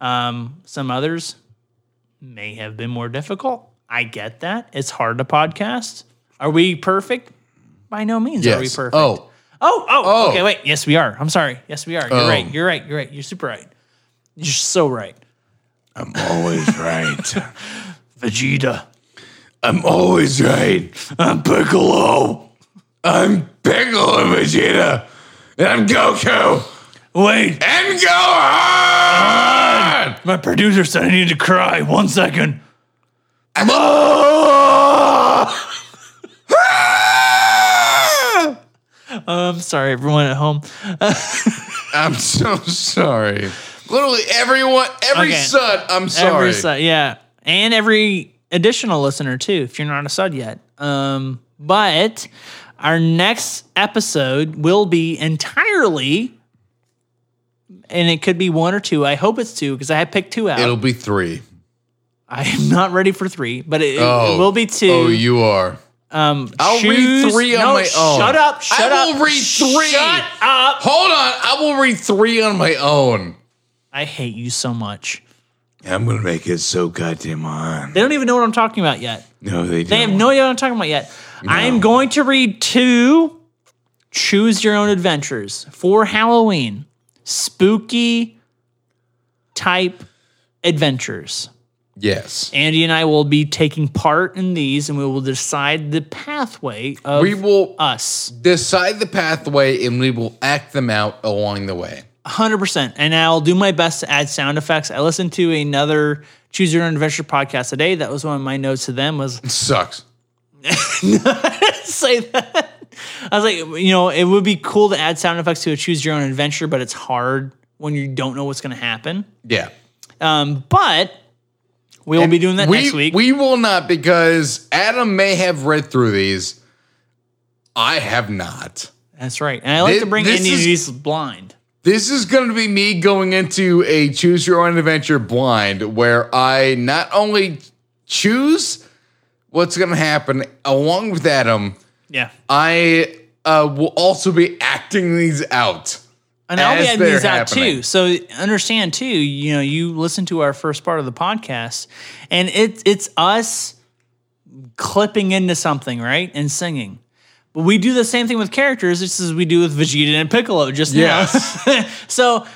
Speaker 2: Um, some others may have been more difficult. I get that. It's hard to podcast. Are we perfect? By no means are we
Speaker 1: Yes.
Speaker 2: perfect.
Speaker 1: Oh,
Speaker 2: Oh, oh,
Speaker 1: Oh.
Speaker 2: okay, wait. Yes, we are. I'm sorry. Yes, we are. You're
Speaker 1: Oh.
Speaker 2: right. You're right. You're right. You're super right. You're so right.
Speaker 1: I'm always right.
Speaker 2: Vegeta.
Speaker 1: I'm always right. I'm Piccolo. I'm Piccolo Vegeta. And I'm Goku.
Speaker 2: Wait.
Speaker 1: And *laughs* Gohan.
Speaker 2: My producer said I need to cry. One second.
Speaker 1: I'm oh! Ah! *laughs*
Speaker 2: I'm Um, sorry, everyone at home.
Speaker 1: I'm so sorry. Literally everyone, every
Speaker 2: Okay.
Speaker 1: son. I'm sorry.
Speaker 2: Every side, yeah, and every additional listener too, if you're not a sub yet. Um, but our next episode will be entirely, and it could be one or two. I hope it's two because I had picked two out.
Speaker 1: It'll be three.
Speaker 2: I am not ready for three, but it, it
Speaker 1: Oh,
Speaker 2: will be two.
Speaker 1: Oh, you are.
Speaker 2: um,
Speaker 1: I'll read
Speaker 2: choose-
Speaker 1: three on
Speaker 2: no,
Speaker 1: my own.
Speaker 2: Shut up!
Speaker 1: I
Speaker 2: Shut up!
Speaker 1: will read three.
Speaker 2: Shut up!
Speaker 1: Hold on. I will read three on my own.
Speaker 2: I hate you so much.
Speaker 1: I'm gonna make it so goddamn on.
Speaker 2: They don't even know what I'm talking about yet.
Speaker 1: No, they.
Speaker 2: They have no idea what I'm talking about yet. I'm going to read two choose your own adventures for Halloween spooky type adventures.
Speaker 1: Yes.
Speaker 2: Andy and I will be taking part in these and we will decide the pathway of
Speaker 1: We will
Speaker 2: us.
Speaker 1: decide the pathway and we will act them out along the way.
Speaker 2: 100%. And I'll do my best to add sound effects. I listened to another choose your own adventure podcast today. That was one of my notes to them was
Speaker 1: Sucks.
Speaker 2: *laughs* say that. I was like, you know, it would be cool to add sound effects to a choose your own adventure, but it's hard when you don't know what's going to happen.
Speaker 1: Yeah.
Speaker 2: Um, but we will be doing that
Speaker 1: we,
Speaker 2: next week.
Speaker 1: We will not because Adam may have read through these. I have not.
Speaker 2: That's right. And I like
Speaker 1: Thi-
Speaker 2: to bring
Speaker 1: this
Speaker 2: Andy
Speaker 1: is-
Speaker 2: these blind.
Speaker 1: This is going to be me going into a choose your own adventure blind where I not only choose what's going to happen along with Adam,
Speaker 2: Yeah.
Speaker 1: I uh, will also be acting these out.
Speaker 2: And I'll be
Speaker 1: as
Speaker 2: adding
Speaker 1: they're
Speaker 2: these out
Speaker 1: happening.
Speaker 2: too. So understand too, you know, you listen to our first part of the podcast and it's it's us clipping into something, right? And singing. But we do the same thing with characters, just as we do with Vegeta and Piccolo just
Speaker 1: Yes.
Speaker 2: now. *laughs* so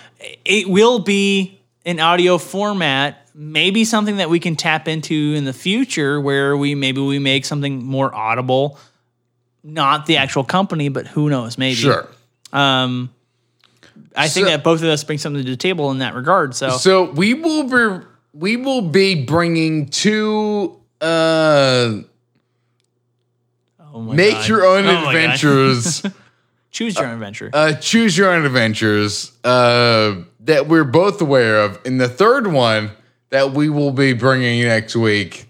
Speaker 2: it will be an audio format, maybe something that we can tap into in the future where we maybe we make something more audible. Not the actual company, but who knows? Maybe
Speaker 1: Sure.
Speaker 2: um, I think
Speaker 1: So-
Speaker 2: that both of us bring something to the table in that regard. So,
Speaker 1: So we will be we will be bringing two uh
Speaker 2: oh my
Speaker 1: make
Speaker 2: God.
Speaker 1: your own
Speaker 2: Oh my God.
Speaker 1: adventures
Speaker 2: *laughs* choose your own adventure.
Speaker 1: uh choose your own adventures uh that we're both aware of and the third one that we will be bringing next week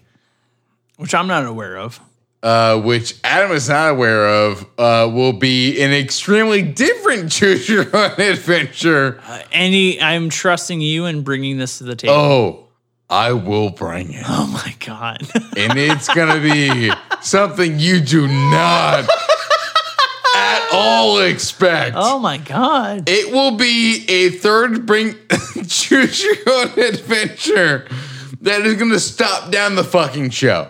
Speaker 2: which I'm not aware of.
Speaker 1: uh which Adam is not aware of uh will be an extremely different *laughs* choose your own adventure
Speaker 2: Andy, I'm trusting you in bringing this to the table. Oh,
Speaker 1: oh I will bring it
Speaker 2: my God. *laughs*
Speaker 1: and it's gonna be something you do not at all expect.
Speaker 2: oh my God.
Speaker 1: It will be a third bring *laughs* choose your own adventure that is gonna stop down the fucking show.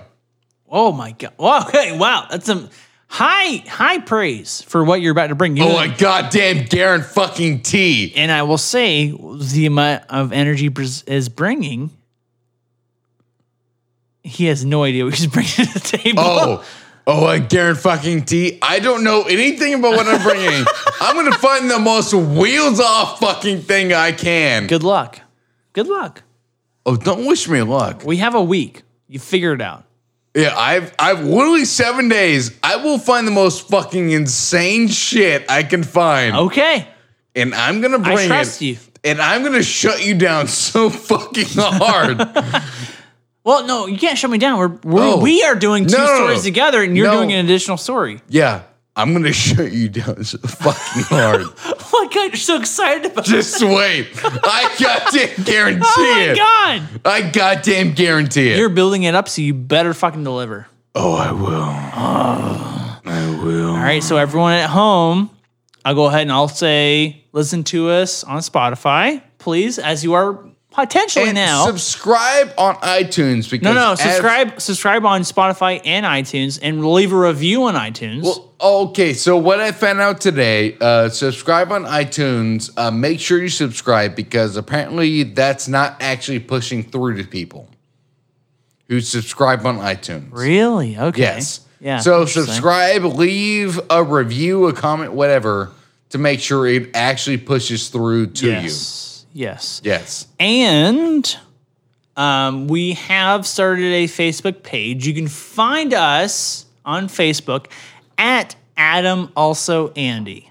Speaker 2: Oh my God. Wow. Hey, wow. That's some high, high praise for what you're about to bring. You
Speaker 1: Oh
Speaker 2: know-
Speaker 1: my goddamn Garen fucking T.
Speaker 2: and I will say the amount of energy bris- is bringing. He has no idea what he's *laughs* bringing to the table. *laughs*
Speaker 1: Oh. Oh, a Garen fucking T. I don't know anything about what I'm
Speaker 2: *laughs*
Speaker 1: bringing. I'm gonna find the most wheels off fucking thing I can.
Speaker 2: Good luck. Good luck.
Speaker 1: Oh, don't wish me luck.
Speaker 2: We have a week. You figure it out.
Speaker 1: Yeah, I've I've literally seven days. I will find the most fucking insane shit I can find,
Speaker 2: Okay.
Speaker 1: and I'm gonna
Speaker 2: Oh. I
Speaker 1: bring
Speaker 2: trust
Speaker 1: it.
Speaker 2: you.
Speaker 1: And I'm gonna shut you down so fucking hard.
Speaker 2: *laughs*
Speaker 1: no,
Speaker 2: Well, no, you can't shut me down. We're, we're
Speaker 1: Oh.
Speaker 2: we are doing two
Speaker 1: No, no, no.
Speaker 2: stories together, and you're
Speaker 1: No.
Speaker 2: doing an
Speaker 1: *laughs*
Speaker 2: additional story.
Speaker 1: yeah, I'm gonna shut you down so fucking hard.
Speaker 2: *laughs* Oh my god, you're so excited about this.
Speaker 1: Just wait. I goddamn guarantee
Speaker 2: Oh my
Speaker 1: it.
Speaker 2: god,
Speaker 1: I goddamn guarantee it.
Speaker 2: you're building it up, so you better fucking deliver.
Speaker 1: oh, I will.
Speaker 2: *sighs*
Speaker 1: I will.
Speaker 2: All right, so everyone at home, I'll go ahead and I'll say, listen to us on Spotify, please, as you are potentially
Speaker 1: And
Speaker 2: now.
Speaker 1: subscribe on iTunes because
Speaker 2: no, no,
Speaker 1: as-
Speaker 2: subscribe, subscribe on Spotify and iTunes, and leave a review on iTunes.
Speaker 1: Well, okay. So what I found out today, uh, subscribe on iTunes. Uh, make sure you subscribe because apparently that's not actually pushing through to people who subscribe on iTunes.
Speaker 2: really? Okay.
Speaker 1: Yes.
Speaker 2: Yeah.
Speaker 1: So
Speaker 2: interesting.
Speaker 1: subscribe, leave a review, a comment, whatever, to make sure it actually pushes through to
Speaker 2: Yes. Yes.
Speaker 1: you. Yes.
Speaker 2: And um, we have started a Facebook page. You can find us on Facebook at Adam Also Andy.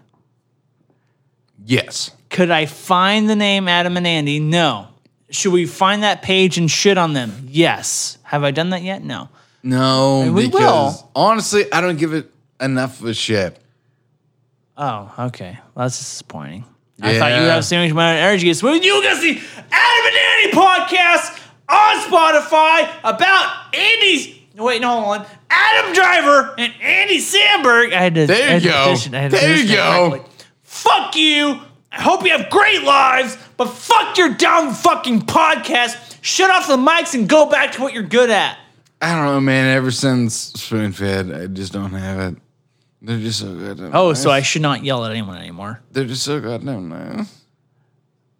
Speaker 1: Yes.
Speaker 2: Could I find the name Adam and Andy? No. Should we find that page and shit on them? Yes. Have I done that yet? No.
Speaker 1: No.
Speaker 2: we
Speaker 1: because
Speaker 2: will.
Speaker 1: honestly, I don't give it enough of a shit.
Speaker 2: Oh, okay. Well, that's disappointing. I thought you would
Speaker 1: Yeah.
Speaker 2: have so much amount of energy. It's well, you can see Adam and Andy podcast on Spotify about Andy's. Wait, no, hold on. Adam Driver and Andy Sandberg. I had to. I
Speaker 1: There you
Speaker 2: had to
Speaker 1: go.
Speaker 2: position- I had to
Speaker 1: There you
Speaker 2: position that
Speaker 1: go.
Speaker 2: correctly. Fuck you. I hope you have great lives, but fuck your dumb fucking podcast. Shut off the mics and go back to what you're good at.
Speaker 1: I don't know, man. Ever since spoon fed, I just don't have it. They're just so good.
Speaker 2: Oh, so I should not yell at anyone anymore.
Speaker 1: They're just so goddamn nice.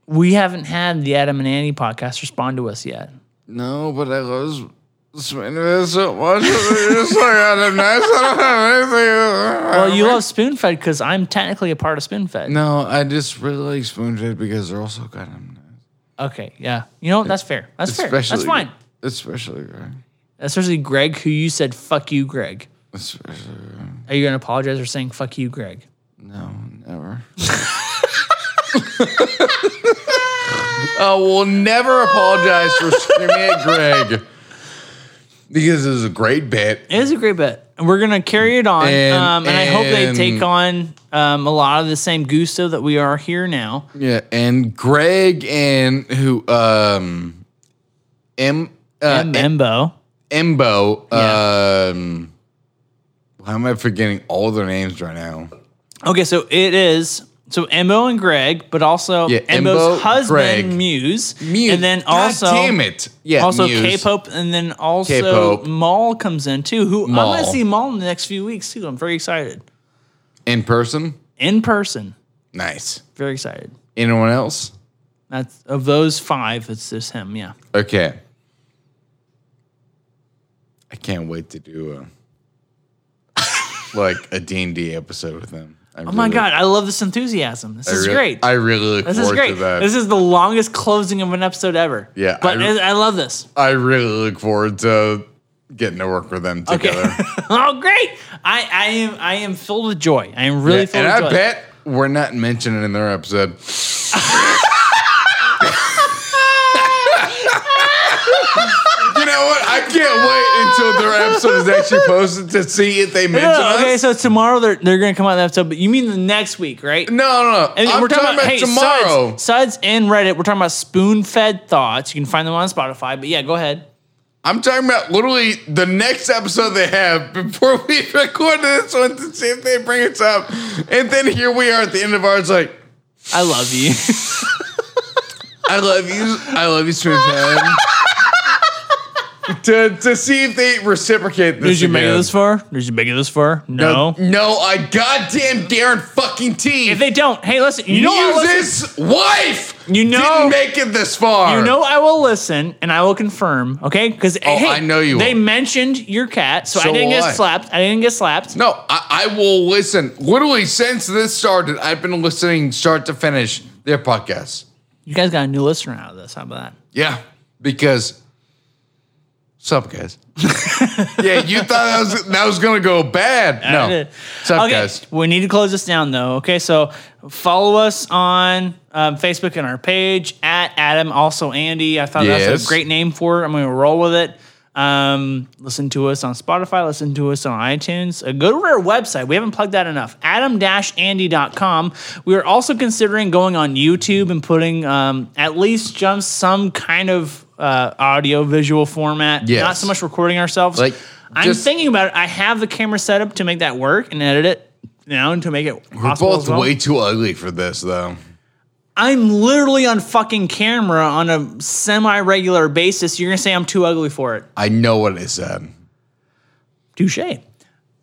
Speaker 2: We haven't had the Adam and Andy podcast respond to us yet.
Speaker 1: No, but I love spoon fed so much. They're just so goddamn nice. I don't have anything.
Speaker 2: Well, you love spoon fed because I'm technically a part of spoon fed.
Speaker 1: No, I just really like spoon fed because they're also goddamn nice.
Speaker 2: Okay, yeah. You know what? That's fair. That's fair. That's fine.
Speaker 1: Especially Greg.
Speaker 2: Especially Greg, who you said "fuck you, Greg."
Speaker 1: Especially Greg.
Speaker 2: Are you gonna apologize for saying "fuck you, Greg"?
Speaker 1: No, never. *laughs* I will never apologize for screaming at Greg because it was a great bit.
Speaker 2: It is a great bet. And We're gonna carry it on,
Speaker 1: And-
Speaker 2: um, and, I hope they
Speaker 1: and-
Speaker 2: take on um, a lot of the same gusto that we are here now.
Speaker 1: Yeah, and Greg and who um M uh,
Speaker 2: And Embo,
Speaker 1: Embo um why am I forgetting all their names right now?
Speaker 2: Okay, so it is so Embo and Greg, but also
Speaker 1: Yeah, Embo,
Speaker 2: Embo's
Speaker 1: Greg.
Speaker 2: husband Muse,
Speaker 1: Muse.
Speaker 2: and then
Speaker 1: God
Speaker 2: also
Speaker 1: damn it. Yeah,
Speaker 2: also
Speaker 1: Muse.
Speaker 2: K-pop, and then also
Speaker 1: K-pop.
Speaker 2: Maul comes in too. Who
Speaker 1: Maul.
Speaker 2: I'm gonna see Maul in the next few weeks too. I'm very excited
Speaker 1: in person.
Speaker 2: in person.
Speaker 1: Nice.
Speaker 2: Very excited.
Speaker 1: Anyone else?
Speaker 2: That's of those five. It's just him. Yeah.
Speaker 1: Okay. I can't wait to do a *laughs* like a D&D episode with them. I
Speaker 2: Oh my god, I love this enthusiasm. This is great.
Speaker 1: I really look
Speaker 2: this
Speaker 1: forward
Speaker 2: is great.
Speaker 1: to that.
Speaker 2: This is the longest closing of an episode ever.
Speaker 1: Yeah,
Speaker 2: but
Speaker 1: I-
Speaker 2: I, I love this.
Speaker 1: I really look forward to getting to work with them
Speaker 2: Okay.
Speaker 1: together.
Speaker 2: oh, great! I, I am I am filled with joy. I am *laughs* really
Speaker 1: Yeah,
Speaker 2: filled
Speaker 1: and
Speaker 2: with
Speaker 1: I
Speaker 2: joy.
Speaker 1: bet we're not mentioning in their episode. *laughs* you know what? I can't wait until their episode is actually posted to see if they mention
Speaker 2: No, Oh, okay,
Speaker 1: us.
Speaker 2: so tomorrow they're they're gonna come out with that episode, but you mean the next week, right?
Speaker 1: no, no, no.
Speaker 2: And
Speaker 1: I'm
Speaker 2: we're talking, about, hey,
Speaker 1: tomorrow.
Speaker 2: Suds, Suds and Reddit. We're talking about spoon fed thoughts. You can find them on Spotify. But yeah, go ahead.
Speaker 1: I'm talking about literally the next episode they have before we *laughs* record this one to see if they bring us up. And then here we are at the end of ours, like,
Speaker 2: I love
Speaker 1: *laughs*
Speaker 2: you.
Speaker 1: I love you. I love you, Smooth Head. to, to see if they reciprocate this.
Speaker 2: Did you make it
Speaker 1: again.
Speaker 2: this far? Did you make it this far? No.
Speaker 1: No, no, I goddamn Darren fucking T.
Speaker 2: If they don't, hey, listen. You know I listen.
Speaker 1: Muse's wife
Speaker 2: You know-
Speaker 1: didn't make it this far.
Speaker 2: You know I will listen and I will confirm, okay? Because
Speaker 1: Oh,
Speaker 2: hey,
Speaker 1: I know you
Speaker 2: They
Speaker 1: will.
Speaker 2: mentioned your cat, so, I
Speaker 1: So
Speaker 2: didn't
Speaker 1: will
Speaker 2: get
Speaker 1: I.
Speaker 2: slapped. I didn't get slapped.
Speaker 1: No, I, I will listen. Literally, since this started, I've been listening start to finish their podcast.
Speaker 2: You guys got a new listener out of this. How about that?
Speaker 1: Yeah, because sup
Speaker 2: *laughs*
Speaker 1: guys. yeah, you thought that was that was gonna go bad. No, sup
Speaker 2: okay,
Speaker 1: guys.
Speaker 2: we need to close this down though. Okay, so follow us on um, Facebook and our page at Adam, also Andy. I thought that was
Speaker 1: Yes.
Speaker 2: a great name for it. I'm going to roll with it. Um, listen to us on Spotify. Listen to us on iTunes. Uh, go to our website. We haven't plugged that enough. Adam-Andy.com. We are also considering going on YouTube and putting um, at least just some kind of uh, audio visual format.
Speaker 1: Yes.
Speaker 2: Not so much recording ourselves.
Speaker 1: Like,
Speaker 2: I'm
Speaker 1: just-
Speaker 2: thinking about it. I have the camera set up to make that work and edit it now and to make it
Speaker 1: We're
Speaker 2: possible.
Speaker 1: both
Speaker 2: as well.
Speaker 1: way too ugly for this though.
Speaker 2: I'm literally on fucking camera on a semi regular basis. You're gonna say I'm too ugly for it.
Speaker 1: I know what I said.
Speaker 2: Touche.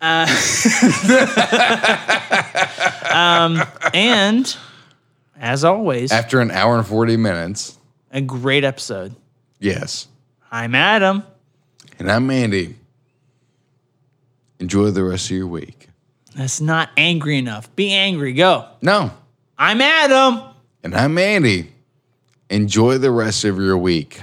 Speaker 2: Uh, *laughs* um, and as always,
Speaker 1: After an hour and forty minutes,
Speaker 2: a great episode.
Speaker 1: yes.
Speaker 2: I'm Adam.
Speaker 1: And I'm Andy. Enjoy the rest of your week.
Speaker 2: That's not angry enough. Be angry. Go.
Speaker 1: No.
Speaker 2: I'm Adam.
Speaker 1: And I'm Andy. Enjoy the rest of your week.